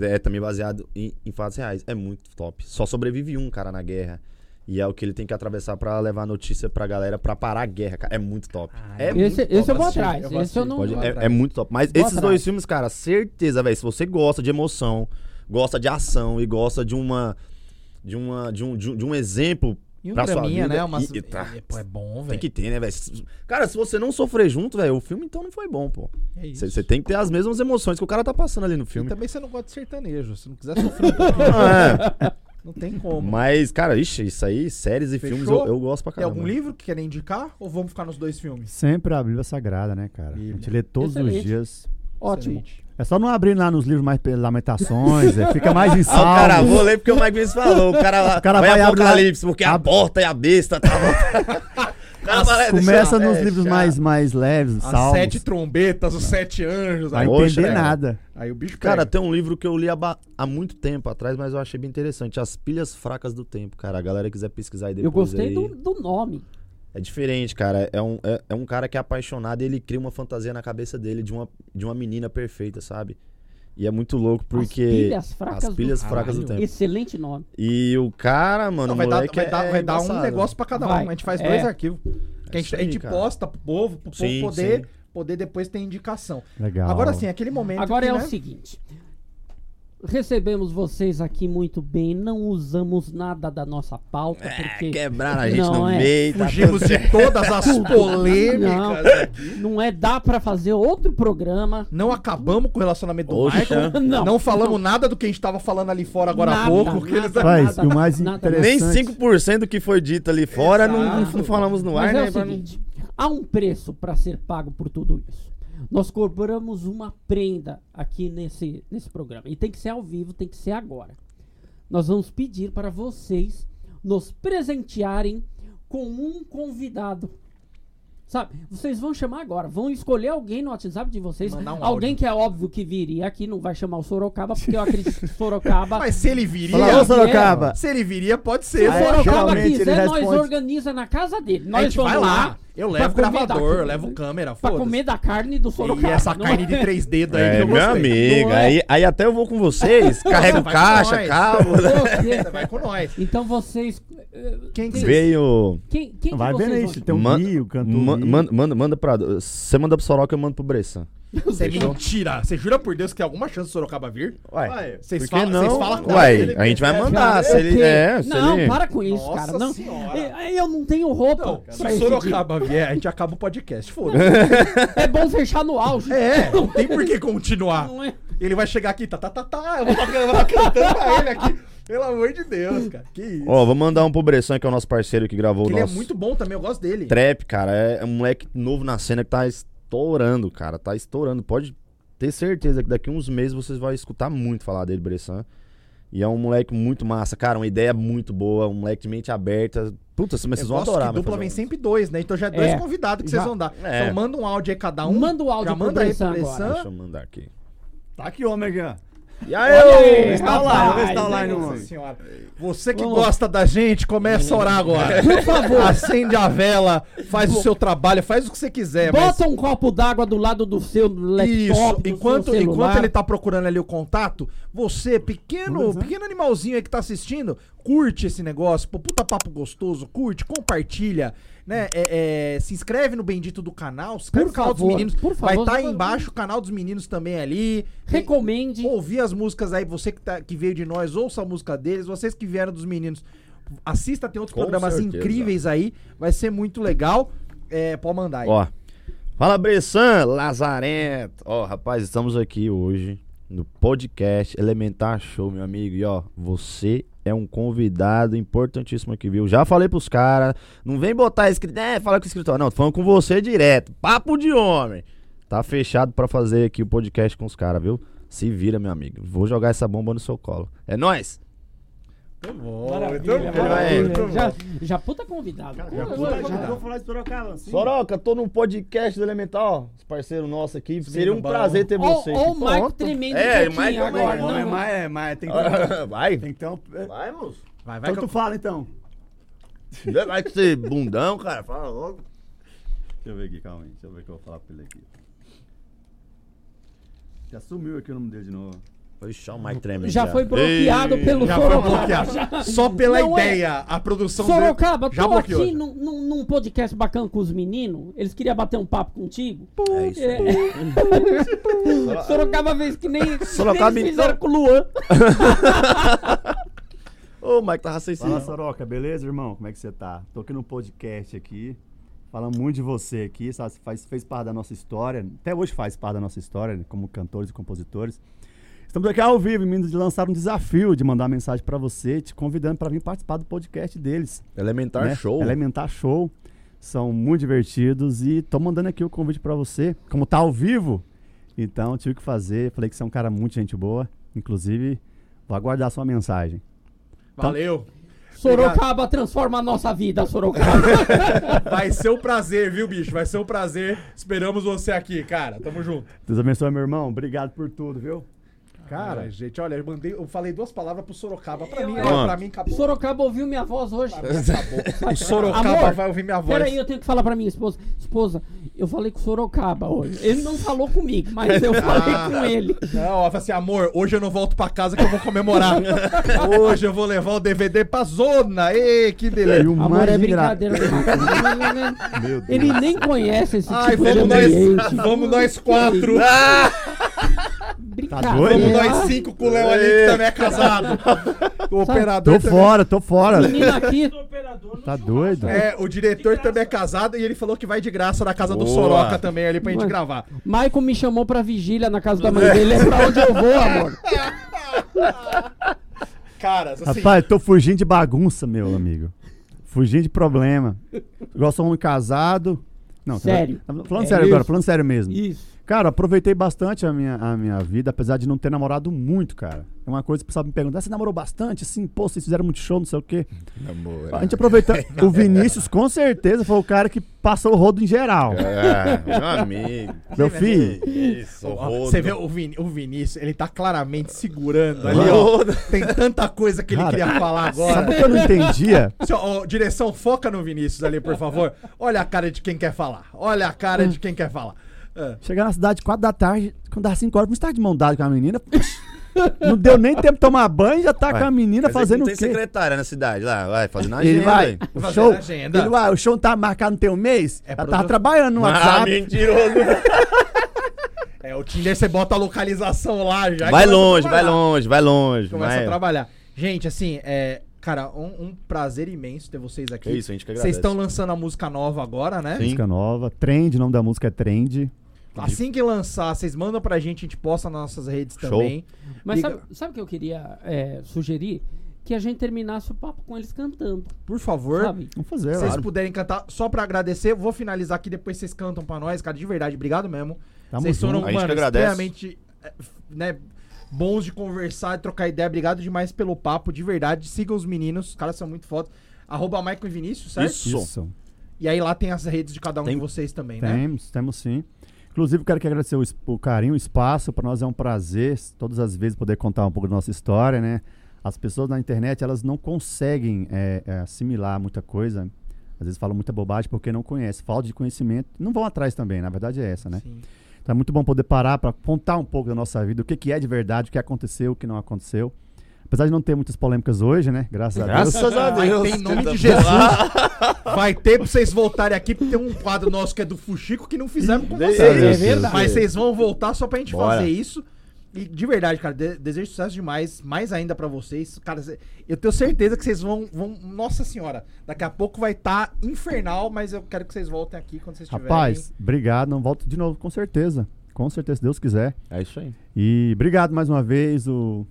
S5: é também baseado em, em fatos reais. É muito top. Só sobrevive um cara na guerra. E é o que ele tem que atravessar pra levar a notícia pra galera pra parar a guerra, cara. É muito top.
S1: Ah,
S5: é
S1: eu-
S5: muito
S2: Esse,
S5: top.
S2: esse eu vou
S1: assistir,
S2: atrás,
S1: eu vou
S2: esse eu
S1: assistir.
S2: não...
S5: Pode-
S1: vou
S5: é,
S1: atrás.
S5: é muito top. Mas
S2: Vou
S5: esses
S2: atrás.
S5: dois filmes, cara, certeza, velho. Se você gosta de emoção, gosta de ação e gosta de uma. De, uma, de, um, de, um, de um exemplo,
S1: E um
S5: pra sua
S1: draminha,
S5: vida,
S1: né? Umas...
S5: e- e tá.
S1: é, pô, é bom,
S5: tem
S1: velho.
S5: que ter, né, velho? Cara, se você não sofrer junto, velho, o filme então não foi bom, pô.
S1: É isso.
S5: Você tem que ter as mesmas emoções que o cara tá passando ali no
S1: E
S5: filme.
S1: também você não gosta de sertanejo. Se não quiser sofrer um pouquinho,
S4: Então,
S5: Ah,
S1: não tem
S5: é.
S1: como.
S5: Mas, cara, ixi, isso aí, séries e
S1: Fechou?
S5: filmes, eu, eu gosto pra
S1: Tem
S5: caramba.
S1: algum livro que querem indicar? Ou vamos ficar nos dois filmes?
S4: Sempre a Bíblia Sagrada, né, cara? A gente lê todos
S2: Excelente.
S4: os dias.
S2: Ótimo.
S1: Excelente.
S4: É só não abrir lá nos livros mais pe- Lamentações, é, fica mais em
S5: Ah, o cara, vou
S4: salmos.
S5: ler porque o Mike Vince falou. O cara,
S4: O cara
S5: vai,
S4: vai abrir lá-
S5: Apocalipse, porque a
S4: ab-
S5: porta e a besta tá. o cara vai lá, deixa
S4: Começa
S5: eu-
S4: nos
S5: é,
S4: livros
S5: chato.
S4: mais, mais leves,
S1: As
S4: salmos.
S1: sete trombetas, os sete anjos.
S4: Vai
S1: Aí,
S5: Aí-
S4: entender
S5: Poxa, né, cara?
S4: nada.
S1: aí o bicho
S5: Cara,
S1: pega.
S5: tem um livro que eu li há, ba- há muito tempo atrás, mas eu achei bem interessante. As Pilhas Fracas do Tempo, cara. A galera quiser pesquisar aí depois.
S2: Eu gostei
S5: aí.
S2: do, do nome.
S5: É diferente, cara. É um, é, é um cara que é apaixonado e ele cria uma fantasia na cabeça dele de uma, de uma menina perfeita, sabe? E é muito louco porque.
S2: As pilhas fracas
S5: As pilhas
S2: do...
S5: fracas do
S2: Caralho.
S5: tempo.
S2: Excelente nome.
S5: E o cara,
S4: um
S5: mano,
S1: Não,
S5: o
S1: vai, dar,
S5: moleque
S1: vai, dar,
S5: é
S1: vai dar um
S5: embaçado.
S1: negócio pra cada
S2: Vai.
S1: um. A gente faz
S2: É.
S1: dois arquivos. Que a
S5: isso
S1: gente, a
S5: aí,
S1: gente
S5: cara.
S1: posta pro povo, pro povo
S5: Sim,
S1: poder,
S5: sim.
S1: poder depois ter indicação.
S4: Legal.
S1: Agora sim, aquele momento.
S2: Agora
S1: que,
S2: é o
S1: né,
S2: seguinte. Recebemos vocês aqui muito bem, não usamos nada da nossa pauta,
S5: É,
S2: porque
S5: Quebraram a gente
S2: Não,
S5: no
S2: é.
S5: meio. Tá
S1: Fugimos de todas as é polêmicas.
S2: não é dá pra fazer outro programa.
S1: Não acabamos com o relacionamento do
S5: Oxa.
S1: Michael.
S2: Não.
S1: Não, falamos nada do que a gente tava falando ali fora agora
S2: Nada, tá-
S1: há pouco. que
S2: nada,
S1: eles-
S4: Faz,
S2: nada,
S4: o mais
S2: nada.
S4: interessante-
S5: Nem 5% do que foi dito ali fora não,
S1: Exato.
S5: não falamos no ar,
S2: Mas é
S5: né?
S2: o
S5: pra não-
S2: seguinte, há um preço para ser pago por tudo isso. Nós cobramos uma prenda aqui nesse, nesse programa. E tem que ser ao vivo, tem que ser agora. Nós vamos pedir para vocês nos presentearem com um convidado. Sabe? Vocês vão chamar agora. Vão escolher alguém no WhatsApp de vocês.
S1: Mandar um
S2: alguém
S1: áudio.
S2: que é óbvio que viria aqui. Não vai chamar o Sorocaba, porque eu acredito que o Sorocaba.
S1: Mas se ele viria.
S4: Fala, ô Sorocaba.
S1: Se ele viria, pode
S2: Se
S1: ser.
S2: o
S4: Aí,
S2: Sorocaba
S4: geralmente, ele
S2: quiser, nós
S4: responde.
S2: organiza na casa dele.
S1: a
S2: Nós
S1: gente vai
S2: vamos
S1: lá.
S2: lá
S1: Eu
S2: pra
S1: levo
S2: comer
S1: gravador,
S2: daqui.
S1: eu levo câmera,
S2: Pra
S1: foda-se.
S2: comer da carne do Sorocaba.
S1: E essa
S2: não
S1: carne
S2: é?
S1: de três dedos aí que
S5: É,
S1: eu
S5: meu
S1: gostei.
S5: amigo,
S2: Não é?
S5: aí, aí até eu vou com vocês, carrego
S1: vai com
S5: caixa,
S1: nós.
S5: cabo.
S2: Você-
S1: Você vai com nós.
S2: Então vocês. eh,
S1: Quem que
S2: Sim.
S5: Veio.
S2: Quem, quem
S4: Vai
S2: que
S4: vendo aí,
S2: vocês
S4: se tem um
S5: Man-
S4: Rio, cantor.
S5: Ma-
S4: Rio.
S5: manda, manda, manda pra. Você manda pro Soroca, eu mando pro Bressan.
S1: Você mentira. Você jura por Deus que tem alguma chance do Sorocaba vir?
S2: É.
S5: Ué,
S1: Vocês
S5: por que
S1: falam-
S5: não?
S1: vocês falam com
S5: Ué,
S1: ele.
S5: a gente vai
S1: É,
S5: mandar. Se ele,
S2: Ok.
S5: é, se
S2: não,
S5: ele...
S2: para com isso,
S1: Nossa
S2: cara. Não,
S1: senhora.
S2: Eh, eu não tenho roupa.
S1: Não,
S2: pra
S1: se
S2: esse
S1: Sorocaba vier, a gente acaba o podcast. Foda-se.
S2: dia. É bom fechar no auge.
S1: É, não tem por que continuar.
S2: Não é?
S1: Ele vai chegar aqui, tá, tá, tá, tá. Eu vou tá eu vou tá cantando pra ele aqui. Pelo amor de Deus, cara. Que isso.
S5: Ó, vou mandar um pro Bressan, que é o nosso parceiro que gravou
S1: Que
S5: o
S1: ele é
S5: nosso
S1: muito bom também, eu gosto dele.
S5: trap, cara. É, é um moleque novo na cena que tá estourando, cara. Tá estourando. Pode ter certeza que daqui uns meses vocês vão escutar muito falar dele, Bressan. E é um moleque muito massa, cara. Uma ideia muito boa, um moleque de mente aberta. Puta, mas
S1: Eu
S5: vocês vão
S1: gosto
S5: adorar,
S1: que
S5: mano,
S1: dupla
S5: fazer
S1: vem
S5: um-
S1: sempre dois, né? Então já é dois
S2: É.
S1: convidados que
S2: Já-
S1: vocês vão dar.
S5: É.
S1: Então manda um áudio aí cada um.
S2: Manda o áudio
S1: já
S2: pro
S1: manda aí
S2: Bressan
S1: pro
S2: agora.
S1: Bressan.
S5: Deixa eu mandar aqui.
S4: Tá aqui, homem, aqui, ó.
S5: E aí, ô!
S4: Está online,
S2: rapaz,
S4: vamos ver se tá online,
S2: hein?
S4: homem.
S1: Nossa senhora. Você que
S2: Vamos.
S1: gosta da gente, começa a orar agora. Por favor. Acende a vela, faz o seu trabalho, faz o que você quiser. mas-
S2: Bota um copo d'água do lado do seu
S1: Isso,
S2: laptop. do seu
S1: enquanto, enquanto
S2: celular.
S1: ele tá procurando ali o contato, você, pequeno,
S5: é.
S1: pequeno animalzinho aí que tá assistindo, curte esse negócio, pô, puta papo gostoso, curte, compartilha, né? É, é, se inscreve no bendito do canal, se inscreve
S2: Por
S1: no canal dos
S2: favor,
S1: meninos.
S2: por
S1: vai
S2: favor,
S1: estar aí
S2: vamos-
S1: embaixo o canal dos meninos também ali. Tem-
S2: Recomende.
S1: Ouvir as músicas aí, você que, tá, que veio de nós, ouça a música deles, vocês que vieram dos meninos, assista, tem outros
S5: Com
S1: programas
S5: certeza.
S1: incríveis aí, vai ser muito legal. É, pode mandar aí.
S5: Ó. Fala, Bressan, Lazarento. Ó, rapaz, estamos aqui hoje no podcast Elementar Show, meu amigo. E ó, você é um convidado importantíssimo aqui, viu? Já falei pros caras, não vem botar escrito, é, fala com o escritório. Não, tô falando com você direto. Papo de homem. Tá fechado pra fazer aqui o podcast com os caras, viu? Se vira, meu amigo. Vou jogar essa bomba no seu colo. É nóis!
S1: Muito bom.
S2: Maravilha,
S1: bom,
S2: maravilha.
S1: muito bom.
S2: Já, já puta convidado. Puta,
S5: puta
S2: já-
S5: convidado.
S4: Vou falar de Sorocaba, sim.
S5: Soroca, tô num podcast do Elemental, ó, os parceiros nossos aqui. Seria um
S1: bom.
S5: prazer ter
S2: Ó,
S5: você.
S2: ó o Mike
S5: Pronto.
S2: tremendo.
S5: É,
S2: um pouquinho
S5: o Mike agora,
S4: Não, é
S2: não.
S4: mais, é mais. Tem que ter...
S5: Vai,
S4: Tem que ter um... é,
S5: vai, moço.
S1: Vai, vai.
S4: Então
S1: que
S4: tu
S1: eu-
S4: fala, então.
S5: Vai que você bundão, cara. Fala logo.
S4: Deixa eu ver aqui, calma aí. Deixa eu ver o que eu vou falar pra ele aqui. Já sumiu aqui o nome dele de novo.
S5: Ixi, ó, o Mike tremendo.
S2: Já foi bloqueado pelo
S1: Já foi
S2: Sorocaba.
S1: bloqueado.
S2: Já-
S1: Só pela
S2: Não é.
S1: ideia, a produção dele-
S2: Sorocaba,
S1: já
S2: tô
S1: bloqueou.
S2: aqui num, num- num podcast bacana com os meninos. Eles queriam bater um papo contigo.
S5: É isso aí.
S2: É. Sorocaba fez que nem, que
S5: Sorocaba,
S2: nem eles fizeram
S5: então.
S2: com o Luan.
S5: Ô, o Mike tava sem
S4: Fala,
S5: sim.
S4: Soroca, beleza, irmão? Como é que você tá? Tô aqui no podcast aqui. Falando muito de você aqui, sabe? Você faz, fez parte da nossa história. Até hoje faz parte da nossa história, né, como cantores e compositores. Estamos aqui ao vivo, meninos, de lançar um desafio de mandar mensagem pra você, te convidando pra vir participar do podcast deles.
S5: Elementar
S4: né?
S5: Tá show.
S4: Elementar Show. São muito divertidos e tô mandando aqui o convite pra você. Como tá ao vivo, então tive que fazer. Falei que você é um cara muito gente boa. Inclusive, vou aguardar sua mensagem.
S1: Valeu.
S2: Sorocaba transforma a nossa vida, Sorocaba.
S1: Vai ser um prazer, viu, bicho? Vai ser um prazer. Esperamos você aqui, cara. Tamo junto.
S4: Deus abençoe, meu irmão. Obrigado por tudo, viu?
S1: Cara, gente, olha, eu mandei, eu falei duas palavras pro Sorocaba. Pra mim,
S5: Pronto.
S1: olha, pra mim acabou.
S2: Sorocaba ouviu minha voz hoje.
S1: O Sorocaba
S2: Amor,
S1: vai ouvir minha voz.
S2: Peraí, eu tenho que falar pra minha esposa. Esposa, eu falei com o Sorocaba hoje. Ele não falou comigo, mas eu falei com ele.
S1: Não, ó, fala assim, amor, hoje eu não volto pra casa que eu vou comemorar. hoje eu vou levar o DVD pra zona. Ei, que
S4: E
S1: delícia.
S4: o
S2: Amor,
S4: mais
S2: é
S4: engra-
S2: brincadeira.
S4: Meu Deus.
S2: ele nem conhece esse
S1: Ai,
S2: tipo de
S1: vamos nós,
S2: ambiente.
S1: vamos nós quatro.
S2: Brincadeira.
S4: doido?
S1: Vamos nós cinco com o Léo ali que também é casado. O operador.
S4: Tô
S1: também-
S4: fora, tô fora.
S2: Menina aqui,
S4: Tá doido?
S1: É, o diretor também é casado e ele falou que vai de graça na casa do
S5: Boa.
S1: Soroca também ali pra gente
S2: Ué.
S1: gravar.
S2: Michael me chamou pra vigília na casa da mãe dele. É pra onde eu vou, amor.
S1: Cara, assim,
S4: Rapaz, tô fugindo de bagunça, meu amigo. Fugindo de problema. Igual sou um casado. Não, tá-
S2: Sério.
S4: tá Falando
S2: É
S4: sério agora,
S2: isso.
S4: falando sério mesmo.
S2: Isso.
S4: Cara, aproveitei bastante a minha, a minha vida, apesar de não ter namorado muito, cara. É uma coisa que o pessoal me perguntar, você namorou bastante? Assim, pô, vocês fizeram muito show, não sei o quê.
S5: Amor.
S4: A gente aproveitando. o Vinícius, com certeza, foi o cara que passou o rodo em geral.
S5: Ah, meu amigo.
S4: Meu filho.
S5: Isso,
S1: ó,
S5: Tá rodo.
S1: você vê o, Vin, o Vinícius, ele tá claramente segurando ali, ó. Tá
S5: Rodo.
S1: Tem tanta coisa que ele
S4: Cara,
S1: queria falar
S4: Sabe o
S1: agora.
S4: que eu não entendia?
S1: Assim, ó, ó, direção, foca no Vinícius ali, por favor. Olha a cara de quem quer falar. Olha a cara de quem quer falar. Ah,
S4: Chegar na cidade 4 da tarde, quando dá 5 horas, eu estar de mão dada com a menina. Puxa, Não deu nem tempo de tomar banho, já tá com a menina
S5: Quer dizer é que
S4: fazendo
S5: não
S4: o
S5: tem
S4: quê?
S5: secretária na cidade lá, vai fazendo agenda.
S4: Ele vai.
S5: hein?
S4: O
S1: Fazendo
S4: show,
S1: agenda.
S4: ele vai. O show não tá marcado no teu mês?
S1: É
S4: ela
S1: produ-
S4: tava trabalhando no
S5: Ah,
S4: WhatsApp.
S5: mentiroso.
S1: É, o Tinder você bota a localização lá já. e
S5: Vai
S1: começa a
S5: longe, vai
S1: trabalhar.
S5: longe, vai longe.
S1: Começa
S5: vai.
S1: a trabalhar. Gente, assim, é. Cara, um, um prazer imenso ter vocês aqui.
S5: É isso, a gente que
S1: Vocês
S5: agradece.
S1: estão lançando a música nova agora, né?
S5: Sim.
S4: Música nova. Trend, o nome da música é Trend.
S1: Assim que lançar, vocês mandam pra gente, a gente posta nas nossas redes
S5: Show.
S1: também.
S2: Mas
S1: Liga-
S2: sabe, sabe o que eu queria é, sugerir? Que a gente terminasse o papo com eles cantando,
S1: Por favor.
S2: sabe?
S4: Vamos fazer,
S1: Se vocês
S4: claro.
S1: puderem cantar, só pra agradecer, vou finalizar aqui, depois vocês cantam pra nós, cara, de verdade, obrigado mesmo.
S4: Tamo
S1: vocês foram,
S4: junto.
S5: A gente
S1: mano,
S5: que agradece.
S1: extremamente é, f- né, bons de conversar, de trocar ideia. Obrigado demais pelo papo, de verdade. Sigam os meninos, os caras são muito foda. Arroba Michael e Vinícius, certo?
S5: Isso.
S4: Isso.
S1: E aí lá tem as redes de cada um
S5: Tem-
S1: de vocês também, né?
S4: Temos, temos sim. Inclusive, quero que agradecer o, es- o carinho, o espaço. Para nós é um prazer, todas as vezes, poder contar um pouco da nossa história, né? As pessoas na internet, elas não conseguem é, é, assimilar muita coisa. Às vezes falam muita bobagem porque não conhecem. Falta de conhecimento. Não vão atrás também, na verdade é essa, né?
S1: Sim.
S4: Então é muito bom poder parar para contar um pouco da nossa vida, o que, que é de verdade, o que aconteceu, o que não aconteceu. Apesar de não ter muitas polêmicas hoje, né? Graças a Deus.
S5: Graças a
S1: Vai
S5: Deus.
S1: ter em nome de Jesus. Vai ter pra vocês voltarem aqui, porque tem um quadro nosso que é do Fuxico que não fizemos com vocês.
S2: é
S5: Deus.
S2: verdade.
S1: Mas vocês vão voltar só pra gente
S5: Bora.
S1: fazer isso. E de verdade, cara, de- desejo sucesso demais, mais ainda pra vocês. Cara, cê- eu tenho certeza que vocês vão, vão- Nossa senhora, daqui a pouco vai estar infernal, mas eu quero que vocês voltem aqui quando vocês tiverem.
S4: Rapaz, obrigado. Não volto de novo, com certeza. Com certeza, se Deus quiser.
S5: É isso aí.
S4: E obrigado mais uma vez o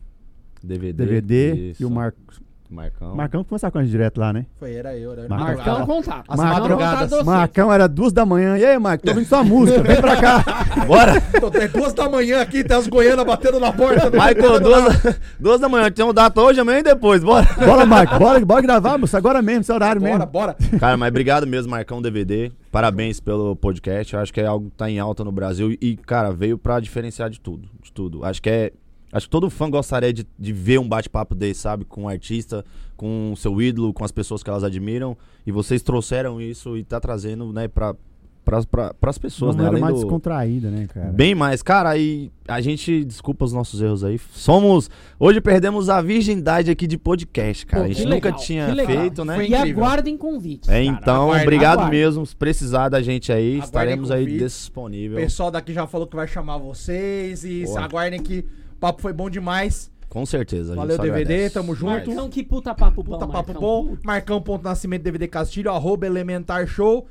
S5: DVD.
S4: DVD
S5: Isso.
S4: e o Marcos
S5: Marcão.
S4: Marcão que conversava com a gente direto lá, né?
S1: Foi, era eu, era eu.
S4: Marcão.
S2: Marcão contato.
S1: As
S2: Marcão
S1: madrugadas.
S2: contato,
S4: Marcão era duas da manhã. E aí, Marcão, tô ouvindo sua música, vem pra cá.
S5: Bora!
S1: Tô- É duas da manhã aqui, tem as goianas batendo na porta.
S5: Michael, duas, duas da manhã. Tem um data hoje, amanhã e depois, bora.
S4: Bora, Marco, bora, bora gravar, moço, agora mesmo, esse horário
S1: Bora,
S4: mesmo.
S1: bora.
S5: Cara, mas obrigado mesmo, Marcão DVD. Parabéns pelo podcast. Eu acho que é algo que tá em alta no Brasil e, cara, veio pra diferenciar de tudo. De tudo. Acho que é. Acho que todo fã gostaria de, de ver um bate-papo desse, sabe? Com um artista, com o seu ídolo, com as pessoas que elas admiram. E vocês trouxeram isso e tá trazendo, né, pra, pra, pra, pras pessoas,
S4: Uma
S5: né?
S4: era
S5: Além
S4: mais
S5: do-
S4: descontraída, né, cara?
S5: Bem mais, cara, e a gente desculpa os nossos erros aí. Somos. Hoje perdemos a virgindade aqui de podcast, cara.
S2: Pô,
S5: a gente
S2: que
S5: nunca
S2: legal,
S5: tinha
S2: que legal.
S5: feito, né?
S1: Foi
S2: E
S1: incrível.
S2: aguardem convite.
S5: É, então,
S1: aguardem,
S5: obrigado
S2: aguardem.
S5: mesmo. Se precisar da gente aí,
S1: Aguardem
S5: estaremos aí
S1: convite. O
S5: disponível.
S1: pessoal daqui já falou que vai chamar vocês e
S5: Boa.
S1: aguardem que o papo foi bom demais.
S5: Com certeza. a gente
S1: Valeu,
S5: só
S1: DVD,
S5: agradece.
S1: tamo junto.
S2: Marcão, que puta papo bom.
S1: Puta papo
S2: Marcão.
S1: bom. Marcão.nascimento DVD Castilho, arroba Elementar Show.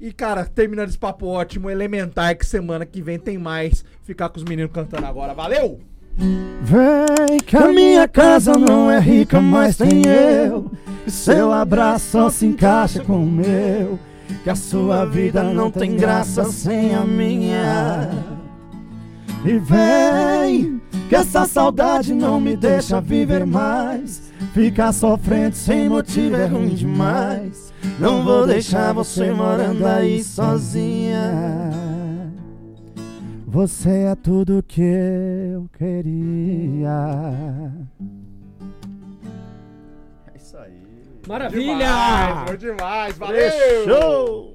S1: E, cara, terminando esse papo ótimo, Elementar, que semana que vem tem mais. Ficar com os meninos cantando agora. Valeu!
S4: Vem que a minha casa não é rica, mas tem eu. E seu abraço só se encaixa com o meu. Que a sua vida não tem graça sem a minha. E vem que essa saudade não me deixa viver mais. Ficar sofrendo sem motivo é ruim demais. Não vou deixar você morando aí sozinha. Você é tudo que eu queria.
S2: Maravilha!
S1: Demais, bom demais, valeu!
S5: Show!